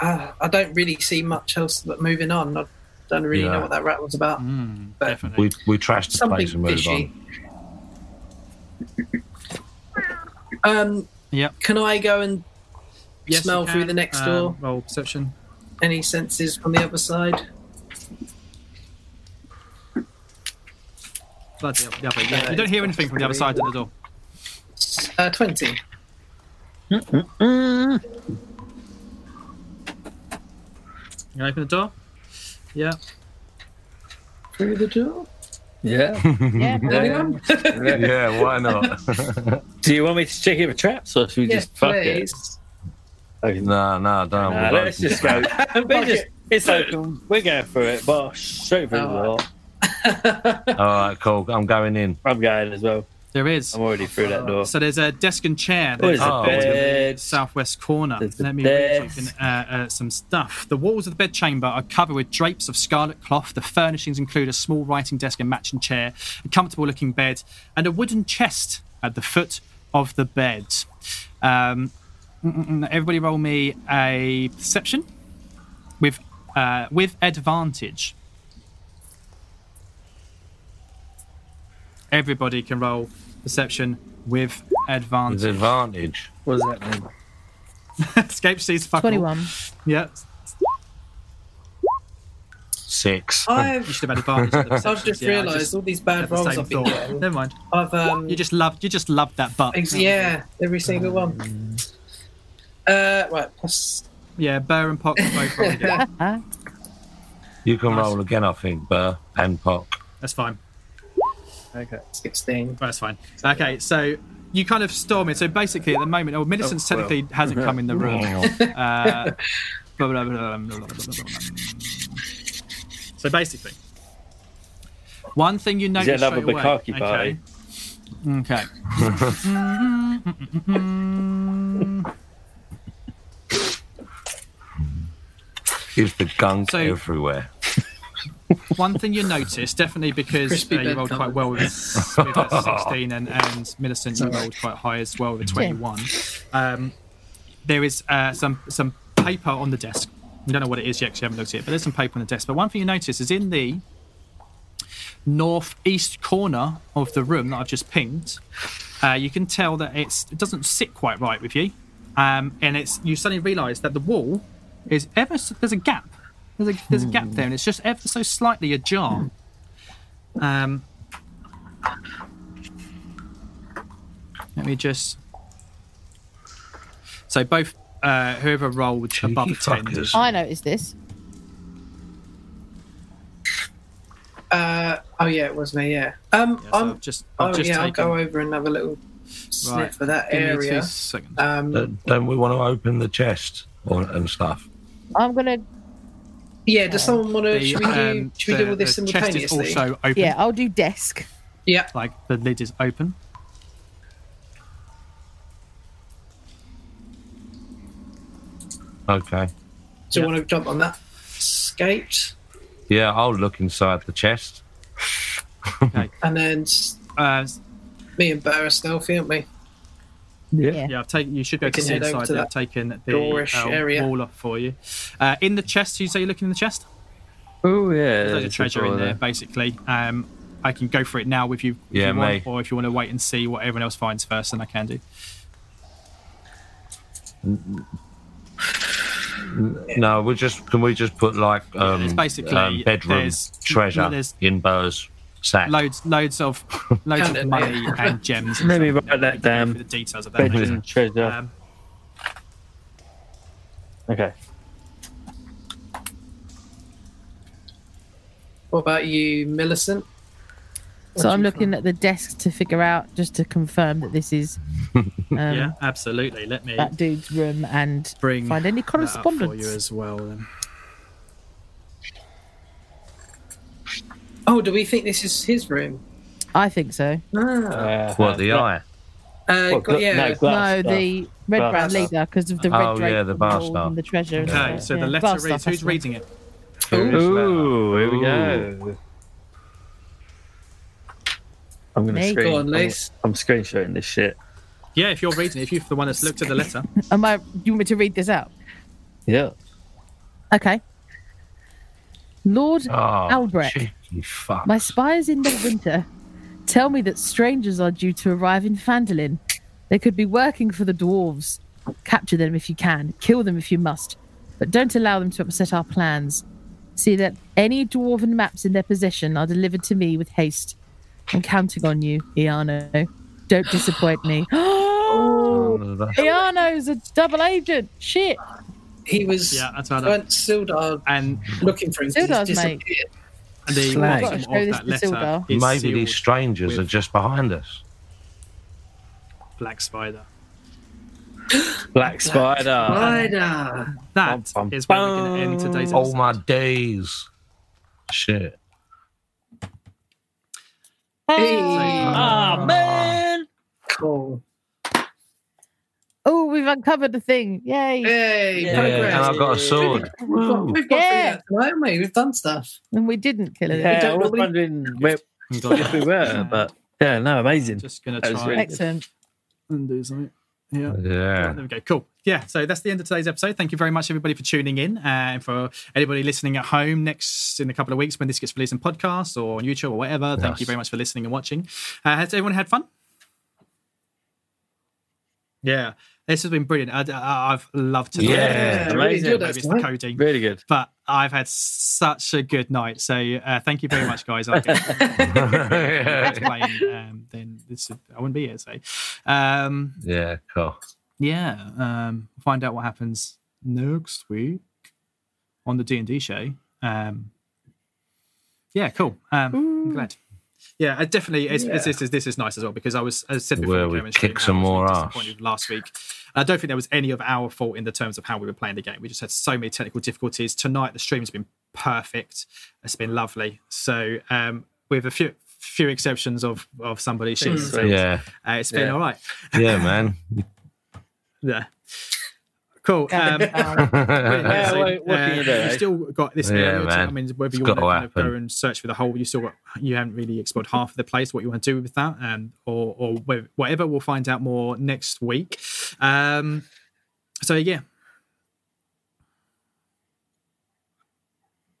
Speaker 5: uh, I don't really see much else. But moving on, I don't really
Speaker 6: Yeah.
Speaker 5: know what that rat was about.
Speaker 1: Mm,
Speaker 5: But
Speaker 1: definitely.
Speaker 6: We, we trashed the
Speaker 5: Something
Speaker 6: place and moved
Speaker 5: fishy.
Speaker 6: on.
Speaker 5: Um,
Speaker 1: Yep.
Speaker 5: Can I go and
Speaker 1: Yes, you
Speaker 5: smell
Speaker 1: can.
Speaker 5: through the next
Speaker 1: Um,
Speaker 5: door?
Speaker 1: Roll perception.
Speaker 5: Any senses from the other side?
Speaker 1: Bloody hell, the other- yeah, you don't hear anything from the other side of the door.
Speaker 5: Uh, Twenty.
Speaker 1: You can open the door. Yeah.
Speaker 5: Through the door.
Speaker 2: Yeah.
Speaker 6: [laughs]
Speaker 3: Yeah.
Speaker 5: Anyone?
Speaker 6: [laughs]
Speaker 5: [laughs]
Speaker 6: Yeah, why not? [laughs]
Speaker 2: Do you want me to check it for traps or should we
Speaker 5: yes,
Speaker 2: just fuck it?
Speaker 5: please.
Speaker 2: Okay.
Speaker 6: no, no, don't.
Speaker 2: Nah,
Speaker 6: We've
Speaker 2: let's
Speaker 6: opened
Speaker 2: just
Speaker 6: it.
Speaker 2: [laughs] go.
Speaker 5: Fuck
Speaker 2: we just, it's open. We're going through it, but straight through the
Speaker 5: Oh.
Speaker 2: door.
Speaker 6: All right, cool. I'm going in.
Speaker 2: I'm going as well.
Speaker 1: There is.
Speaker 2: I'm already through that door.
Speaker 1: So there's a desk and chair.
Speaker 2: There's
Speaker 1: that
Speaker 2: a
Speaker 6: Oh.
Speaker 1: are built in the
Speaker 2: bed.
Speaker 1: Southwest corner.
Speaker 2: There's a
Speaker 1: Let me
Speaker 2: bed.
Speaker 1: read you can, uh, uh, some stuff. The walls of the bedchamber are covered with drapes of scarlet cloth. The furnishings include a small writing desk and matching chair, a comfortable looking bed, and a wooden chest at the foot of the bed. Um, mm, mm, mm, everybody roll me a perception with, uh, with advantage. Everybody can roll perception with
Speaker 6: There's
Speaker 1: advantage.
Speaker 6: advantage.
Speaker 2: What does that mean?
Speaker 1: [laughs] Escape sees fuck all.
Speaker 3: Twenty-one.
Speaker 1: Yeah,
Speaker 6: Six.
Speaker 1: you
Speaker 5: I've
Speaker 1: should have had advantage. at the
Speaker 5: I've just
Speaker 1: perceptions, yeah, I
Speaker 5: realised all these bad
Speaker 1: had the
Speaker 5: rolls
Speaker 1: same
Speaker 5: I've been
Speaker 1: thought.
Speaker 5: getting.
Speaker 1: Never mind.
Speaker 5: I've um,
Speaker 1: You just loved. You just loved that butt.
Speaker 5: ex- yeah, every single one.
Speaker 1: Um,
Speaker 5: Uh, right, plus
Speaker 1: Yeah, Burr and Pock were both
Speaker 5: [laughs]
Speaker 1: rolled again.
Speaker 3: Huh?
Speaker 6: You can
Speaker 1: Nice.
Speaker 6: roll again, I think, Burr and Pop.
Speaker 1: That's fine.
Speaker 2: Okay.
Speaker 5: sixteen.
Speaker 1: That's fine. Okay, so you kind of storm it. So basically, at the moment, oh, Millicent
Speaker 2: Oh, well.
Speaker 1: technically hasn't come in the room. [laughs] Uh, blah, blah, blah, blah, blah, blah, blah. so basically, one thing you notice
Speaker 2: Is it another
Speaker 1: straight away.
Speaker 2: Bukkake party?
Speaker 1: Okay. okay.
Speaker 6: Is the gunk
Speaker 1: So-
Speaker 6: everywhere?
Speaker 1: One thing you notice, definitely because uh,
Speaker 5: Crispy
Speaker 1: you rolled
Speaker 5: bed
Speaker 1: quite well with, with a 16 and, and Millicent, you rolled quite high as well with a 21. Um, there is uh, some, some paper on the desk. You don't know what it is yet 'cause you haven't looked at it, but there's some paper on the desk. But one thing you notice is in the northeast corner of the room that I've just pinged, uh, you can tell that it's, it doesn't sit quite right with you. Um, and it's you suddenly realise that the wall is ever so, there's a gap. There's a, there's a gap there, and it's just ever so slightly ajar. Um, let me just. So both uh, whoever rolled above a ten.
Speaker 6: fuckers.
Speaker 3: I noticed this.
Speaker 5: Uh, oh yeah, it was me. Yeah. Um,
Speaker 1: Yeah, so
Speaker 5: I'm.
Speaker 1: I've just,
Speaker 5: Oh
Speaker 1: I've just
Speaker 5: yeah,
Speaker 1: taken.
Speaker 5: I'll go over and have a little sniff
Speaker 1: Right,
Speaker 5: of that
Speaker 1: give me two
Speaker 5: area.
Speaker 1: seconds.
Speaker 5: Um,
Speaker 6: Don't don't we want to open the chest or, and stuff?
Speaker 3: I'm gonna.
Speaker 5: yeah, does someone want to?
Speaker 1: The,
Speaker 5: Should we do?
Speaker 1: um,
Speaker 5: should we
Speaker 1: the-
Speaker 5: do all this
Speaker 1: the Chest is
Speaker 5: simultaneously?
Speaker 1: also open.
Speaker 3: Yeah, I'll do desk.
Speaker 5: yeah.
Speaker 1: Like the lid is open.
Speaker 6: Okay.
Speaker 5: So you want to jump on that? Escaped.
Speaker 6: Yeah, I'll look inside the chest.
Speaker 5: And then s-
Speaker 1: Uh,
Speaker 5: me and Bear are stealthy, aren't we?
Speaker 3: Yeah.
Speaker 1: Yeah, I've taken. You should be able to
Speaker 5: can
Speaker 1: see
Speaker 5: head over
Speaker 1: inside.
Speaker 5: to
Speaker 1: They've
Speaker 5: that
Speaker 1: taken
Speaker 5: doorish
Speaker 1: the
Speaker 5: area.
Speaker 1: uh, wall off for you. Uh, in the chest, you say you're looking in the chest.
Speaker 2: Oh yeah,
Speaker 1: There's a treasure in
Speaker 2: door
Speaker 1: there, basically. Um, I can go for it now with you. if
Speaker 6: Yeah,
Speaker 1: you want,
Speaker 6: mate.
Speaker 1: Or if you want to wait and see what everyone else finds first, then I can do.
Speaker 6: No, we just can we just put like um,
Speaker 1: It's basically-
Speaker 6: um bedroom
Speaker 1: there's-
Speaker 6: treasure
Speaker 1: no, there's-
Speaker 6: in Bo's sack.
Speaker 1: Loads, loads
Speaker 2: [laughs]
Speaker 1: of, loads of
Speaker 5: Can't-
Speaker 1: money and gems. and
Speaker 2: Let me
Speaker 1: stuff.
Speaker 2: write that
Speaker 1: You can go
Speaker 2: down.
Speaker 1: through The details [laughs] of that.
Speaker 2: Bedroom
Speaker 1: later.
Speaker 2: treasure.
Speaker 1: Um,
Speaker 2: Okay.
Speaker 5: What about you, Millicent?
Speaker 3: So I'm looking at the desk to figure out, just to confirm that this
Speaker 6: [laughs]
Speaker 3: is um,
Speaker 1: yeah, absolutely. Let me
Speaker 3: that dude's room and
Speaker 1: bring
Speaker 3: find any
Speaker 1: that up for you
Speaker 3: correspondence.
Speaker 1: as well. Then.
Speaker 5: Oh, do we think this is his room?
Speaker 3: I think so.
Speaker 5: Ah.
Speaker 2: Uh,
Speaker 6: What the
Speaker 2: no,
Speaker 6: eye?
Speaker 5: Uh,
Speaker 2: what,
Speaker 5: got-
Speaker 2: gl-
Speaker 5: yeah.
Speaker 2: no, glass,
Speaker 3: no,
Speaker 2: glass.
Speaker 3: the Red
Speaker 2: Glass.
Speaker 3: Brown leader because of the red
Speaker 6: Oh,
Speaker 3: drape
Speaker 6: yeah, the
Speaker 3: on wall
Speaker 6: Bastard.
Speaker 3: and the treasure. and
Speaker 1: Okay,
Speaker 3: stuff,
Speaker 1: so
Speaker 3: yeah.
Speaker 1: the letter
Speaker 3: Bastard,
Speaker 1: reads.
Speaker 3: that's
Speaker 1: Who's
Speaker 3: the
Speaker 1: reading it?
Speaker 2: Ooh, here we
Speaker 6: Ooh.
Speaker 2: go. I'm gonna
Speaker 3: Me?
Speaker 2: screen.
Speaker 5: Go on, Lace.
Speaker 2: I'm, I'm screenshotting this shit.
Speaker 1: Yeah, if you're reading, it, if you're the one that's looked at the letter.
Speaker 3: one. Am I? You want me to read this out?
Speaker 2: Yeah.
Speaker 3: Okay. Lord
Speaker 6: Oh,
Speaker 3: Albrecht.
Speaker 6: cheeky fuck.
Speaker 3: My spies in midwinter tell me that strangers are due to arrive in Phandalin. They could be working for the dwarves. Capture them if you can, kill them if you must, but don't allow them to upset our plans. See that any dwarven maps in their possession are delivered to me with haste. I'm counting on you, Iano. Don't disappoint me. Iano's a double agent. Shit.
Speaker 5: He was
Speaker 1: Yeah, that's about it.
Speaker 5: went Sildar
Speaker 1: And
Speaker 5: looking for him. 'cause
Speaker 3: Sildars,
Speaker 5: he's
Speaker 3: mate.
Speaker 5: disappeared.
Speaker 1: the
Speaker 2: Slag.
Speaker 1: bottom
Speaker 3: Gotta show
Speaker 1: of
Speaker 3: this
Speaker 1: that
Speaker 3: to
Speaker 1: letter
Speaker 3: Sildar.
Speaker 1: is
Speaker 6: Maybe these
Speaker 1: sealed
Speaker 6: strangers
Speaker 1: with-
Speaker 6: are just behind us.
Speaker 1: black spider.
Speaker 2: Black spider.
Speaker 5: Spider.
Speaker 1: That
Speaker 2: Bum,
Speaker 1: is
Speaker 2: bum,
Speaker 1: where we're going to end today's
Speaker 6: Oh
Speaker 1: episode.
Speaker 6: my days! Shit.
Speaker 5: Hey.
Speaker 2: Ah man.
Speaker 5: Cool.
Speaker 3: Oh, we've uncovered the thing. Yay.
Speaker 5: Hey,
Speaker 6: Yeah,
Speaker 5: progress.
Speaker 6: and I've got a sword.
Speaker 5: We've got,
Speaker 6: Woo.
Speaker 5: we've got
Speaker 3: Yeah.
Speaker 5: yeah. haven't we? We've done
Speaker 6: [laughs]
Speaker 5: stuff.
Speaker 3: And we didn't kill it.
Speaker 2: Yeah, I was
Speaker 5: normally-
Speaker 2: wondering where
Speaker 1: I'm glad.
Speaker 2: if we
Speaker 1: [laughs]
Speaker 2: were, but yeah, no, amazing.
Speaker 1: Um, Just going to
Speaker 2: That was
Speaker 1: try
Speaker 2: really-
Speaker 3: Excellent.
Speaker 1: and do something. Yeah.
Speaker 6: Yeah.
Speaker 1: There we go. Cool. Yeah. So that's the end of today's episode. Thank you very much, everybody, for tuning in. uh, And for anybody listening at home next in a couple of weeks when this gets released in podcasts or on YouTube or whatever, thank
Speaker 6: Yes.
Speaker 1: you very much for listening and watching. Uh, has everyone had fun? Yeah. This has been brilliant. I, I, I've loved tonight.
Speaker 6: Yeah.
Speaker 5: really
Speaker 2: amazing.
Speaker 5: enjoyed that
Speaker 1: Maybe it's the
Speaker 5: tonight.
Speaker 1: coding.
Speaker 2: Really good.
Speaker 1: But I've had such a good night. So uh, thank you very much, guys. I'll get
Speaker 6: [laughs]
Speaker 1: [laughs]
Speaker 6: yeah. [laughs]
Speaker 1: playing, um, then this would, I wouldn't be here. So um,
Speaker 6: Cool.
Speaker 1: yeah, um, find out what happens next week on the D and D show. Um, yeah, cool. Um, I'm glad. Yeah, I definitely. It's, it's- this is this is nice as well because I was as I said before
Speaker 6: Where
Speaker 1: we
Speaker 6: we
Speaker 1: came in stream,
Speaker 6: kick
Speaker 1: I
Speaker 6: some
Speaker 1: was
Speaker 6: more
Speaker 1: really
Speaker 6: ass.
Speaker 1: disappointed last week. I don't think there was any of our fault in the terms of how we were playing the game. We just had so many technical difficulties. Tonight the stream's been perfect. It's been lovely. So um, with a few few exceptions of of somebody shitting themselves,
Speaker 6: Yeah.
Speaker 1: uh, it's been
Speaker 2: Yeah.
Speaker 1: all right.
Speaker 6: Yeah, man.
Speaker 1: Yeah. Cool.
Speaker 3: [laughs]
Speaker 1: Um,
Speaker 6: [laughs] yeah.
Speaker 1: [laughs] yeah,
Speaker 2: Yeah,
Speaker 1: so,
Speaker 2: wait, what can you do,
Speaker 1: have
Speaker 2: eh?
Speaker 1: still got this
Speaker 6: Yeah,
Speaker 1: area. to, I
Speaker 6: man.
Speaker 1: mean, whether
Speaker 6: It's
Speaker 1: you want to
Speaker 6: gotta
Speaker 1: kind of go
Speaker 6: happen.
Speaker 1: and search for the whole, you still got, you haven't really explored half of the place. What you want to do with that, um, or or wh- whatever, we'll find out more next week. Um, so yeah,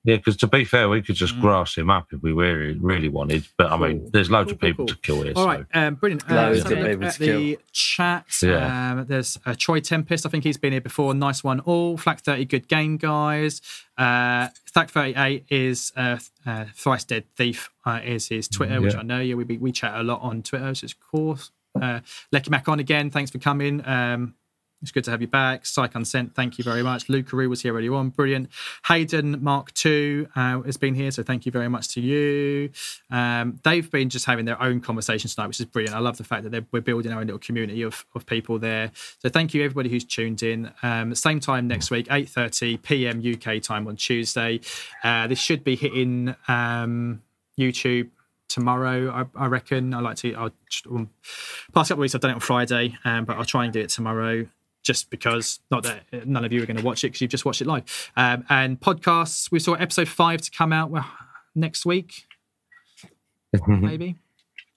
Speaker 6: Because to be fair, we could just grass him up if we really, really wanted. But I mean, there's loads of
Speaker 1: Mm. Cool, cool,
Speaker 6: people
Speaker 1: cool.
Speaker 6: to kill here.
Speaker 1: All
Speaker 6: so. [laughs]
Speaker 1: right, um, brilliant. Uh,
Speaker 2: Loads
Speaker 1: let's have a
Speaker 2: of
Speaker 1: look
Speaker 2: people
Speaker 1: at
Speaker 2: to kill.
Speaker 1: the chat.
Speaker 6: Yeah.
Speaker 1: Um, there's uh, Troy Tempest. I think he's been here before. Nice one, all. Flak 30, good game, guys. Uh, Thack 38 is uh, uh, Thrice Dead Thief, uh, is his Twitter, which
Speaker 6: Yeah.
Speaker 1: I know. Yeah, we, we chat a lot on Twitter, so it's cool. Uh, Lecky Mac on again. Thanks for coming. Um, it's good to have you back. Psych Unsent, thank you very much. Luke Carew was here earlier on. Brilliant. Hayden Mark II uh, has been here, so thank you very much to you. Um, they've been just having their own conversations tonight, which is brilliant. I love the fact that they're, we're building our own little community of, of people there. So thank you everybody who's tuned in. Um, same time next week, 8.30 p.m. UK time on Tuesday. Uh, this should be hitting um, YouTube tomorrow. I, I reckon I like to. I'll tr- um, past couple of weeks I've done it on Friday, um, but I'll try and do it tomorrow. just because not that uh, none of you are going to watch it because you've just watched it live. Um, and podcasts, we saw episode five to come out well, next week,
Speaker 6: Mm-hmm.
Speaker 1: maybe,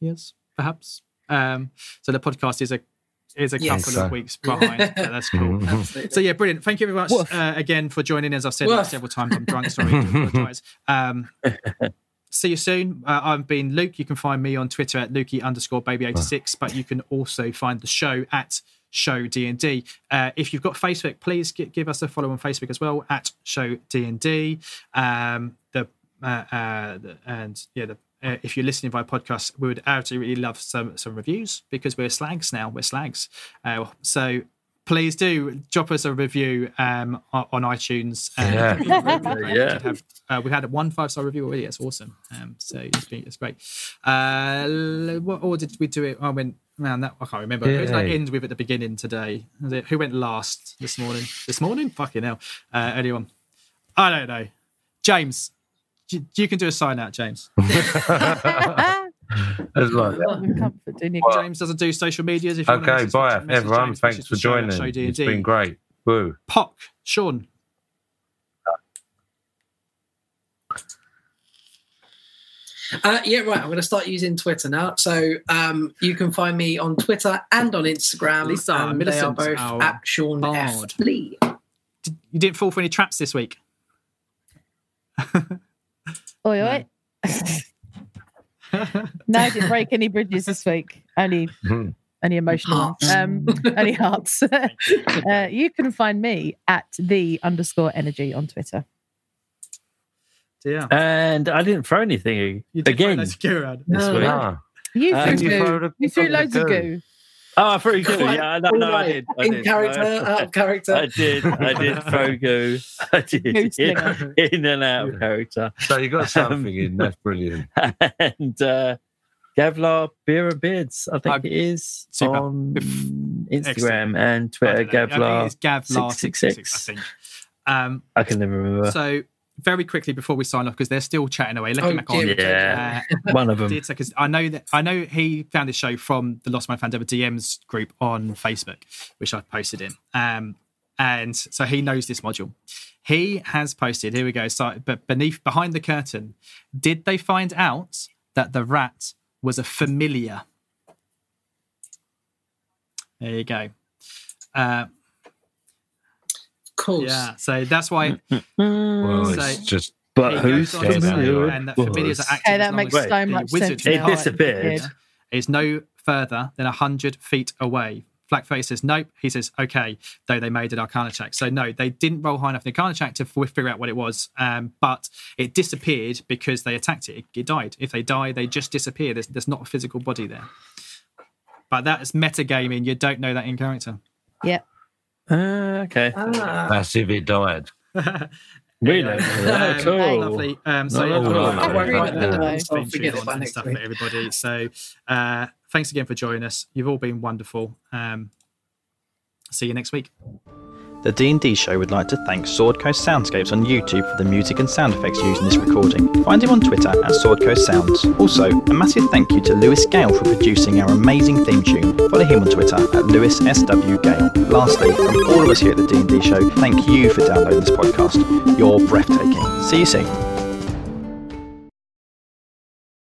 Speaker 1: yes, perhaps. Um, so the podcast is a is a
Speaker 5: Yes.
Speaker 1: couple of weeks behind. but that's
Speaker 6: [laughs]
Speaker 1: cool.
Speaker 6: Mm-hmm.
Speaker 5: Absolutely.
Speaker 1: So yeah, brilliant. Thank you very much
Speaker 3: Woof.
Speaker 1: uh, again for joining. As I've said
Speaker 5: Woof.
Speaker 1: several times, I'm drunk. Sorry, I do apologise. Um, see you soon. Uh, I've been Luke. You can find me on Twitter at Lukey underscore baby eighty six. But you can also find the show at Show D and D. Uh, if you've got Facebook, please gi- give us a follow on Facebook as well at Show D and D. Um, the uh, uh, the- and yeah, the, uh, if you're listening via podcast, we would absolutely really love some some reviews because we're slags now. We're slags. Uh, so please do drop us a review um, on on iTunes. Um,
Speaker 6: Yeah.
Speaker 1: yeah. Have, uh, we had a one five star review already. That's awesome. Um, so it's, been, it's great. Uh, l- what order did we do it? I went, man, that I can't remember. Who did I
Speaker 6: Yay.
Speaker 1: end with at the beginning today? Was it- Who went last this morning? This morning? Fucking hell. Uh, anyone? I don't know. James, you, you can do a sign out, James.
Speaker 6: That's like-
Speaker 3: Not in comfort, do you?
Speaker 6: Well,
Speaker 1: James doesn't do social medias. If you wanna
Speaker 6: Okay,
Speaker 1: message-
Speaker 6: bye
Speaker 1: message
Speaker 6: everyone.
Speaker 1: James,
Speaker 6: Thanks
Speaker 1: message
Speaker 6: for
Speaker 1: the show at
Speaker 6: joining.
Speaker 1: Show D&D.
Speaker 6: It's been great. Woo.
Speaker 1: Pock, Sean.
Speaker 5: Uh, yeah, right. I'm going to start using Twitter now. So um, you can find me on Twitter and on Instagram.
Speaker 1: Lisa
Speaker 5: and they are
Speaker 1: Millicent,
Speaker 5: both
Speaker 1: our
Speaker 5: at Sean
Speaker 1: bard.
Speaker 5: F. Lee. Um,
Speaker 1: Did, you didn't fall for any traps this week.
Speaker 3: Oi, oi. no, I didn't break any bridges this week. Only,
Speaker 2: Mm-hmm.
Speaker 6: Mhm.
Speaker 3: only emotional. ones.
Speaker 5: Hearts.
Speaker 3: Um, only hearts. [laughs] uh, you can find me at the underscore energy on Twitter.
Speaker 1: [laughs] Yeah.
Speaker 2: And I didn't throw anything
Speaker 1: You did throw
Speaker 2: again.
Speaker 1: that secure around.
Speaker 2: This
Speaker 5: No.
Speaker 2: week.
Speaker 6: Ah,
Speaker 3: You
Speaker 2: Uh,
Speaker 3: threw
Speaker 2: you
Speaker 3: goo.
Speaker 6: throw the-
Speaker 3: You threw
Speaker 6: throw the
Speaker 3: loads of
Speaker 6: goo.
Speaker 3: goo.
Speaker 2: Oh, I threw goo. Yeah, I- no,
Speaker 5: All
Speaker 2: no, I
Speaker 5: right.
Speaker 2: did. I
Speaker 5: In
Speaker 2: did.
Speaker 5: character,
Speaker 2: No.
Speaker 5: out
Speaker 1: uh,
Speaker 5: of
Speaker 1: [laughs]
Speaker 5: character.
Speaker 2: I did. I did throw goo. I
Speaker 3: Goo
Speaker 2: did. [laughs]
Speaker 3: slinger.
Speaker 2: In, in and out of character. [laughs]
Speaker 6: so
Speaker 1: [laughs]
Speaker 6: you
Speaker 1: Um,
Speaker 6: got something in. That's brilliant.
Speaker 2: and uh, Gavlar Beer and Beards, I think
Speaker 1: Uh,
Speaker 2: it is
Speaker 1: super.
Speaker 2: on
Speaker 1: Bef-
Speaker 2: Instagram
Speaker 1: excellent.
Speaker 2: and
Speaker 1: I
Speaker 2: Twitter.
Speaker 1: don't know. I think
Speaker 2: Gavlar,
Speaker 1: it's Gavlar
Speaker 2: 666.
Speaker 1: 666, I think. Um,
Speaker 2: I can never remember
Speaker 1: so, very quickly before we sign off, because they're still chatting away. Let
Speaker 5: Oh,
Speaker 1: him back on.
Speaker 5: dear.
Speaker 2: Yeah.
Speaker 1: Uh,
Speaker 2: one of
Speaker 1: [laughs]
Speaker 2: them.
Speaker 1: did because I know that I know he found this show from the Lost Man Fandom DMs group on Facebook, which I posted in. Um, and so he knows this module. He has posted. Here we go. So, but beneath, behind the curtain, did they find out that the rat was a familiar? There you go. Uh,
Speaker 5: Of course.
Speaker 1: yeah. So that's why.
Speaker 6: Well, it's
Speaker 1: So-
Speaker 6: just
Speaker 2: Hmm. But
Speaker 1: he
Speaker 2: who's
Speaker 1: goes on to
Speaker 6: familiar
Speaker 1: say,
Speaker 2: familiar?
Speaker 1: And that
Speaker 2: was?
Speaker 1: familiars are active
Speaker 3: Okay,
Speaker 1: as
Speaker 3: that
Speaker 1: long
Speaker 3: makes
Speaker 1: as
Speaker 2: Wait.
Speaker 3: so
Speaker 1: the
Speaker 3: much
Speaker 1: wizard
Speaker 3: sense.
Speaker 2: It
Speaker 3: now. I
Speaker 2: disappeared.
Speaker 3: did.
Speaker 1: is no further than 100 feet away. Blackface says, nope. He says, okay, though they made an arcana check. So, no, they didn't roll high enough in the arcana check to f- figure out what it was, um, but it disappeared because they attacked it. it. It died. If they die, they just disappear. There's, there's not a physical body there. But that is metagaming. You don't know that in character.
Speaker 2: Ah, okay.
Speaker 5: Ah,
Speaker 6: that's if it died.
Speaker 2: We
Speaker 1: Yeah.
Speaker 2: know. [laughs]
Speaker 1: Um,
Speaker 2: that at all.
Speaker 1: Lovely. Um, so,
Speaker 2: Not
Speaker 1: yeah,
Speaker 2: at all.
Speaker 1: we'll-
Speaker 6: Not
Speaker 1: we'll wrap
Speaker 6: at all.
Speaker 1: it
Speaker 6: Not at
Speaker 1: up.
Speaker 6: all.
Speaker 1: It's been
Speaker 5: I'll forget
Speaker 1: too
Speaker 5: it by
Speaker 1: long and
Speaker 5: next
Speaker 1: stuff
Speaker 5: week.
Speaker 1: for everybody. So, uh, thanks again for joining us. You've all been wonderful. Um, see you next week.
Speaker 7: The D&D Show would like to thank Sword Coast Soundscapes on YouTube for the music and sound effects used in this recording. Find him on Twitter at Sword Coast Sounds. Also, a massive thank you to Lewis Gale for producing our amazing theme tune. Follow him on Twitter at LewisSWGale. Lastly, from all of us here at the D&D Show, thank you for downloading this podcast. You're breathtaking. See you soon.